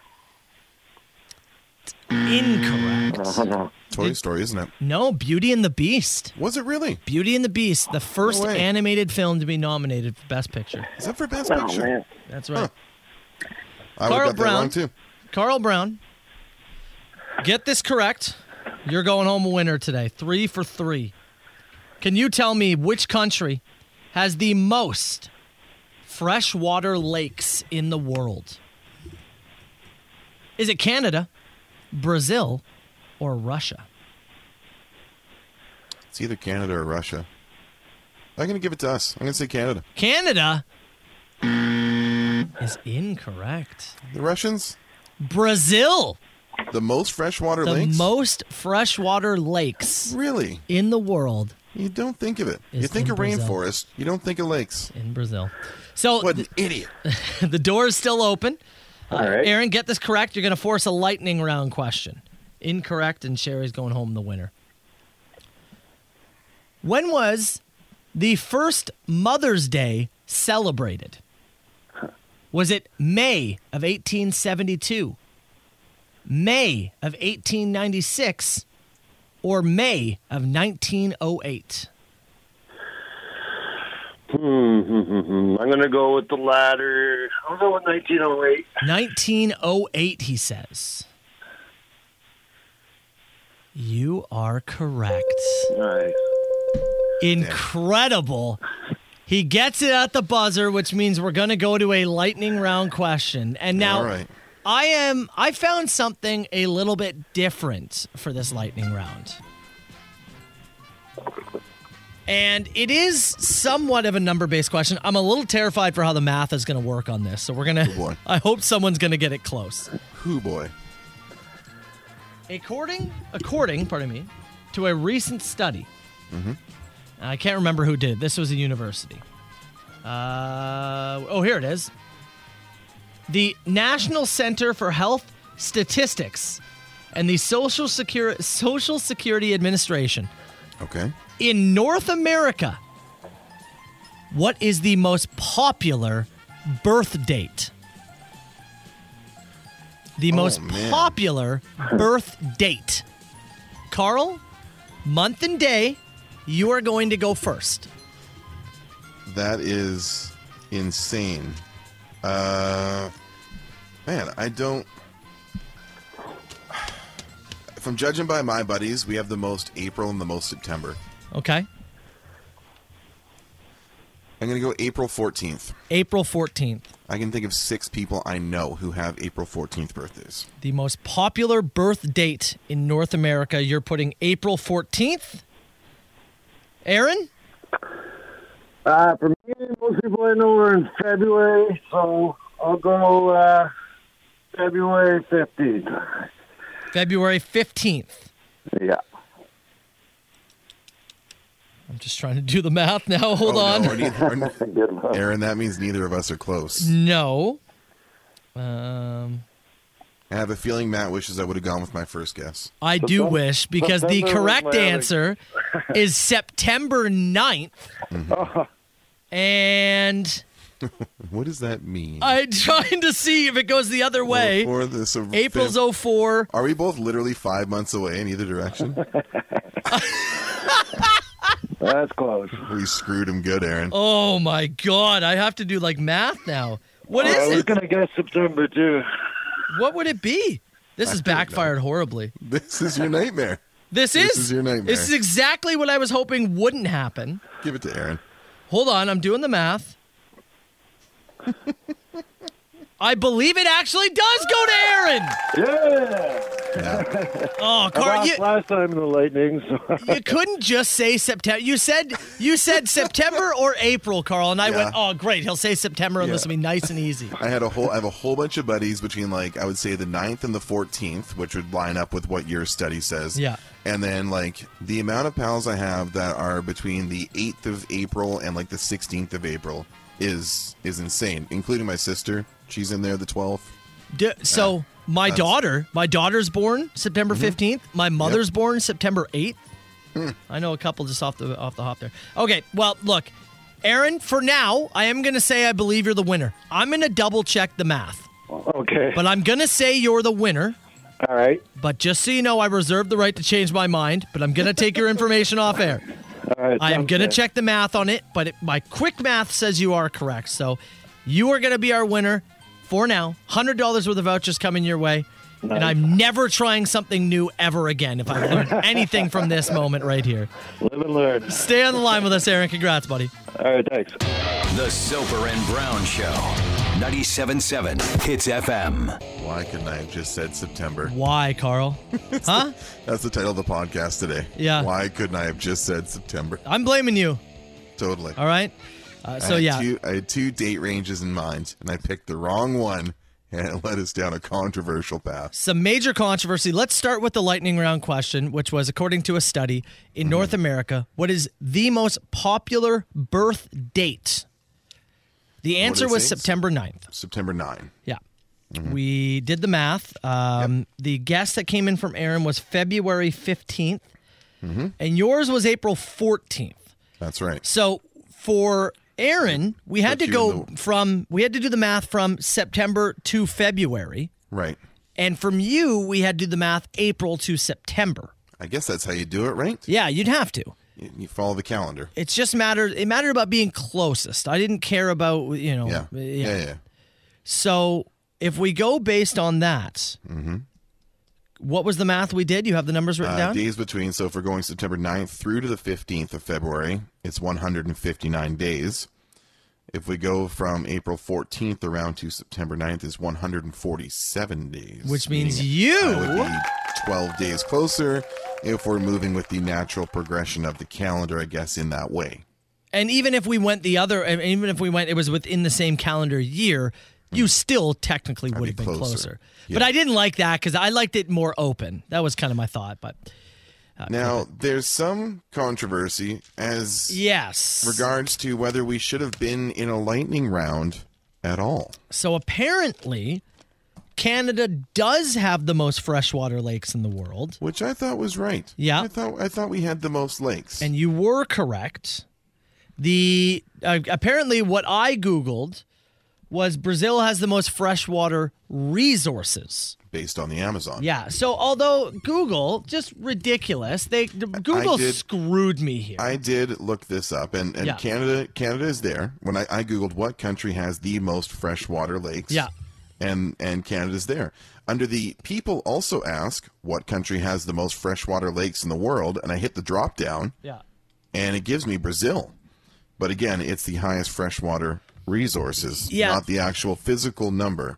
Speaker 6: Incorrect.
Speaker 7: Toy Story, isn't it?
Speaker 6: No, Beauty and the Beast.
Speaker 7: Was it really?
Speaker 6: Beauty and the Beast, the first
Speaker 7: way.
Speaker 6: animated film to be nominated for Best Picture.
Speaker 7: Is that for Best
Speaker 6: Oh,
Speaker 7: Picture?
Speaker 6: man. That's right. Carl
Speaker 7: I would have got that
Speaker 6: Brown.
Speaker 7: wrong too.
Speaker 6: Carl Brown, get this correct. You're going home a winner today. Three for three. Can you tell me which country has the most freshwater lakes in the world? Is it Canada, Brazil, or Russia?
Speaker 7: It's either Canada or Russia. I'm gonna give it to us. I'm gonna say Canada.
Speaker 6: Canada is incorrect.
Speaker 7: The Russians?
Speaker 6: Brazil.
Speaker 7: The most freshwater
Speaker 6: the
Speaker 7: lakes?
Speaker 6: most freshwater lakes.
Speaker 7: Really?
Speaker 6: In the world.
Speaker 7: You don't think of it. you
Speaker 6: Is
Speaker 7: think
Speaker 6: in
Speaker 7: of
Speaker 6: Brazil.
Speaker 7: rainforest, you don't think of lakes.
Speaker 6: In Brazil. So
Speaker 7: What an idiot.
Speaker 6: the door is still open. Uh,
Speaker 7: All right.
Speaker 6: Aaron, get this correct. You're going to force a lightning round question. Incorrect, and Sherry's going home the winner. When was the first Mother's Day celebrated? Was it May of 1872, May of 1896, or May of 1908?
Speaker 14: Hmm, hmm, hmm, hmm. I'm going to go with the latter. I'll go with 1908.
Speaker 6: 1908, he says. You are correct.
Speaker 14: Nice.
Speaker 6: Incredible. He gets it at the buzzer, which means we're going to go to a lightning round question. And now
Speaker 7: All right.
Speaker 6: I am I found something a little bit different for this lightning round. And it is somewhat of a number based question. I'm a little terrified for how the math is going to work on this. So we're going to, I hope someone's going to get it close.
Speaker 7: Who boy.
Speaker 6: According, according, pardon me, to a recent study,
Speaker 7: Mhm.
Speaker 6: I can't remember who did it. This was a university. Uh, oh, here it is. The National Center for Health Statistics and the Social, Secur- Social Security Administration.
Speaker 7: Okay.
Speaker 6: In North America, what is the most popular birth date? The
Speaker 7: Oh,
Speaker 6: most
Speaker 7: man.
Speaker 6: popular birth date. Carl, month and day, you are going to go first.
Speaker 7: That is insane. Uh, man, I don't. If I'm judging by my buddies, we have the most April and the most September.
Speaker 6: Okay.
Speaker 7: I'm going to go April 14th.
Speaker 6: April 14th.
Speaker 7: I can think of six people I know who have April 14th birthdays.
Speaker 6: The most popular birth date in North America, you're putting April 14th. Aaron?
Speaker 14: Uh, for me, most people I know are in February, so I'll go uh, February 15th.
Speaker 6: February 15th.
Speaker 14: Yeah.
Speaker 6: I'm just trying to do the math now. Hold
Speaker 7: Oh,
Speaker 6: on.
Speaker 7: no, we're neither- we're- Aaron, that means neither of us are close.
Speaker 6: No. Um,
Speaker 7: I have a feeling Matt wishes I would have gone with my first guess.
Speaker 6: I do wish because the
Speaker 7: September was
Speaker 6: correct
Speaker 7: my other-
Speaker 6: answer is September 9th.
Speaker 7: Mm-hmm.
Speaker 6: And
Speaker 7: What does that mean?
Speaker 6: I'm trying to see if it goes the other way.
Speaker 7: Or the- so-
Speaker 6: April's
Speaker 7: fam-
Speaker 6: 04.
Speaker 7: Are we both literally five months away in either direction?
Speaker 14: That's close.
Speaker 7: We screwed him good, Aaron.
Speaker 6: Oh my god, I have to do like math now. What
Speaker 14: I
Speaker 6: is
Speaker 14: was
Speaker 6: it?
Speaker 14: going to guess September, too.
Speaker 6: What would it be? This has backfired horribly.
Speaker 7: This is your nightmare.
Speaker 6: This is
Speaker 7: This is your nightmare.
Speaker 6: This is exactly what I was hoping wouldn't happen.
Speaker 7: Give it to Aaron.
Speaker 6: Hold on, I'm doing the math. I believe it actually does go to Aaron.
Speaker 14: Yeah.
Speaker 6: Oh,
Speaker 14: I
Speaker 6: Carl,
Speaker 14: lost
Speaker 6: you,
Speaker 14: last time in the Lightning, so
Speaker 6: you couldn't just say September. You said you said September or April, Carl, and I
Speaker 7: Yeah.
Speaker 6: went, "Oh, great. He'll say September and this will be nice and easy."
Speaker 7: I had a whole I have a whole bunch of buddies between like I would say the 9th and the 14th, which would line up with what your study says.
Speaker 6: Yeah.
Speaker 7: And then like the amount of pals I have that are between the 8th of April and like the 16th of April is is insane, including my sister. She's in there the 12th.
Speaker 6: D- so my
Speaker 7: that's-
Speaker 6: daughter, my daughter's born September
Speaker 7: Mhm.
Speaker 6: 15th. My mother's born September 8th. I know a couple just off the off the hop there. Okay, well, look, Aaron, for now, I am going to say I believe you're the winner. I'm going to double check the math.
Speaker 14: okay.
Speaker 6: But I'm going to say you're the winner.
Speaker 14: All right.
Speaker 6: But just so you know, I reserve the right to change my mind, but I'm going to take your information off air.
Speaker 14: All right.
Speaker 6: I am
Speaker 14: sounds
Speaker 6: going to
Speaker 14: good.
Speaker 6: check the math on it, but it, my quick math says you are correct. So you are going to be our winner for now. $100 worth of vouchers coming your way. And I'm never trying something new ever again if I learn anything from this moment right here.
Speaker 14: Live and learn.
Speaker 6: Stay on the line with us, Aaron. Congrats, buddy.
Speaker 14: All right, thanks.
Speaker 5: The Soper and Brown Show. 97.7 Hits FM.
Speaker 7: Why couldn't I have just said September?
Speaker 6: Why, Carl? huh?
Speaker 7: That's the title of the podcast today.
Speaker 6: Yeah.
Speaker 7: Why couldn't I have just said September?
Speaker 6: I'm blaming you.
Speaker 7: Totally.
Speaker 6: All right. Uh,
Speaker 7: I
Speaker 6: so
Speaker 7: had
Speaker 6: yeah,
Speaker 7: two, I had two date ranges in mind, and I picked the wrong one, and it led us down a controversial path.
Speaker 6: some major controversy. Let's start with the lightning round question, which was according to a study
Speaker 7: Mm-hmm.
Speaker 6: in North America, what is the most popular birth date? The
Speaker 7: What
Speaker 6: answer
Speaker 7: is
Speaker 6: was
Speaker 7: it?
Speaker 6: September 9th.
Speaker 7: September 9.
Speaker 6: Yeah.
Speaker 7: Mm-hmm.
Speaker 6: We did the math. Um, The guess that came in from Aaron was February 15th,
Speaker 7: Mm-hmm.
Speaker 6: and yours was April 14th.
Speaker 7: That's right.
Speaker 6: So for Aaron, we had
Speaker 7: Put
Speaker 6: to
Speaker 7: you in
Speaker 6: go from, we had to do the math from September to February.
Speaker 7: Right.
Speaker 6: And from you, we had to do the math April to September.
Speaker 7: I guess that's how you do it, right?
Speaker 6: Yeah, you'd have to.
Speaker 7: You, you follow the calendar.
Speaker 6: It's just mattered. It mattered about being closest. I didn't care about you know.
Speaker 7: Yeah. Yeah, yeah.
Speaker 6: So if we go based on that, what was the math we did? You have the numbers written
Speaker 7: Mm-hmm. Uh,
Speaker 6: down.
Speaker 7: days between. So if we're going September 9th through to the 15th of February, it's 159 days. If we go from April 14th around to September 9th, is 147 days.
Speaker 6: Which means
Speaker 7: Meaning
Speaker 6: you-
Speaker 7: I would be 12 days closer if we're moving with the natural progression of the calendar, I guess, in that way.
Speaker 6: and even if we went the other, and even if we went, it was within the same calendar year. You still technically would have been closer,
Speaker 7: Mm. closer.
Speaker 6: but I didn't like that because I liked it more open. That was kind of my thought, but uh,
Speaker 7: Now, there's some controversy as
Speaker 6: yes,
Speaker 7: regards to whether we should have been in a lightning round at all.
Speaker 6: So apparently, Canada does have the most freshwater lakes in the world,
Speaker 7: which I thought was right.
Speaker 6: Yeah,
Speaker 7: I thought I thought we had the most lakes,
Speaker 6: and you were correct. The uh, apparently what I googled was Brazil has the most freshwater resources.
Speaker 7: based on the Amazon.
Speaker 6: Yeah. So although Google just ridiculous, they Google
Speaker 7: did-
Speaker 6: screwed me here.
Speaker 7: I did look this up, and, and
Speaker 6: Yeah.
Speaker 7: Canada Canada is there. When I, I googled what country has the most freshwater lakes,
Speaker 6: Yeah.
Speaker 7: and and Canada's there. Under the people also ask what country has the most freshwater lakes in the world, and I hit the drop down,
Speaker 6: Yeah.
Speaker 7: and it gives me Brazil. But again, it's the highest freshwater resources,
Speaker 6: Yeah.
Speaker 7: not the actual physical number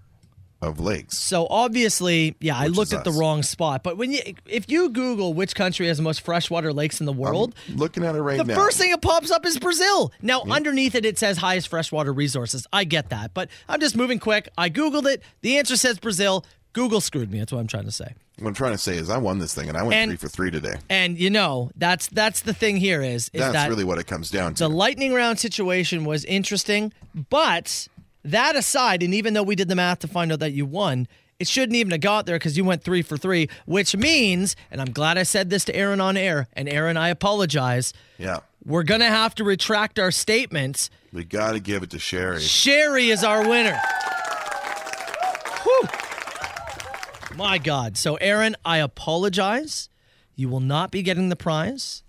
Speaker 7: of lakes.
Speaker 6: So obviously, yeah, I
Speaker 7: Which
Speaker 6: looked
Speaker 7: is
Speaker 6: at the
Speaker 7: us.
Speaker 6: wrong spot. But when you if you Google which country has the most freshwater lakes
Speaker 7: Um,
Speaker 6: in the world,
Speaker 7: Looking at it right
Speaker 6: the
Speaker 7: now,
Speaker 6: first thing that pops up is Brazil. Now, underneath it, it says highest freshwater resources. I get that, but I'm just moving quick. I Googled it. The answer says Brazil. Google screwed me. That's what I'm trying to say.
Speaker 7: what I'm trying to say is I won this thing, and I went
Speaker 6: And-
Speaker 7: three for three today.
Speaker 6: And you know, that's that's the thing here is, is
Speaker 7: That's
Speaker 6: that
Speaker 7: really what it comes down to.
Speaker 6: the lightning round situation was interesting, but that aside, and even though we did the math to find out that you won, it shouldn't even have got there because you went three for three, which means, and I'm glad I said this to Aaron on air, and Aaron, I apologize.
Speaker 7: Yeah.
Speaker 6: We're gonna have to retract our statements.
Speaker 7: We got to give it to Sherry.
Speaker 6: Sherry is our winner. Whew. My God. So, Aaron, I apologize. You will not be getting the prize.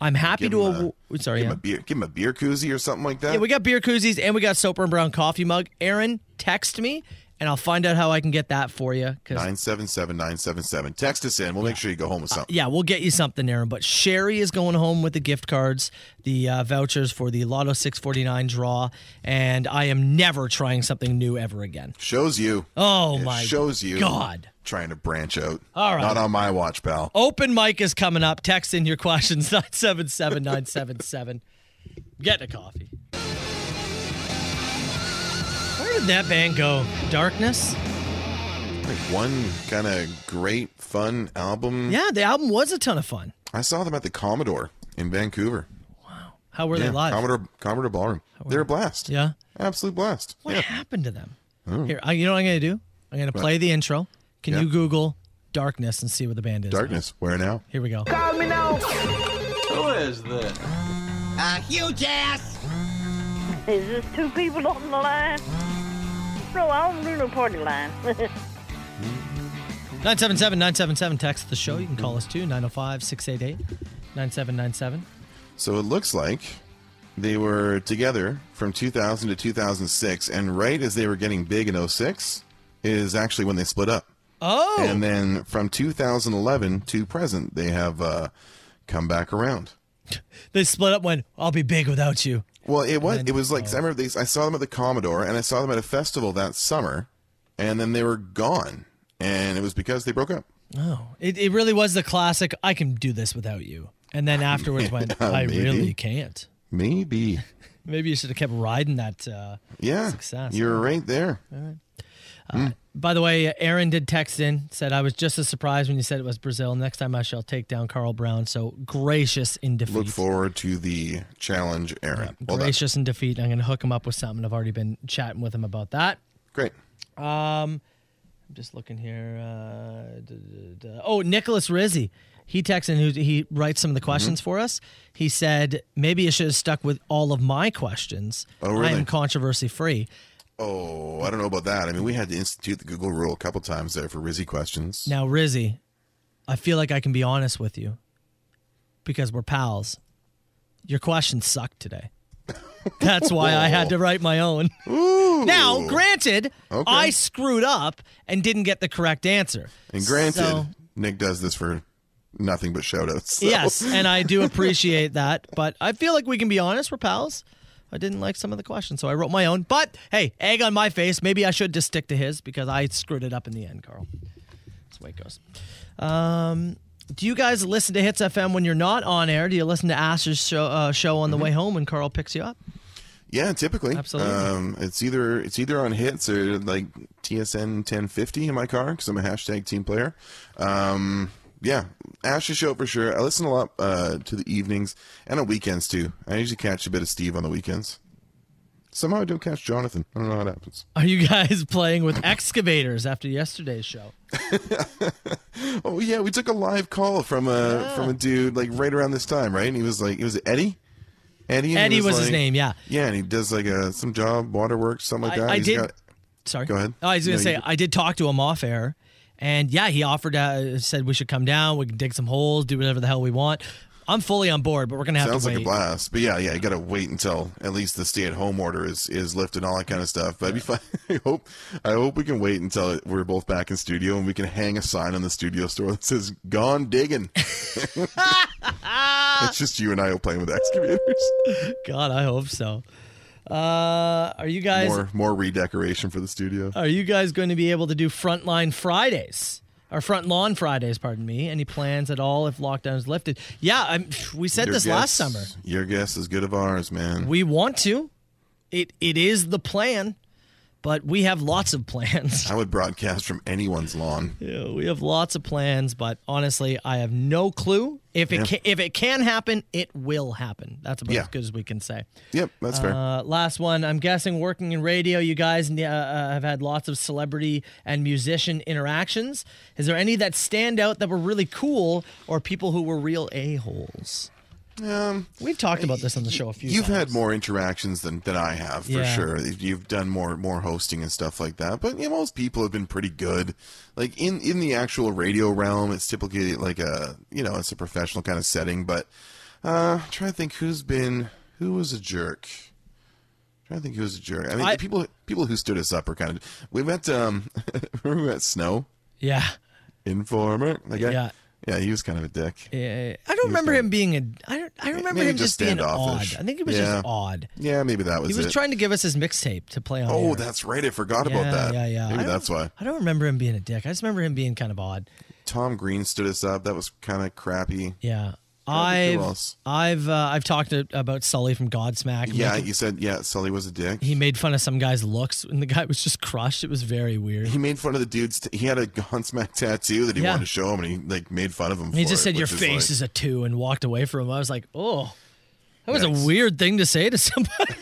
Speaker 6: I'm happy
Speaker 7: Give
Speaker 6: to.
Speaker 7: him
Speaker 6: awa- sorry.
Speaker 7: give,
Speaker 6: yeah.
Speaker 7: him a beer, give him a beer koozie or something like that.
Speaker 6: Yeah, we got beer koozies and we got Soper and Brown coffee mug. Aaron, text me and I'll find out how I can get that for you. 'cause-
Speaker 7: 977 977. Text us in. We'll make sure you go home with something.
Speaker 6: yeah, Uh, we'll get you something, Aaron. But Sherry is going home with the gift cards, the uh, vouchers for the Lotto 649 draw, and I am never trying something new ever again.
Speaker 7: Shows you.
Speaker 6: Oh
Speaker 7: It
Speaker 6: my
Speaker 7: Shows you.
Speaker 6: God.
Speaker 7: Trying to branch out.
Speaker 6: All right. Oh.
Speaker 7: Not on my watch, pal.
Speaker 6: Open mic is coming up. Text in your questions 977 977. Getting a coffee. Where did that band go? Darkness?
Speaker 7: Like one kind of great, fun album.
Speaker 6: Yeah, the album was a ton of fun.
Speaker 7: I saw them at the Commodore in Vancouver.
Speaker 6: How were they
Speaker 7: Yeah,
Speaker 6: live?
Speaker 7: Commodore, Commodore Ballroom. They're a blast.
Speaker 6: Yeah.
Speaker 7: Absolute blast.
Speaker 6: What
Speaker 7: yeah.
Speaker 6: happened to them?
Speaker 7: Oh.
Speaker 6: Here, I, you know what I'm going to do? I'm going to
Speaker 7: What?
Speaker 6: play the intro. Can
Speaker 7: Yeah.
Speaker 6: you Google Darkness and see what the band is? now?
Speaker 7: Darkness. Where now?
Speaker 6: Here we go.
Speaker 2: Call me now. Who is this?
Speaker 1: A huge ass. Is this two people on the line? No, I don't do no party line.
Speaker 6: 977 977. Text the show. You can call us too. 905 688 9797.
Speaker 7: So it looks like they were together from 2000 to 2006, and right as they were getting big in 06 is actually when they split up.
Speaker 6: Oh.
Speaker 7: And then from 2011 to present, they have uh, come back around.
Speaker 6: They split up when I'll be big without you.
Speaker 7: Well, it was it was like 'cause I remember these. I saw them at the Commodore, and I saw them at a festival that summer, and then they were gone, and it was because they broke up.
Speaker 6: Oh. It, it really was the classic I can do this without you. And then afterwards when
Speaker 7: Yeah,
Speaker 6: I
Speaker 7: maybe.
Speaker 6: really can't.
Speaker 7: Maybe
Speaker 6: Maybe you should have kept riding that uh,
Speaker 7: Yeah,
Speaker 6: success.
Speaker 7: you're right there.
Speaker 6: All right. By the way, Aaron did text in, said, I was just as surprised when you said it was Brazil. Next time I shall take down Carl Brown. So gracious in defeat.
Speaker 7: Look forward to the challenge, Aaron. well done.
Speaker 6: gracious in defeat. I'm going to hook him up with something. I've already been chatting with him about that.
Speaker 7: Great.
Speaker 6: Um, I'm just looking here. Uh, duh, duh, duh. Oh, Nicholas Rizzi. He texted and who he writes some of the questions
Speaker 7: Mm-hmm.
Speaker 6: for us. He said, maybe you should have stuck with all of my questions.
Speaker 7: Oh, really?
Speaker 6: I am controversy free.
Speaker 7: Oh, I don't know about that. I mean, we had to institute the Google rule a couple times there for Rizzy questions.
Speaker 6: Now, Rizzy, I feel like I can be honest with you because we're pals. Your question sucked today. That's why I had to write my own. Now, granted,
Speaker 7: Okay.
Speaker 6: I screwed up and didn't get the correct answer.
Speaker 7: And granted,
Speaker 6: So-
Speaker 7: Nick does this for nothing but shout outs.
Speaker 6: Yes, and I do appreciate that, but I feel like we can be honest. We're pals. I didn't like some of the questions, so I wrote my own. But hey, egg on my face. Maybe I should just stick to his because I screwed it up in the end, Carl. That's the way it goes. Um, do you guys listen to Hits FM when you're not on air? Do you listen to Asher's show, uh, show on the way home when Carl picks you up?
Speaker 7: Yeah, typically.
Speaker 6: Absolutely.
Speaker 7: Um, it's either it's either on hits or like TSN 1050 in my car because I'm a hashtag team player. Um, yeah, Ash's show for sure. I listen a lot uh, to the evenings and on weekends too. I usually catch a bit of Steve on the weekends. Somehow I don't catch Jonathan. I don't know how it happens.
Speaker 6: Are you guys playing with excavators after yesterday's show?
Speaker 7: Oh yeah, we took a live call from a
Speaker 6: Oh.
Speaker 7: from a dude like right around this time, right? And he was like, it was Eddie. Eddie. and he
Speaker 6: Eddie was his
Speaker 7: like-
Speaker 6: name, yeah.
Speaker 7: Yeah, and he does like a some job, waterworks, something like
Speaker 6: I-
Speaker 7: that.
Speaker 6: I
Speaker 7: He's
Speaker 6: did-
Speaker 7: got-
Speaker 6: Sorry.
Speaker 7: Go ahead.
Speaker 6: Oh, I was gonna
Speaker 7: No,
Speaker 6: say
Speaker 7: you-
Speaker 6: I did talk to him off air, and yeah, he offered, uh, said we should come down, we can dig some holes, do whatever the hell we want. I'm fully on board, but we're gonna have
Speaker 7: Sounds
Speaker 6: to
Speaker 7: like
Speaker 6: wait.
Speaker 7: a blast, but yeah, yeah, you gotta wait until at least the stay-at-home order is is lifted, all that kind of stuff. But it'd be fun. I hope I hope we can wait until we're both back in studio and we can hang a sign on the studio store that says "Gone Digging." it's just you and I playing with excavators.
Speaker 6: God, I hope so. Uh, are you guys
Speaker 7: More more redecoration for the studio.
Speaker 6: are you guys going to be able to do frontline Fridays or front lawn Fridays? Pardon me. Any plans at all if lockdown is lifted? Yeah, I'm, we said
Speaker 7: Your
Speaker 6: this
Speaker 7: guess-
Speaker 6: last summer.
Speaker 7: Your guess is good of ours, man.
Speaker 6: We want to. It it is the plan, but we have lots of plans.
Speaker 7: I would broadcast from anyone's lawn.
Speaker 6: Yeah, we have lots of plans, but honestly, I have no clue. If it
Speaker 7: Yeah.
Speaker 6: can, if it can happen, it will happen. That's about
Speaker 7: Yeah.
Speaker 6: as good as we can say.
Speaker 7: Yep, that's fair.
Speaker 6: Uh, last one. I'm guessing working in radio, you guys uh, uh, have had lots of celebrity and musician interactions. Is there any that stand out that were really cool, or people who were real a holes?
Speaker 7: Um,
Speaker 6: We've talked about this on the show a few.
Speaker 7: You've
Speaker 6: times.
Speaker 7: had more interactions than, than I have for
Speaker 6: Yeah.
Speaker 7: sure. You've done more more hosting and stuff like that. But yeah, most people have been pretty good. Like in in the actual radio realm, it's typically like a you know it's a professional kind of setting. But uh, I'm trying to think who's been who was a jerk. I'm trying to think who was a jerk. I mean,
Speaker 6: I-
Speaker 7: the people people who stood us up are kind of. We met um, remember we met Snow
Speaker 6: Yeah,
Speaker 7: Informer. Like
Speaker 6: Yeah.
Speaker 7: yeah, he was kind of a dick.
Speaker 6: Yeah, I don't remember him being a. I don't. I remember
Speaker 7: Maybe
Speaker 6: him just, being odd.
Speaker 7: standoffish.
Speaker 6: I think it was
Speaker 7: Yeah.
Speaker 6: just odd.
Speaker 7: Yeah, maybe that was.
Speaker 6: he was
Speaker 7: it.
Speaker 6: trying to give us his mixtape to play on.
Speaker 7: Oh,
Speaker 6: air.
Speaker 7: that's right. I forgot
Speaker 6: Yeah,
Speaker 7: about that.
Speaker 6: yeah, yeah. I
Speaker 7: Maybe
Speaker 6: don't-
Speaker 7: that's why.
Speaker 6: I don't remember him being a dick. I just remember him being kind of odd.
Speaker 7: Tom Green stood us up. That was kind of crappy.
Speaker 6: Yeah.
Speaker 7: I think who
Speaker 6: I've
Speaker 7: else?
Speaker 6: I've uh, I've talked to, about Sully from Godsmack.
Speaker 7: Yeah,
Speaker 6: Like,
Speaker 7: you said yeah. Sully was a dick.
Speaker 6: he made fun of some guy's looks, and the guy was just crushed. It was very weird.
Speaker 7: He made fun of the dude's. T- he had a gunsmack tattoo that he
Speaker 6: Yeah.
Speaker 7: wanted to show him, and he like made fun of him.
Speaker 6: He
Speaker 7: for
Speaker 6: just
Speaker 7: it,
Speaker 6: said your
Speaker 7: which is
Speaker 6: face
Speaker 7: like-
Speaker 6: is a two, and walked away from him. I was like, oh, that was
Speaker 7: Yikes.
Speaker 6: a weird thing to say to somebody.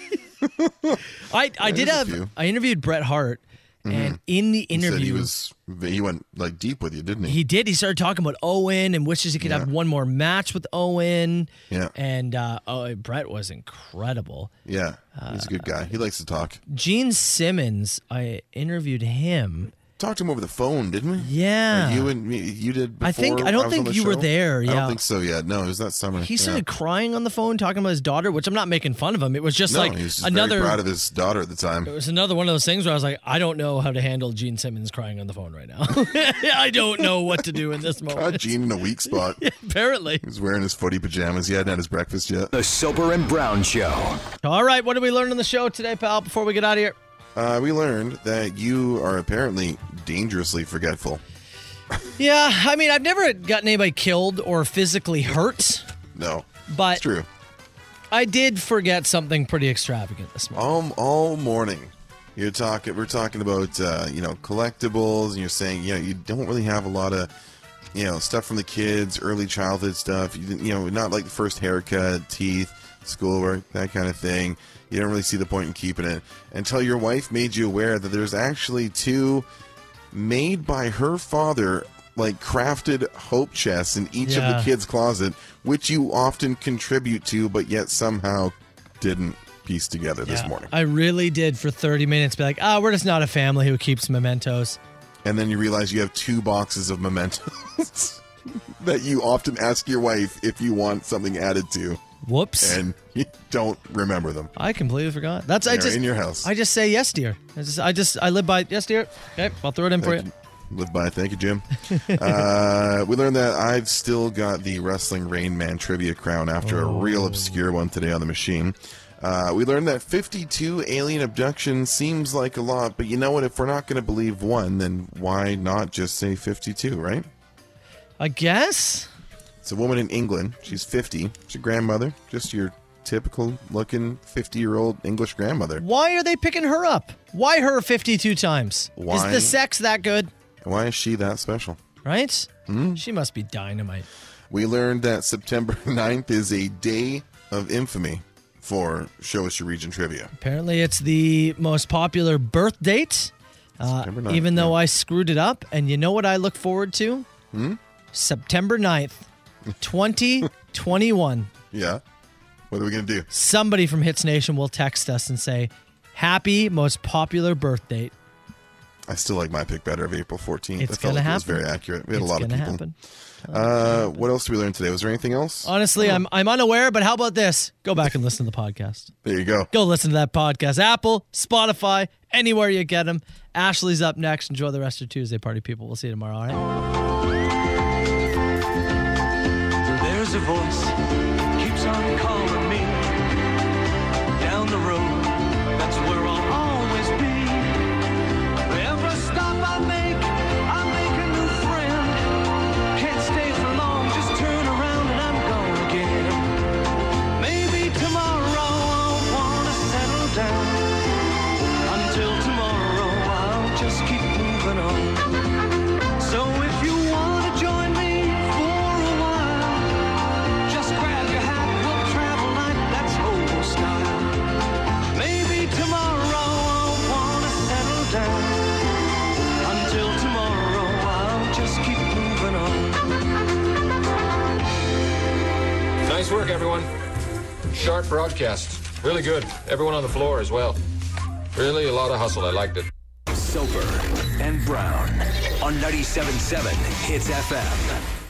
Speaker 6: I I did
Speaker 7: there's a
Speaker 6: have
Speaker 7: few.
Speaker 6: I interviewed Bret Hart, and
Speaker 7: Mhm.
Speaker 6: in the
Speaker 7: He
Speaker 6: interview
Speaker 7: said he was. He went like deep with you, didn't he?
Speaker 6: He did. He started talking about Owen and wishes he could have one more match with Owen.
Speaker 7: Yeah.
Speaker 6: And uh, oh, Brett was incredible.
Speaker 7: yeah,
Speaker 6: Uh,
Speaker 7: he's a good guy. He likes to talk.
Speaker 6: Gene Simmons, I interviewed him.
Speaker 7: Talked to him over the phone, didn't we?
Speaker 6: Yeah.
Speaker 7: Like, you and me, you did. Before
Speaker 6: I think- I don't
Speaker 7: was
Speaker 6: think
Speaker 7: on the
Speaker 6: you were
Speaker 7: show?
Speaker 6: there,
Speaker 7: I
Speaker 6: yeah.
Speaker 7: don't think so yet. No, it was that summer.
Speaker 6: he
Speaker 7: yeah.
Speaker 6: started crying on the phone talking about his daughter, which I'm not making fun of him. It was just
Speaker 7: no,
Speaker 6: like
Speaker 7: he was just
Speaker 6: another
Speaker 7: very proud of his daughter at the time.
Speaker 6: It was another one of those things where I was like, I don't know how to handle Gene Simmons crying on the phone right now. I don't know what to do in this moment.
Speaker 7: Got Gene in a weak spot.
Speaker 6: Apparently.
Speaker 7: He's wearing his footy pajamas. He hadn't had his breakfast yet.
Speaker 5: The Soper and Brown Show.
Speaker 6: All right, what did we learn on the show today, pal, before we get out of here?
Speaker 7: Uh, we learned that you are apparently dangerously forgetful.
Speaker 6: Yeah, I mean, I've never gotten anybody killed or physically hurt,
Speaker 7: No,
Speaker 6: but
Speaker 7: it's true.
Speaker 6: I did forget something pretty extravagant this morning.
Speaker 7: All, all morning, you're talking. We're talking about uh, you know collectibles, and you're saying you know you don't really have a lot of you know stuff from the kids, early childhood stuff. You, didn't- you know, not like the first haircut, teeth, schoolwork, that kind of thing. You don't really see the point in keeping it until your wife made you aware that there's actually two made by her father, like crafted hope chests in each of
Speaker 6: Yeah.
Speaker 7: the kids' closet, which you often contribute to, but yet somehow didn't piece together Oh, this
Speaker 6: Yeah,
Speaker 7: morning.
Speaker 6: I really did for 30 minutes be like, ah, we're just not a family who keeps mementos.
Speaker 7: And then you realize you have two boxes of mementos that you often ask your wife if you want something added to.
Speaker 6: Whoops.
Speaker 7: And you don't remember them.
Speaker 6: I completely forgot. That's I
Speaker 7: They're
Speaker 6: just
Speaker 7: in your house.
Speaker 6: I just say yes, dear. I just I just I live by yes, dear. Okay, I'll throw it in for you.
Speaker 7: Thank Live by. it. Thank you, Jim. uh, we learned that I've still got the Wrestling Rain Man trivia crown after a
Speaker 6: Oh.
Speaker 7: real obscure one today on the machine. Uh, we learned that 52 alien abductions seems like a lot, but you know what? If we're not going to believe one, then why not just say 52, right?
Speaker 6: I guess.
Speaker 7: It's a woman in England. She's 50. She's a grandmother, just your typical looking 50 year old English grandmother.
Speaker 6: Why are they picking her up? Why her 52 times?
Speaker 7: Why?
Speaker 6: Is the sex that good?
Speaker 7: Why is she that special?
Speaker 6: Right?
Speaker 7: Hmm?
Speaker 6: She must be dynamite.
Speaker 7: We learned that September 9th is a day of infamy for Show Us Your Region trivia.
Speaker 6: Apparently, it's the most popular birth date. Uh,
Speaker 7: September 9th,
Speaker 6: even though I screwed it up, and you know what I look forward to?
Speaker 7: Hmm?
Speaker 6: September 9th, 2021.
Speaker 7: Yeah. What are we going to do?
Speaker 6: Somebody from Hits Nation will text us and say, "Happy most popular birth date."
Speaker 7: I still like my pick better of April 14th.
Speaker 6: It's
Speaker 7: I
Speaker 6: gonna
Speaker 7: felt like it was
Speaker 6: happen.
Speaker 7: very accurate. We had
Speaker 6: It's
Speaker 7: a lot of
Speaker 6: gonna
Speaker 7: people. Uh, what else did we learn today? Was there anything else?
Speaker 6: Honestly, I'm I'm unaware, but how about this? Go back and listen to the podcast.
Speaker 7: There you go.
Speaker 6: Go listen to that podcast. Apple, Spotify, anywhere you get them. Ashley's up next. Enjoy the rest of your Tuesday party, people. We'll see you tomorrow. All right.
Speaker 15: There's a voice keeps on calling me down the road. That's where I'll always be. Every stop I make, I make a new friend. Can't stay for long, just turn around and I'm gone again. Maybe tomorrow I'll wanna settle down. Until tomorrow, I'll just keep moving on. So if you wanna join me for a while. Just grab your hat, we'll travel like that's old style. Maybe tomorrow I'll wanna settle down. Until tomorrow, I'll just keep moving on.
Speaker 2: Nice work, everyone. Sharp broadcast. Really good. Everyone on the floor as well. Really a lot of hustle. I liked it.
Speaker 5: Soper and Brown on 97.7 Hits FM.